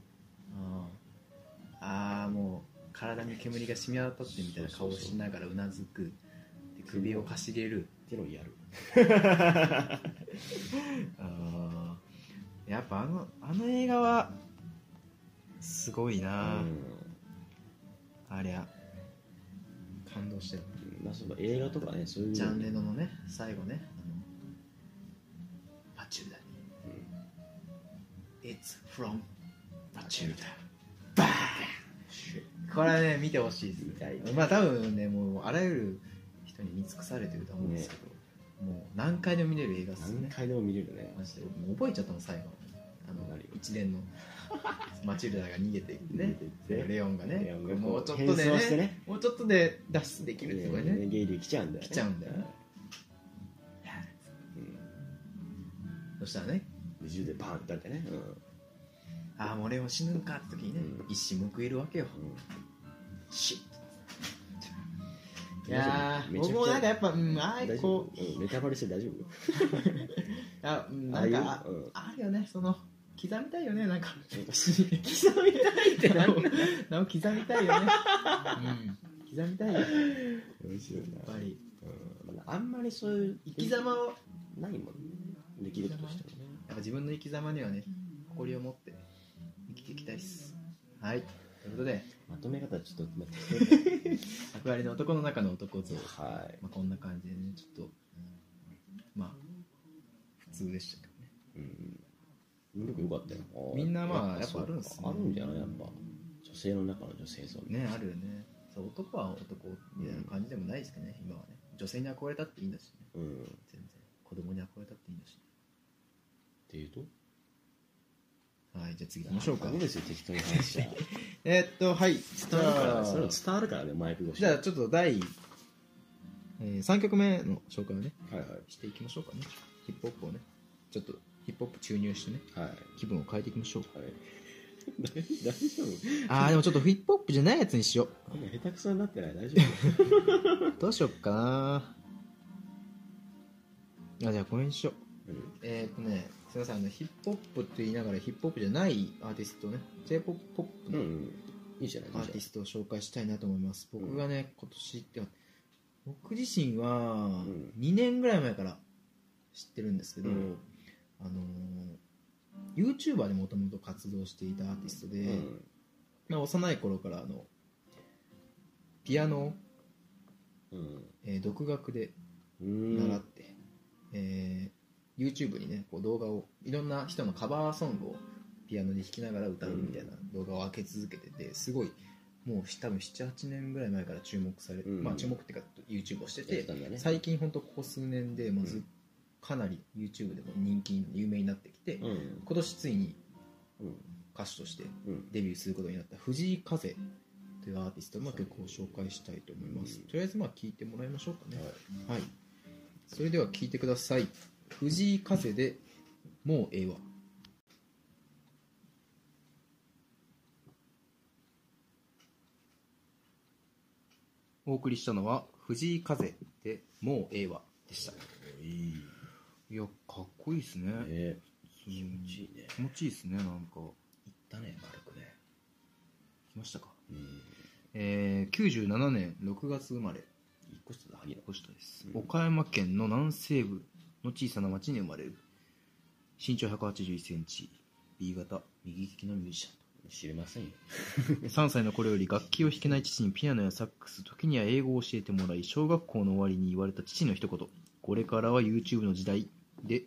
S5: あーあーもう体に煙が染み渡ってみたいな顔をしながらうなずくで首をかしげ る
S3: 手のやる
S5: あーやっぱあのあの映画はすごいな、ありゃ感動してる
S3: うんまあ、その映画とかねそういう
S5: ジャンレノのね最後ねあのパチューダに It's from パチューダバーンこれはね見てほしいです
S3: みたい
S5: まあ多分ねもうあらゆる人に見尽くされてると思うんですけど、もう何回でも見れる映画っすよ
S3: 何
S5: ね
S3: 回でも見れるね
S5: マジで僕もう覚えちゃったの最後あの
S3: 何
S5: 一連 のマチルダが逃げていってね
S3: 逃げていって
S5: レオンがね
S3: レオンがこう
S5: もうちょっとで
S3: 変装
S5: ね
S3: してね
S5: もうちょっとで脱出できるってこれね
S3: でゲイリー来ちゃうんだよ、ね、
S5: 来ちゃうんだよねそしたらね
S3: うんで銃でバーンってやってね、うん
S5: ああもうレオン死ぬんかって時にね、
S3: うん
S5: 一矢報いるわけよシ
S3: うん
S5: ッいやー
S3: めちゃく
S5: 僕
S3: ちゃ
S5: もなんかやっぱうんああ
S3: 大
S5: いう
S3: 丈夫
S5: こう
S3: うん、ネタバレして大丈夫
S5: あうん
S3: ああ
S5: なん
S3: いう
S5: かあ,、
S3: うん
S5: るよねその刻みたいよねなんか
S3: なんか
S5: 刻みたいってなんだなんか刻みたいよね、うん、刻みたいよやっ
S3: 面白いな
S5: ぱり
S3: うんまああんまりそういう
S5: 生き様をやっ
S3: ないもんねできることしてもね
S5: ぱ自分の生き様にはね誇りを持って生きていきたいっすはいということで
S3: まとめ方ちょっと待って
S5: 憧れの男の中の男像
S3: はい
S5: まあ、こんな感じでねちょっとまあ普通でしたけどね
S3: 能力良かったよ
S5: みんなまあ
S3: そう
S5: やっぱあるんすね
S3: あるんじゃないやっぱ女性の中の女性像
S5: ねあるよねそう男は男みたいな感じでもないですけどね、今はね女性に憧れたっていいんだし、ね、
S3: うんっ
S5: 全然子供に憧れたっていいんだし、
S3: ていうと
S5: はいじゃあ次行きましょうか
S3: ダメですよ適当に話し ちゃ
S5: えーっとはい
S3: 伝わるからねそ
S5: じ
S3: れ
S5: ゃ
S3: も
S5: あ
S3: 伝わるからねマイク越し
S5: じゃあちょっと第、え3曲目の紹介をね
S3: はいはい
S5: していきましょうかねヒップホップをねちょっとヒップホップ注入してね
S3: はい はい
S5: 気分を変えていきましょう
S3: 大丈夫
S5: あーでもちょっとヒップホップじゃないやつにしよう
S3: こんなん下手くそになってない大丈夫
S5: どうしよっかなあじゃあこれにしよう
S3: うん
S5: えーっとねすいませんあのヒップホップって言いながらヒップホップじゃないアーティストをね j p o p
S3: うん
S5: の
S3: うんいいじゃないいい
S5: ア
S3: じゃな
S5: ー
S3: い
S5: ティストを紹介したいなと思います
S3: ん
S5: 僕がね今年って僕自身は
S3: ん
S5: 2年ぐらい前から知ってるんですけど、
S3: うん
S5: あのー YouTuber でもともと活動していたアーティストで、
S3: うん
S5: まあ、幼い頃からあのピアノを、
S3: うん
S5: えー独学で
S3: うん
S5: 習って、えー YouTube にねこう動画をいろんな人のカバーソングをピアノで弾きながら歌うみたいな動画を開け続けててすごいもうし多分78年ぐらい前から注目されて、
S3: うん
S5: まあ注目っていうか YouTube をして
S3: やってたんだね
S5: 最近本当ここ数年でま
S3: う
S5: ずかなり YouTube でも人気有名になってきて、
S3: うん
S5: 今年ついに
S3: うん
S5: 歌手として
S3: うん
S5: デビューすることになった藤井風というアーティストの曲を紹介したいと思います、
S3: うん
S5: とりあえずまあ聴いてもらいましょうかね、
S3: はい
S5: はい。それでは聞いてください。藤井風で、もうええわ。お送りしたのは、藤井風で、もうええわでした。
S3: いいね
S5: いや、かっこいいですね。
S3: え
S5: うん
S3: 気持ちいいね
S5: 気持ちいいですね、なんか。
S3: いったね軽くね
S5: 来ましたか。
S3: うん
S5: えー、97年6月生まれ。
S3: 一個下だ萩野
S5: 越田です、
S3: うん
S5: 岡山県の南西部の小さな町に生まれる身長1 8 1ンチ B 型右利きのミュージシャン
S3: 知りませんよ
S5: 3歳の頃より楽器を弾けない父にピアノやサックス時には英語を教えてもらい小学校の終わりに言われた父の一言これからは YouTube の時代で、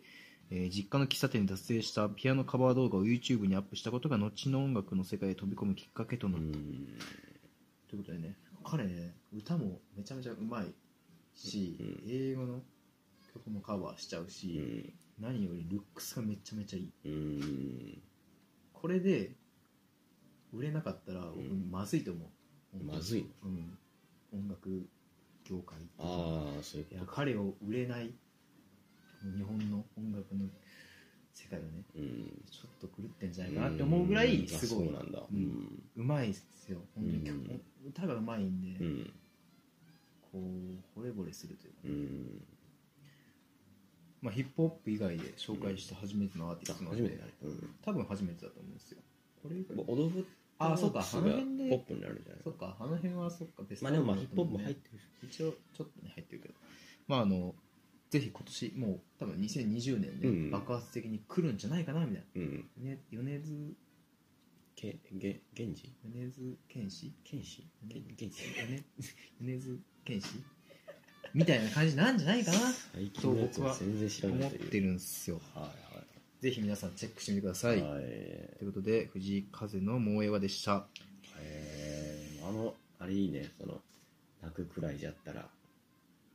S5: えー実家の喫茶店に撮影したピアノカバー動画を YouTube にアップしたことが後の音楽の世界へ飛び込むきっかけと
S3: う
S5: なった、
S3: ん
S5: ということでね彼ね歌もめちゃめちゃうまいし、
S3: うん
S5: 英語の曲もカバーしちゃう
S3: う
S5: し、
S3: ん
S5: 何よりルックスがめちゃめちゃいい
S3: うん
S5: これで売れなかったら僕
S3: うん
S5: まずいと思う、
S3: まずい
S5: うん、音楽業界
S3: ああそういう
S5: い
S3: こ
S5: や
S3: とか
S5: 彼を売れない日本の音楽の世界がね
S3: うん
S5: ちょっと狂ってんじゃないかなって思うぐらいすご
S3: う
S5: い
S3: んあそうなんだ
S5: う
S3: うんん
S5: うまいですよ本当に曲、
S3: うん
S5: 歌がうまいんで、
S3: うん
S5: こう惚れ惚れするというか
S3: うん
S5: まあ、ヒップホップ以外で紹介した初めてのアーティストなの
S3: 初め
S5: で、
S3: てだねうん
S5: 多分初めてだと思うんですよ。これ以外
S3: 踊る
S5: あそうか
S3: ダンスが
S5: あの辺で
S3: ポップになるんじゃない
S5: そっか、あの辺はそっか、ベ
S3: まあでもまあヒップホップも入っててるし
S5: 一応、ちょっとね、入ってるけど。まあ、あの、ぜひ今年、もう多分2020年で、
S3: うん
S5: 爆発的に来るんじゃないかな、みたい
S3: うん
S5: な。ね、米津、
S3: けげ源氏
S5: 米津玄師
S3: 剣士
S5: ね
S3: 剣士
S5: 米米津玄師みたいな感じなんじゃないかな
S3: 最近のやつは全然知
S5: と
S3: らない
S5: 思っ
S3: と
S5: て
S3: いう
S5: るんですよ。
S3: は
S5: ぜひ皆さんチェックしてみてくだ
S3: い
S5: さ。
S3: はいいはい
S5: ということで、藤井風の萌えはでした。
S3: へえあのあれいいねその泣くくらいじゃったら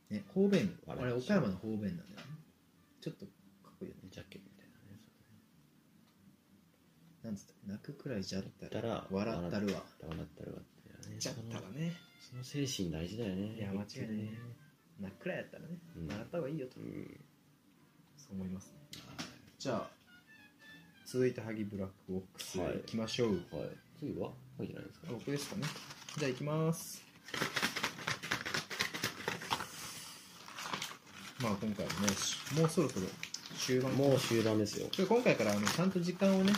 S5: ね、方便、あ
S3: 笑
S5: れ
S3: っち
S5: 岡
S3: ゃう
S5: 山の方便なんだよね。ちょっとかっこいいよね。
S3: ジャケットみたいなね
S5: なんつったっけ泣くくらいじゃった
S3: だ
S5: ら、
S3: ら
S5: 笑ったるわ。
S3: 笑ったるわってね
S5: じゃったらね、
S3: その精神大事だよね
S5: いや間違いないね泣くくらいやったらね、
S3: うん
S5: 笑った方がいいよと
S3: う、ん
S5: そう思いますね。じゃあ、続いてハギブラックボックス、
S3: はい
S5: 行きましょう。
S3: はいはい次ははいじゃないですか
S5: 僕ですかね。じゃあ行きます。まあ今回もね、もうそろそろ終盤
S3: もう終盤ですよ
S5: ちょっと今回からあのちゃんと時間 をね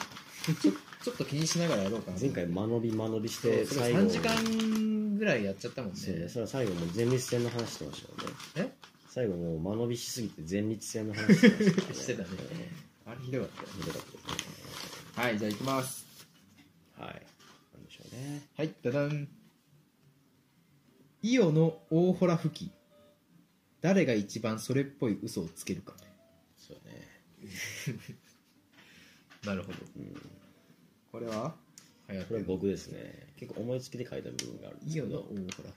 S5: ちょ、ちょっと気にしながらやろうかな。
S3: 前回間延び間延びして最後
S5: 3時間ぐらいやっちゃったもんね。
S3: そうねそれは最後もう前立腺の話してましたよね
S5: え
S3: 最後もう間延びしすぎて前立腺の話してましたから
S5: してたねあれひどかったよ
S3: ひどかったですね
S5: ね。はい、じゃあ行きます。
S3: はい。なんでしょうね。
S5: はい、ダダン。イオの大ホラ吹き。誰が一番それっぽい嘘をつけるか。
S3: そうね。
S5: なるほど。
S3: うん、
S5: これははや
S3: これ僕ですね。結構思いつきで書いた部分があるんです
S5: イ
S3: け
S5: オの
S3: ど。
S5: 大ホラ吹き。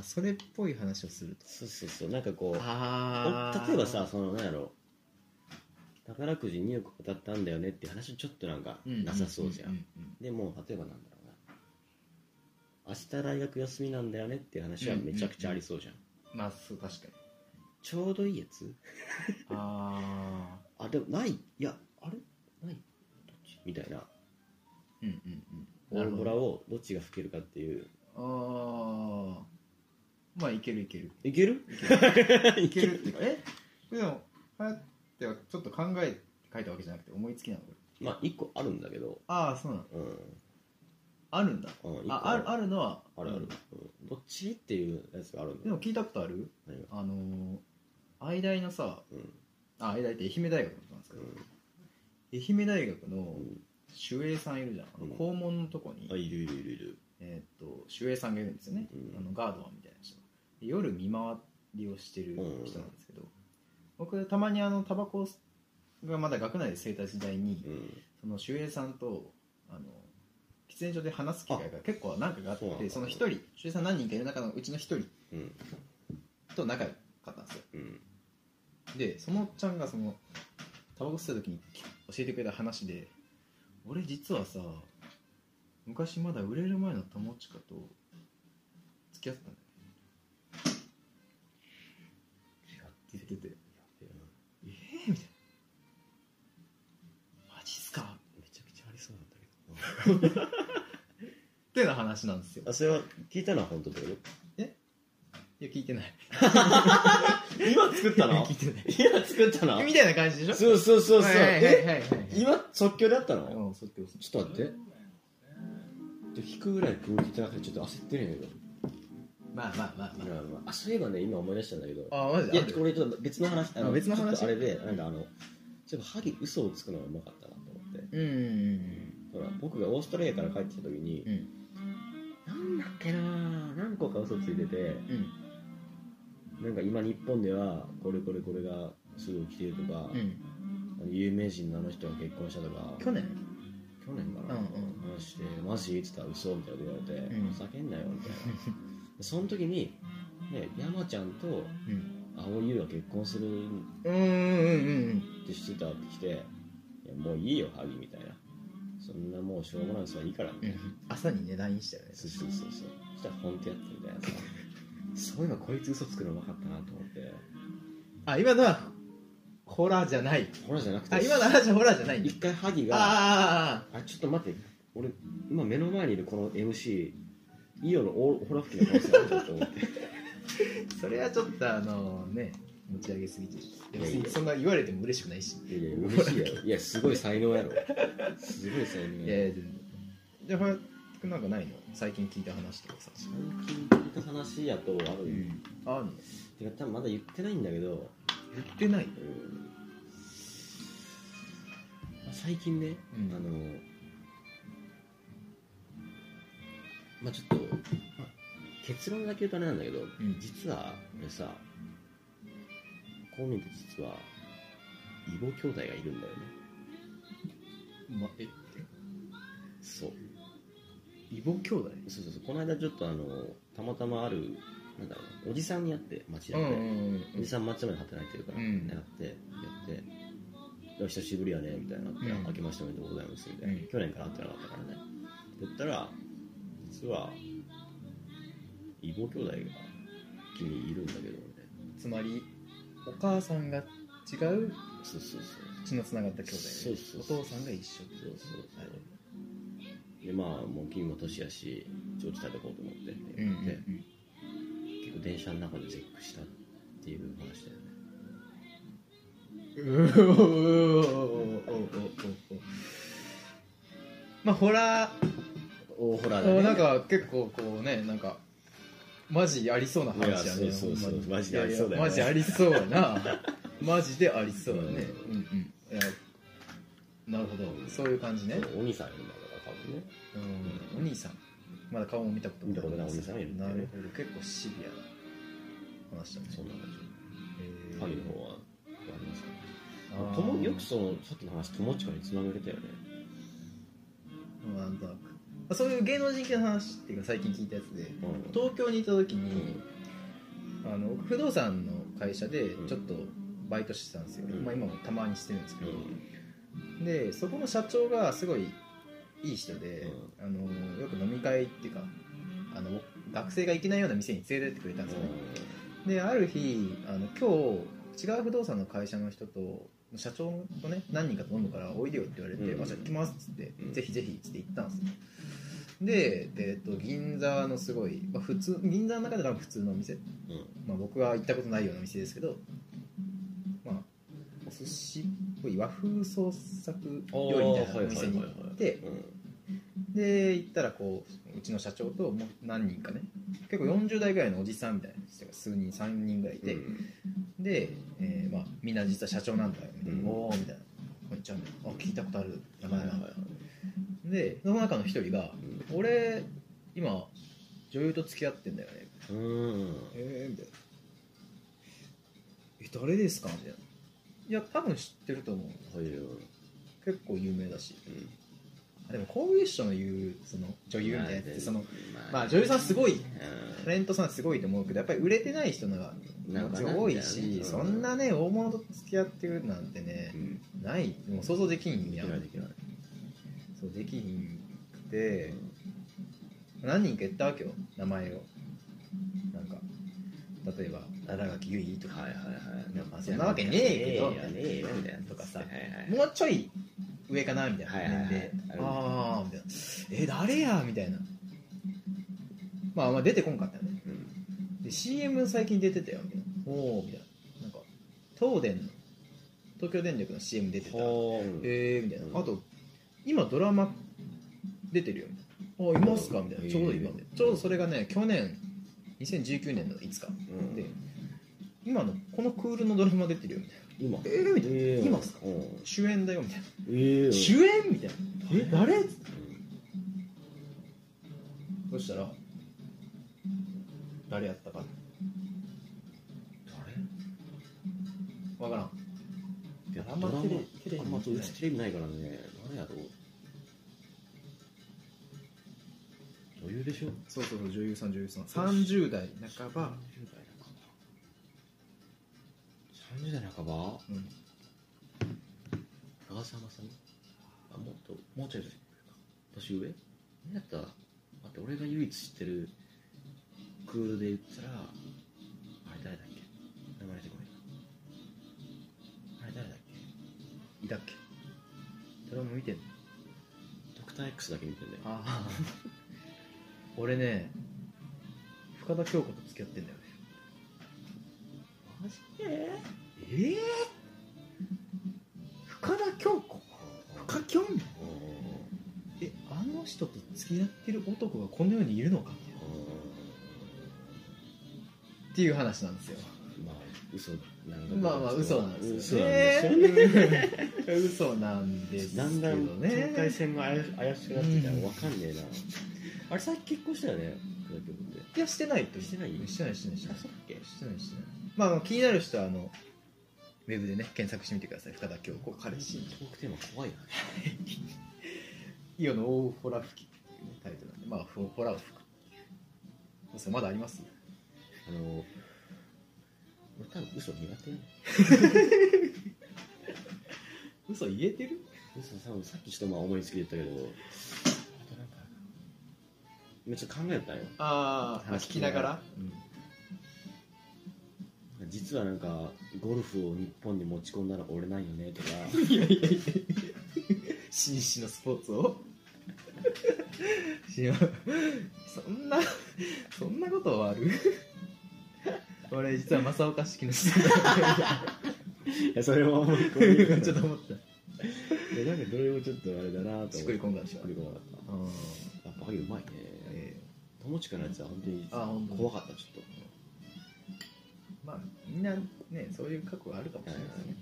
S5: あ、それっぽい話をすると。
S3: そうそうそう。なんかこう、
S5: あ
S3: お例えばさ、、その、なんやろ。宝くじ2億当たったんだよねっていう話ちょっとなんかなさそうじゃん。でも、例えばなんだろうな。明日大学休みなんだよねっていう話はめちゃくちゃありそうじゃん。
S5: まあ、そう、確かに。
S3: ちょうどいいやつ
S5: ああ。
S3: あ、でもない。いや、あれない。どっちみたいな。
S5: うんうんう
S3: オ
S5: ん。
S3: ーロラをどっちが吹けるかっていう。
S5: ああまあいけるいける
S3: いける
S5: いけるっていうかえでもはやってはちょっと考えて書いたわけじゃなくて思いつきなのこれ
S3: まあ、1個あるんだけど。
S5: ああそうなの
S3: うん。
S5: あるんだ
S3: うん、
S5: ああるあ
S3: る
S5: るのは
S3: あるある、うんどっちっていうやつがあるんだ
S5: でも聞いたことある
S3: 何が
S5: あのー愛大のさ
S3: うん
S5: あ愛大って愛媛大学のことなんですけ
S3: う
S5: ど、
S3: ん
S5: 愛媛大学
S3: う
S5: の
S3: ん
S5: 守衛さんいるじゃんあの
S3: うん
S5: 校門のとこに、
S3: あいるいるいるいる
S5: えーっと守衛さんがいるんですよね、
S3: うん
S5: あのガードマンみたいな人で夜見回りをしてる人なんですけど、僕たまにあのタバコがまだ学内で吸えた時代に、
S3: うん
S5: その秀平さんとあの喫煙所で話す機会が結構何回かあっ
S3: そうなん
S5: て
S3: だ
S5: その一人秀平さん何人かいる中のうちの一人
S3: うん
S5: と仲良かったんですよ
S3: うん
S5: でそのおっちゃんがそのタバコ吸った時にき教えてくれた話で俺実はさ昔まだ売れる前の友近と付き合ってたんだよって言っててえー、みたいなマジっすかっ
S3: めちゃくちゃありそうなんだけど
S5: てな話なんですよ
S3: あそれは聞いたのは本当だよ
S5: いや聞いてない
S3: 今作ったの
S5: 聞いてない
S3: 今作ったの
S5: みたいな感じでしょ
S3: そうそうそうそう、
S5: はいはいはいはいはい
S3: え今即興でやったの、
S5: うんそうってこと
S3: ちょっと待ってちょっと引くぐらいクオリティ高くてちょっと焦ってるんやけど
S5: まあまあまあま
S3: まあまああそういえばね今思い出したんだけど
S5: ああマジ
S3: い
S5: で
S3: やこれちょっと別の話あの
S5: あ別の話
S3: ちょっとあれでなんかあのちょっと歯に嘘をつくのがうまかったなと思って
S5: うんうん
S3: ほら僕がオーストラリアから帰ってきた時に、
S5: うん
S3: なんだっけなぁ何個か嘘ついてて
S5: うん
S3: なんか今日本ではこれこれこれがすぐ起きてるとか、
S5: うん
S3: 有名人のあの人が結婚したとか
S5: 去年
S3: 去年かな、
S5: うん
S3: 話して「マジ?」って言ったら「嘘みたいなこと言われて「
S5: うん
S3: 叫んなよ」みた いなその時に、ね、山ちゃんと
S5: うん
S3: 蒼井優が結婚する
S5: うんうんうんうん
S3: ってしてたってきて「いやもういいよ萩」みたいな「そんなもうしょうもない嘘はいいから」み
S5: う
S3: たいな、
S5: ん朝にね LINE したよね
S3: そうそうそうそうそしたら本当やってみたいなさそういえばこいつ嘘つくのうまかったなと思って
S5: あ今のはホラーじゃない
S3: ほらじゃなくて
S5: あ今の話はホラーじゃないんだ
S3: 一回萩が
S5: あ
S3: あちょっと待って俺今目の前にいるこの MC イオのオーホラ吹きの可能性あるんだと思って
S5: あそれはちょっとあのね持ち上げすぎて
S3: いやいや
S5: 別にそんな言われても嬉しくないし
S3: いや いや、嬉しいやろ。いや、すごい才能やろ。すごい才能
S5: い
S3: や
S5: やい
S3: ろ。
S5: や全然でほらなんかないの最近聞いた話とかさ
S3: 最近聞いた話やと、ある。
S5: あるの
S3: てか、多分まだ言ってないんだけど、
S5: 言ってない
S3: うんまあ最近ね、
S5: うん
S3: あの、まあちょっと、まあ結論だけ言うとあれなんだけど、
S5: ん
S3: 実は、俺さ、こう見えて実は、異母兄弟がいるんだよね。
S5: まえ
S3: そう。
S5: 異母兄弟
S3: そうそうそうこの間ちょっとあのたまたまあるなんだろうなおじさんに会って町田で、
S5: ん
S3: おじさん町田で働いてるから、
S5: うん
S3: で会ってやっていや「久しぶりやね」みたいなって「
S5: うん
S3: 明けましておめでとうございます」みたいな、
S5: うん
S3: 去年から会ってなかったからねって言ったら実は異母兄弟が君いるんだけどみたいな
S5: つまりお母さんが違う
S3: そうそうそう
S5: 血のつながった兄弟
S3: そうそう
S5: お
S3: そう
S5: 父さんが一緒って
S3: そうそうそう、
S5: はい
S3: でまあもう君も年やしちょうち食べこうと思ってって
S5: う
S3: 言って、
S5: ん
S3: 結構電車の中で絶句したっていう話だよね
S5: うんうんおーおーおーおーおーおーおーまあホラー
S3: おホラーだね
S5: なんか結構こうねなんかマジありそうな話やね
S3: いやそうそうそう
S5: ほんまに
S3: マジでありそうだよね
S5: いやいやマジありそうやなマジでありそうやね
S3: う
S5: うんうんいやなるほどそういう感じね
S3: お兄さんいるんだから多分ね
S5: うんお兄さんまだ顔も見たこと
S3: 見たことないお兄さんがいるっていう
S5: な
S3: ね
S5: るほど結構シビアな話だね
S3: そんな感
S5: え
S3: じ
S5: ー
S3: 萩の方はありますか
S5: あー
S3: ともよくそのさっきの話友近につなげれたよね
S5: なんとなくまあそういう芸能人系の話っていうか最近聞いたやつで
S3: うん
S5: 東京にいた時にあの不動産の会社で
S3: うん
S5: ちょっとバイトしてたんですよ、
S3: うん
S5: まあ、今もたまにしてるんですけど、でそこの社長がすごいいい人で、あのよく飲み会っていうかあの学生が行けないような店に連れてってくれたんですよね、である日あの今日違う不動産の会社の人と社長とね何人かと飲むからおいでよって言われて「
S3: うん
S5: あじゃあ行きます」っつって、
S3: うん
S5: ぜひぜひ」っつって行ったんですよで、えっと銀座のすごい、まあ、普通銀座の中では普通のお店、まあ、僕は行ったことないようなお店ですけどまあお寿司っぽい和風創作料理みたいなお店に行って
S3: うん
S5: で行ったらこううちの社長ともう何人かね結構40代ぐらいのおじさんみたいな人が数人3人ぐらいいて、
S3: うん
S5: で、えーまあ、みんな実は社長なんだよみたいな、
S3: うん
S5: おおみたいなこんにちはみたいなあ聞いたことある名
S3: はい
S5: 前
S3: は
S5: ないん
S3: は
S5: だ
S3: い
S5: でその中の一人が
S3: ん
S5: 「俺今女優と付き合ってんだよね
S3: うん」
S5: えーみたいな「え誰ですか?」みたいないや多分知ってると思う
S3: そういう
S5: 結構有名だし
S3: うん
S5: あでもこういう人の言うその女優みたいなやつってそのまあ女優さんすごいタレントさんすごいと思うけどやっぱり売れてない人のが
S3: なんかな
S5: 多い
S3: みたいなね
S5: しそんなね大物と付き合ってるなんてね
S3: うん
S5: ないもう想像できん
S3: でき
S5: やん
S3: ないできない
S5: そうできひんくて何人か言ったわけよ名前をなんか例えば新垣結衣とか
S3: はいはいはい
S5: まあそんなわけねえけど
S3: ねえよねえよみたいな
S5: とかさ
S3: はいはい
S5: もうちょい上かなみたいな
S3: はいはいはい
S5: 年
S3: あ
S5: 齢
S3: る
S5: ああみたいなえ誰やみたいなまあまあ出てこんかったよね
S3: うん
S5: で CM 最近出てたよみたいなおおみたいななんか東電の東京電力の CM 出てた
S3: ほ
S5: えー、みたい
S3: うん
S5: な。あと、今ドラマ出てるよ。あ、いますかみたい
S3: へー
S5: な。ちょうど今で。ちょうどそれがね、去年、2019年のいつか。
S3: うん
S5: で、今の、このクールのドラマ出てるよ、みたい
S3: 今
S5: な。えー、みたいな。
S3: え
S5: 今っすか
S3: うん
S5: 主演だよ、みたいな。
S3: ええ
S5: 主演みたいな。え、誰
S3: うん
S5: そしたら、誰やったか。誰わからん。
S3: いや
S5: あんまテレテレビ
S3: あんまそううちテレビないからね誰やろう女優でしょ
S5: そうそうそう、女優さん、女優さん。30代半ば。
S3: 30代半ば30代半ば
S5: うん。
S3: 長澤まさみあもっともうちょい年上何やった待って俺が唯一知ってるクールで言ったらあれ誰だっけ名前出てこないあれ誰だっけ
S5: いたっけドラマ見てんの
S3: ドクター X だけ見てんだよ
S5: ああ 俺ね深田恭子と付き合ってんだよね
S3: マジで
S5: ええ深田恭子深きょんえあの人と付き合ってる男がこの世にいるのかっていう話なんです よ
S3: まあ嘘なんだ
S5: まあまあ嘘なんです
S3: 嘘
S5: よ
S3: なん
S5: ね
S3: ですよね、
S5: 嘘なんですけど
S3: だんだん境界
S5: ね
S3: 線が怪し怪しくなってきたら分かんねえな、あれさっき結婚したよね福田君って
S5: いやしてないって
S3: してない
S5: してないしてないしてな
S3: あ
S5: い
S3: そっけ
S5: してないしてないまああの気になる人はあのウェブでね検索してみてください深田恭子彼氏
S3: トークテーマ怖いな
S5: イオの大ホラ吹きっていうねタイトルなんで、まあ、フホラを吹く。それまだあります
S3: あの俺多分嘘苦手
S5: 嘘言えてる
S3: 嘘多分さっきちょっとまあ思いつきで言ったけどあとなんか今ちょっと考えたんよ
S5: あ
S3: ー聞きながら、
S5: うん
S3: 実はなんかゴルフを日本に持ち込んだの俺なんよねとか
S5: いやいやいや 紳士のスポーツを しようそんなそんなことはある 俺実は正岡式の人 だ
S3: いやそれも
S5: ちょっ と思った
S3: いやなんかどれもちょっとあれだなと思って
S5: しっくりこんだでし
S3: し
S5: ょ
S3: っくりこなかった
S5: あ
S3: やっぱあげうまいね友近のやつは本当に
S5: あ本当に
S3: 怖かったちょっ
S5: まあみんなねそういう過去があるかもしれないですね、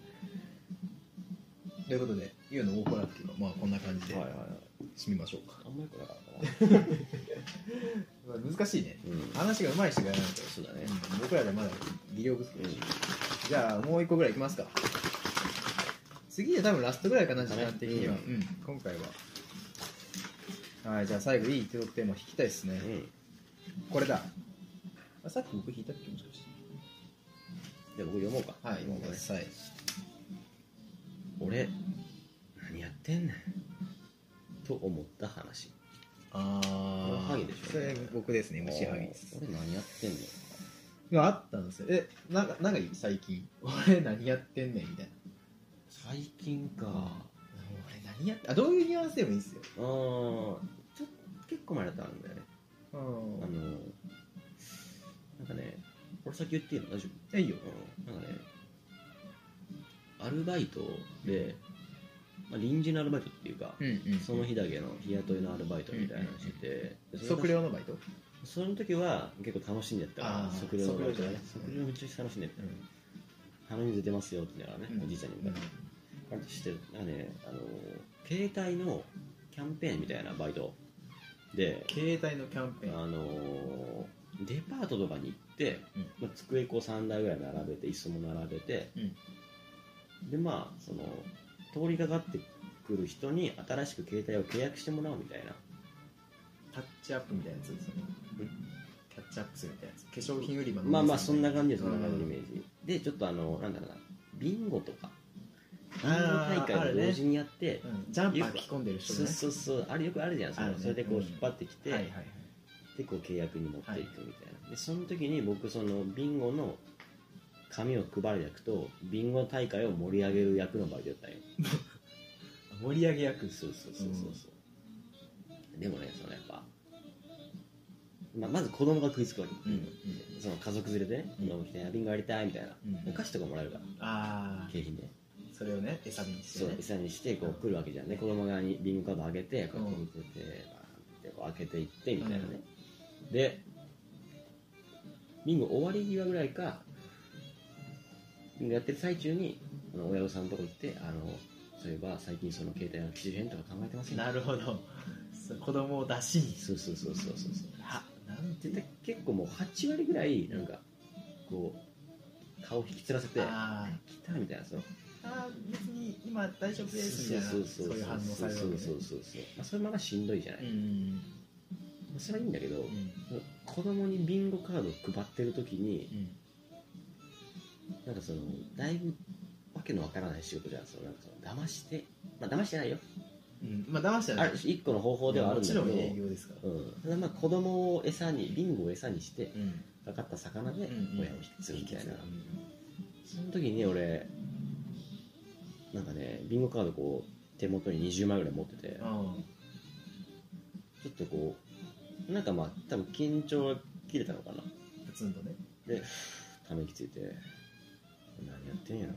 S5: ということでイオの大ホラ吹きはまあこんな感じ
S3: と
S5: で
S3: いはい
S5: 締めましょうか、
S3: あんまりくなかったな
S5: まあ難しいね
S3: うん
S5: 話が上手い人がやらないと
S3: そうだね
S5: うん僕らではまだ技量不足
S3: うん
S5: じゃあもう一個ぐらいいきますか次で多分ラストぐらいかな時間的には、
S3: だね
S5: うん今回ははいじゃあ最後いいトークテーマ弾きたいですね、
S3: うん
S5: これだあさっき僕弾いたっけもしかして
S3: じゃあ僕読もうか
S5: はい、
S3: 読
S5: も
S3: も
S5: う
S3: うか
S5: くだ
S3: ね
S5: さい。
S3: 俺何やってんねんと思った話
S5: あ
S3: これは
S5: あ
S3: ハゲでしょ
S5: それ僕ですね、虫ハゲです。
S3: 俺何やってんねん
S5: があったんですよ。え、なんか、なんかいい最近。 俺何やってんねんみたいな。
S3: 最近か
S5: 俺何やって、あ、どういうニュアンスでもいいですよ。
S3: あーちょ結構前だったんだよねあ
S5: う
S3: のなんかね俺先言っていいの大丈夫
S5: ん。いいよ。
S3: なんかね、アルバイトで、まあ、臨時のアルバイトっていうか、
S5: うんうん。
S3: その日だけの日雇いのアルバイトみたいなのしてて、でそれが
S5: 測量のバイト
S3: その時は結構楽しんでやったか
S5: あ
S3: ら、
S5: ー
S3: 測量のバイトね
S5: 測量
S3: 測量めっちゃ楽しんでやった
S5: う
S3: ら、
S5: ん。
S3: 鼻水出ますよって言いながらね、
S5: うん
S3: おじいちゃんに向かって、あれして、なんかね、あのー携帯のキャンペーンみたいなバイトで、
S5: 携帯のキャンペーン。
S3: あのーデパートとかに行って、
S5: うん
S3: まあ、机こう3台ぐらい並べて椅子も並べて、
S5: うん
S3: でまあその通りかかってくる人に新しく携帯を契約してもらうみたいな
S5: タッチアップみたいなやつですよねキャッチアップするみたいなやつ化粧品売り場の
S3: まあまあそんな感じで
S5: です
S3: そんな感じのイメージでちょっとあのなんだろうなビンゴとかビンゴ
S5: あー
S3: 大会を同時にやって、
S5: ジャンパー着込んでる人
S3: そう
S5: ね
S3: そうそうあれよくあるじゃんそ
S5: ある
S3: の
S5: ね
S3: それでこう
S5: うん
S3: 引っ張ってきて、
S5: はいはいはい
S3: でこう契約に持っていくみたいな、でその時に僕そのビンゴの紙を配る役とビンゴ大会を盛り上げる役のバイトやったんよ
S5: 盛り上げ役
S3: そうそうそうそうそう、でもねそのやっぱまあまず子供が食いつくわけ、
S5: うんうん
S3: その家族連れでね
S5: うん
S3: 子供来て、ビンゴやりたいみたいな、
S5: うん
S3: お菓子とかもらえるから
S5: ああ
S3: 景品で
S5: それをね餌にして
S3: そう
S5: ね
S3: 餌にしてこう来るわけじゃんね子供側にビンゴカードあげてこうやって見てて、バーンってこう開けていってみたいなね、でビンゴ終わり際ぐらいかビンゴやってる最中にあの親御さんのとこ行ってあのそういえば最近その携帯の機種変とか考えてませんか
S5: なるほどそう子供を出しに
S3: そうそうそうそうそうそう
S5: あなんて
S3: 絶対結構もう8割ぐらいなんかこう顔引きつらせて「
S5: あー
S3: 来た」みたいなその
S5: あー別に今大丈夫ですみたいな
S3: そうそう
S5: そういう反応されるわけね
S3: そうそうそうそうまあそれもまだしんどいじゃない、
S5: うんうん
S3: それはいいんだけど、
S5: うんうん
S3: 子供にビンゴカードを配ってる時に
S5: うん
S3: なんかそのだいぶわけのわからない仕事じゃんそのなんかその騙してまあ騙してないよ
S5: うんまあ騙して
S3: あ
S5: ない
S3: る一個の方法ではあるんだけど、
S5: もちろん営
S3: う
S5: 業ですから
S3: ん、ただまあ子供を餌にビンゴを餌にして
S5: う
S3: か
S5: ん
S3: かった魚で
S5: うんうん
S3: 親を引き継ぐみたいな、
S5: うん
S3: その時に俺なんかねビンゴカードこう手元に20枚ぐらい持ってて、ちょっとこうなんかまあ多分緊張が切れたのかな
S5: プツンとね
S3: でため息ついて何やってんやろ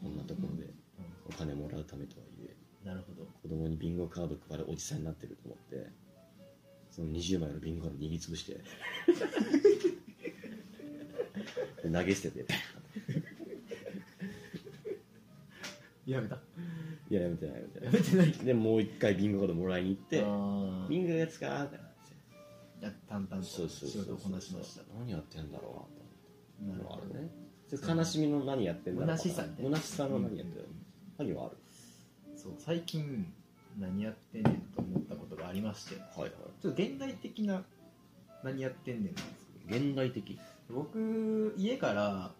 S3: こんなところでお金もらうためとはいえ
S5: なるほど
S3: 子供にビンゴカード配るおじさんになってると思ってその20枚のビンゴカード握りつぶしてで投げ捨てて
S5: やめた
S3: いややめてないやめて
S5: や
S3: な
S5: めてない
S3: いでもう一回ビンゴカードもらいに行って
S5: あ
S3: ビンゴのやつかーってなって
S5: や淡々と
S3: そうそう
S5: 仕
S3: そう
S5: 事をこなしました
S3: 何やってんだろうなと
S5: な
S3: のあるねそれ悲しみの何やってんだろうな
S5: 虚しさみたいな
S3: 虚しさの何やってる何はある
S5: そう最近何やってんねんと思ったことがありまして
S3: はいはい
S5: ちょっと現代的な何やってんねんなんですけど
S3: 現代的
S5: 僕家から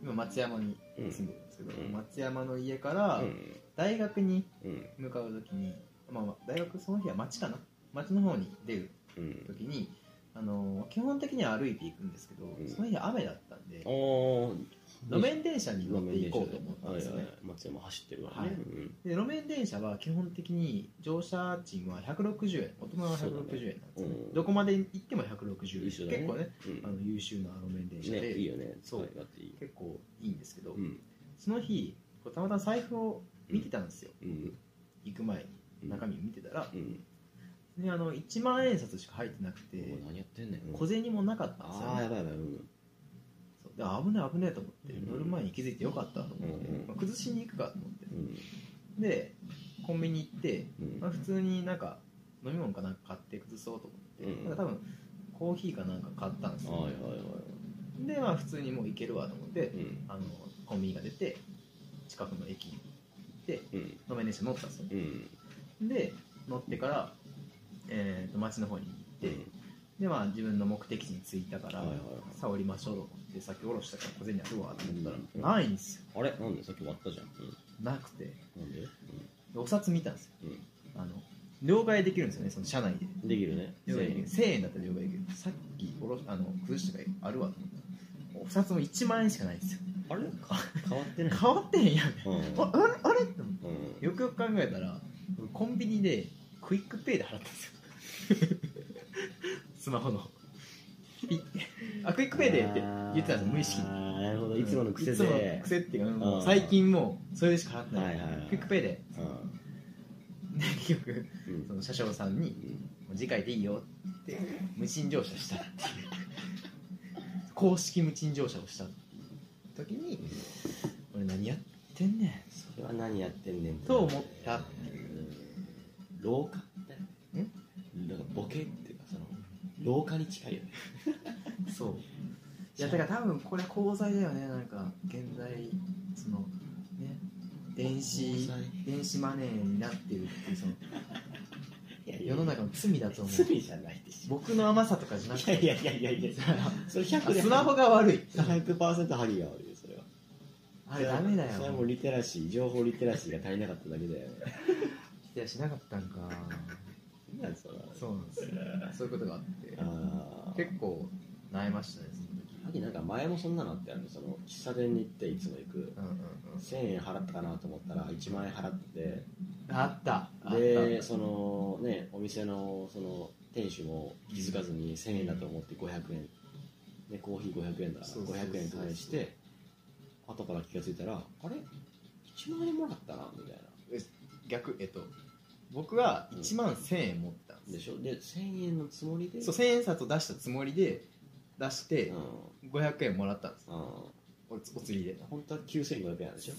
S5: 今松山に
S3: うん
S5: 住んでるんですけ
S3: う
S5: ど、
S3: ん
S5: 松山の家から
S3: うん
S5: 大学に
S3: うん
S5: 向かう時に、まあまあ、大学その日は町かな町の方に出る
S3: うん
S5: 時にあの基本的には歩いていくんですけど、
S3: ん
S5: その日は雨だったんで
S3: おー
S5: 路面電車に乗
S3: 路
S5: っ
S3: 面
S5: てい
S3: 電車
S5: こうと思ったんですよね、
S3: はいはい松山走ってるわね
S5: はい
S3: うん
S5: で路面電車は基本的に乗車賃は160円大人は160円なんですよね
S3: そうだねうん
S5: どこまで行っても160円、
S3: 一緒だね
S5: 結構ね
S3: うん
S5: あの優秀な路面電車で、
S3: ねいいよね
S5: そう
S3: はいだっていい
S5: 結構いいんですけど、
S3: うん
S5: その日こうたまたま財布を見てたんですよ、
S3: うん
S5: 行く前
S3: うん
S5: に中身を見てたら、
S3: うん
S5: であの1万円札しか入ってなくて、
S3: お前何やってんねん
S5: 小銭もなかったんですよ
S3: ああやば
S5: ね
S3: いやばいうん
S5: そうで危ない危ないと思って、
S3: うん
S5: 乗る前に気づいてよかったと思って、
S3: うんうん
S5: まあ崩しに行くかと思って
S3: うん
S5: でコンビニ行って、
S3: うん
S5: まあ、普通になんか飲み物かなんか買って崩そうと思って、
S3: うん
S5: なんか多分コーヒーかなんか買ったんですよ、
S3: はいはいはい
S5: でまあ普通にもう行けるわと思って、
S3: うん
S5: あのコンビニが出て近くの駅に行って
S3: うん
S5: 路面電車乗ったんですよ
S3: うん
S5: で乗ってから、えー、と町の方に行って、でまあ自分の目的地に着いたから、
S3: はいはいはい
S5: さあ降りましょうと思って先降ろしたから小銭あるわと思ったら、
S3: うん
S5: ないんですよ
S3: あれなんでさっき割ったじゃん
S5: なくて
S3: うんなんでうん
S5: でお札見たんですよ
S3: うん
S5: あの両替できるんですよねその車内で
S3: できるね
S5: 1000
S3: せー
S5: 円
S3: の
S5: だったら両替できるさっきおろしあの崩したからあるわと思ったらお札も1万円しかないんですよ
S3: あれ変わってない
S5: 変わってへんや
S3: う
S5: ん
S3: ん
S5: ああれあれって思っ
S3: うん
S5: てよくよく考えたら僕コンビニでクイックペイで払ったんですよ スマホのピッてあクイックペイでって言ってたんですよ無意識に
S3: あーなるほどいつもの癖
S5: いつもの
S3: で
S5: 癖っていうかもううん最近もうそれしか払ってない,、
S3: はいはいはい
S5: クイックペイで
S3: うん
S5: で結局
S3: うん
S5: その車掌さんに「もう次回でいいよ」って無賃乗車したっていう公式無賃乗車をした時に「俺何やってんねん」
S3: それは何やってんねん
S5: と思ったっていう
S3: 廊下なんかボケっていうかその廊下に近いよね
S5: そう
S7: いやだから多分これ功罪だよねなんか現在そのね電子
S3: 功罪
S7: 電子マネーになってるっていうその世
S3: 世
S7: の中の罪だと思う
S3: 罪じゃないでしょ
S7: 僕の甘さとかじゃなく
S3: いやい
S7: て
S3: やいやいやいや
S7: あ
S3: それ100で
S7: スマホが悪い
S3: 100%ハリが悪いよそれは
S7: あれダメだよ
S3: それはもうリテラシー情報リテラシーが足りなかっただけだよ
S7: いやしなかったんか
S3: なんそれは
S7: そうなんですよそういうことがあって
S3: ああ
S7: 結構悩ましたねその時
S3: ハリなんか前もそんなのあったよねその喫茶店に行っていつも行く
S7: うんうんう
S3: 1000円払ったかなと思ったら1万円払ってて
S7: んあったあっ
S3: でそのねお店のその店主も気づかずに1000円だと思って500円でコーヒー500円だから
S7: そうそう
S3: 500円くらいして後から気が付いたらあれ1万円もらったなみたいな
S5: 逆えっと僕は1万1000円持ったんで、
S3: ですしょで1000円のつもりで
S5: そう1000円札を出したつもりで出して
S3: うん
S5: 500円もらったんです
S3: うん
S5: おお釣りで
S3: 本当は9500円なんでしょ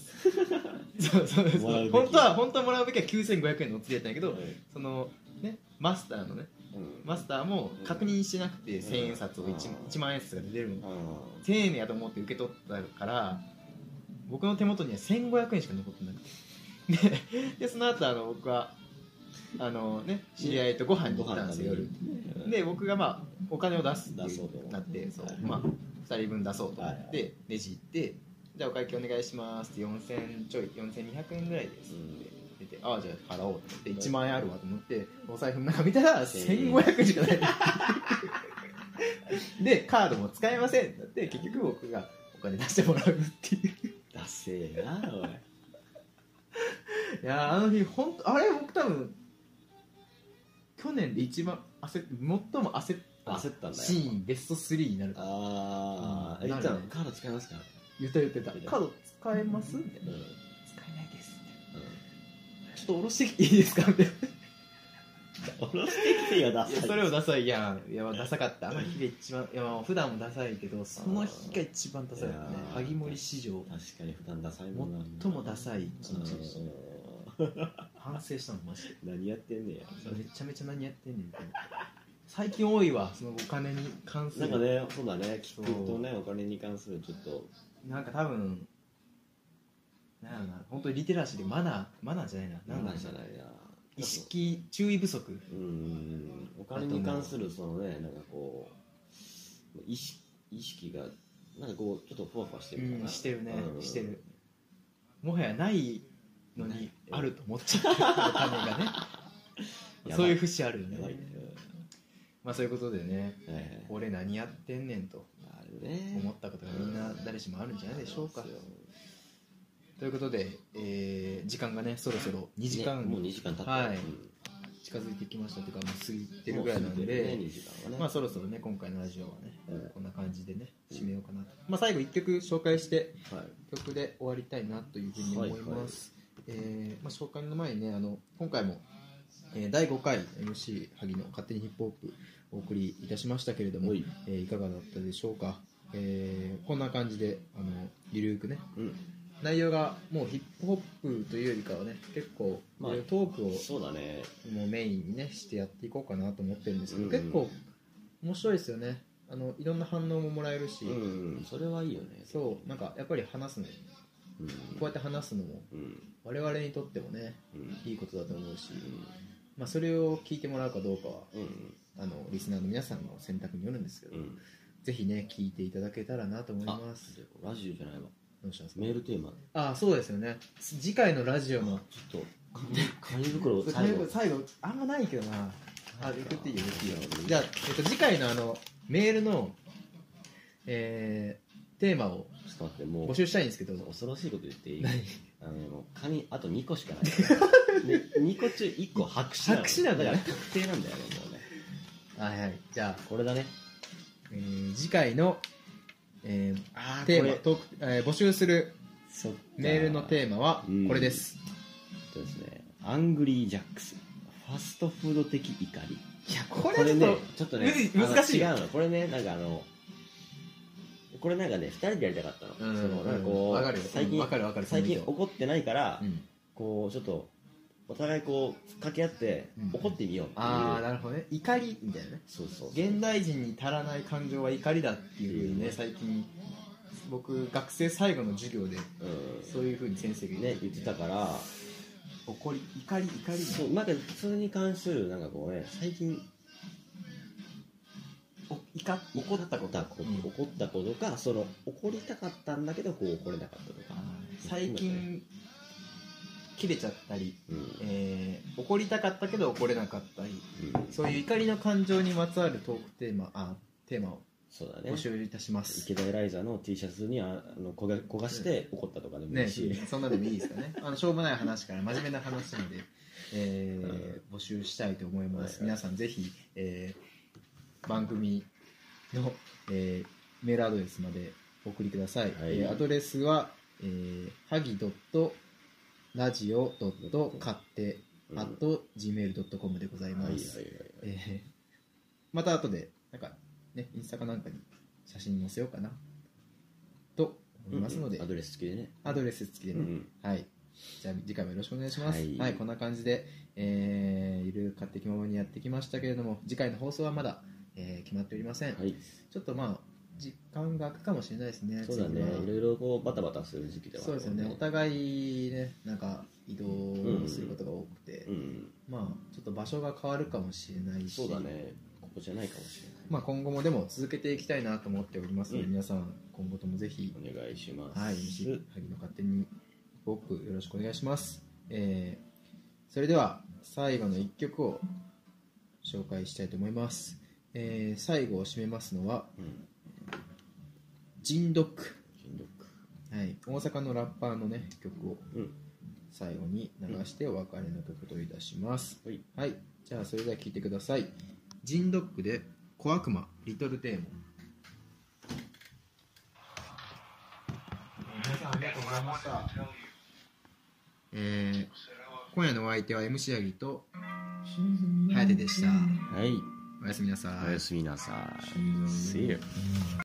S5: そうそうそう
S3: もらうべき
S5: 本当は本当はもらうべきは9500円のお釣りやったんやけど、
S3: う
S5: そのねマスターのね
S3: ん
S5: マスターも確認してなくて
S3: うん
S5: 1000円札を 1, 1万円札が出てるの
S3: うん
S5: 1000円やと思って受け取ったから僕の手元には1500円しか残ってなくてででその後あの僕はあのね知り合いとご飯に行ったんですよ夜
S3: うん
S5: で僕がまあお金を出すって
S3: 出
S5: い
S3: そうと
S5: うなってそう、まあ、2人分出そうと思って、レジ行ってじゃあお会計お願いしますって4000ちょい4200円ぐらいですって出て、ああじゃあ払おうと思って1万円あるわと思ってお財布の中見たら1500円しかないでカードも使えませんだって結局僕がお金出してもらうっていう
S3: ダセえなおい
S5: いやーあの日本当あれ僕多分去年で一番焦っ最も焦った
S3: 焦ったんだよ
S5: シーンベスト3になるから
S3: ああ
S5: うん
S3: 言ったの
S5: なるね
S3: カード使いますか
S5: 言った言ってた
S3: 言った
S5: カード使えますみたい
S3: うん
S5: な
S3: うん
S5: 使えないですちょっと下ろしてきていいですかみたいな
S3: 下ろしてきてよダ
S5: いや
S3: サい
S5: それをダサいやんいやダサかったあの日が一番いやまあ普段もダサいけどその日が一番ダサいったね
S3: あー
S5: 萩森史上
S3: 確かに普段ダサいもんな
S5: 最もダサい一
S3: うん
S5: 日でした反省したのマジで
S3: 何やってんねや
S5: めちゃめちゃ何やってんねんみたいな最近多いわそのお金に関す
S3: な
S5: る
S3: んかねそうだね聞くとねお金に関するちょっと
S5: なんか多分なんやろな本当にリテラシーでマナーマナーじゃないななんだ
S3: なん
S5: ろう
S3: じゃ
S5: な
S3: ないな
S5: 意識注意不足
S3: うんお金に関するそのねなんかこう意識意識がなんかこうちょっとふわふわしてるか
S5: うん
S3: な
S5: してるね
S3: うん
S5: してるもはやないのにあると思っ ちゃってるお金がね
S3: やばい
S5: そういう節あるよ
S3: やばい
S5: ね
S3: ね
S5: まあそういうことでね
S3: うんはいはい
S5: 俺何やってんねんと
S3: あるね
S5: 思ったことがみんな誰しもあるんじゃないでしょうかということで、えー時間がねそろそろ2時間
S3: ねもう2時間経った
S5: はい
S3: うん
S5: 近づいてきましたというかもう過ぎて
S3: も
S5: る
S3: う
S5: ぐらいなん
S3: 過ぎてるね
S5: で
S3: 2時間はね
S5: まあそろそろね今回のラジオはね、
S3: うん
S5: こんな感じでね締めようかなと、まあ、最後1曲紹介して
S3: はい
S5: 曲で終わりたいなというふうに思います、えーまあ、紹介の前にねあの今回も、えー第5回 MC 萩の勝手にヒップホップお送りいたしましたけれども
S3: はいい,、
S5: えーいかがだったでしょうか、えーこんな感じであのゆるーくね
S3: うん
S5: 内容がもうヒップホップというよりかはね結構、
S3: まあ
S5: いろいろトークを
S3: そうだね
S5: もうメインにねしてやっていこうかなと思ってるんですけど、
S3: うん
S5: 結構面白いですよねあのいろんな反応ももらえるし、
S3: うんそれはいいよね
S5: そうなんかやっぱり話すのこ
S3: うん
S5: うやって話すのも
S3: うん
S5: 我々にとってもね
S3: うん
S5: いいことだと思うし、まあ、それを聞いてもらうかどうかは
S3: うん
S5: あのリスナーの皆さんの選択によるんですけど、
S3: うん
S5: ぜひね聞いていただけたらなと思い
S3: あ
S5: ます
S3: ラジオじゃないわ
S5: どうしたんですか
S3: メールテーマ
S5: あそうですよね次回のラジオも
S3: ちょっと紙紙 袋最後
S5: 最後あんまないけどなあ送っていいよ送っていいよじゃあ、えっと、次回のあのメールの、えーテーマを
S3: ちょっと待っても う
S5: 募集したいんですけど
S3: 恐ろしいこと言っていい
S5: 何
S3: あの紙あと2個しかないで2個中1個白紙
S5: 白紙なんだよね
S3: ね確定なんだよねもうね
S5: はいはいじゃあ
S3: これだね
S5: えー次回の、えー
S3: あ
S5: テーマトーク、えー募集する
S3: そっか
S5: メールのテーマは
S3: うん
S5: これです、
S3: そうですねアングリージャックスファストフード的怒り
S5: いやこ
S3: これ
S5: ちょっ
S3: ね
S5: と
S3: ちょっとね
S5: むず難しい
S3: あの違うのこれねなんかあのこれなんかね2人でやりたかったの,、
S5: うん
S3: そのなんかこう
S5: わかるよ
S3: 最近
S5: わかるわかる
S3: 最近
S5: その意
S3: 怒ってないから、
S5: 見うん
S3: こうちょっとお互いこう掛け合って
S5: うん
S3: 怒ってみようっていう、
S5: ああなるほどね怒りみたいなね
S3: そうそう
S5: 現代人に足らない感情は怒りだっていうふうにね最近僕学生最後の授業で
S3: う
S5: そういうふうに先生が
S3: ん
S5: 言
S3: ね
S5: ってて
S3: 言ってたから
S5: 怒り怒り怒り
S3: そうなんかそれに関するなんかこうね最近
S5: お怒
S3: 怒ったことこ
S5: うん
S3: 怒ったことかその怒りたかったんだけどこう怒れなかったとか、
S5: 最近切れちゃったり、
S3: うん
S5: えー怒りたかったけど怒れなかったり
S3: うん
S5: そういう怒りの感情にまつわるトークテーマあテーマを
S3: そうだね
S5: 募集いたします、
S3: 池田エライザの T シャツにああの焦が焦がして怒ったとかでもい
S5: ね
S3: いし、
S5: そんなでもいいですかね あのしょうもない話から真面目な話なので、えー募集したいと思います、
S3: はいはい
S5: 皆さんぜひ、えー番組の、えーメールアドレスまでお送りください、
S3: はい
S5: えーアドレスは、えー、はぎ .radio. 勝手
S3: うんはい
S5: at gmail.com でござい
S3: はい
S5: ま
S3: はい
S5: す、
S3: はい
S5: えーまた後でなんかねインスタかなんかに写真載せようかなと思いますので、
S3: うんアドレス付きでね
S5: アドレス付きで
S3: う
S5: ね、
S3: ん
S5: はい。じゃあ次回もよろしくお願いします。は、
S3: はいい
S5: こんな感じで、えー、ゆるく勝手気ままにやってきましたけれども、次回の放送はまだ、えー決まっておりません。
S3: はい
S5: ちょっとまあ、時間が空くかもしれないですね。
S3: そうだね
S5: 次はい
S3: ろいろこうバタバタする時期ではあ
S5: そう
S3: る
S5: で
S3: よ
S5: すよね。お互いね、なんか移動することが多くて、
S3: うん
S5: まあ、ちょっと場所が変わるかもしれないし、
S3: そうだねここじゃないかもしれ
S5: まあ今後もでも続けていきたいなと思っておりますので、
S3: うん
S5: 皆さん、今後ともぜひ
S3: ないお願いします
S5: はい、MC 萩の勝手にごくよろしくお願いします。えーそれでは最後の一曲を紹介したいと思います。えー最後を締めますのは、
S3: うん
S5: ジンドック、
S3: しんどく
S5: はい、大阪のラッパーのね曲を
S3: うん
S5: 最後に流してお別れの曲といたします。
S3: はい
S5: はい、じゃあそれでは聴いてください。ジンドックで小悪魔リトルテーマ。皆さんありがとうございました。えー今夜のお相手は MC ヤギと颯でした。
S3: はい
S5: おやすみなさ
S3: お
S5: い
S3: や。すみなさい See you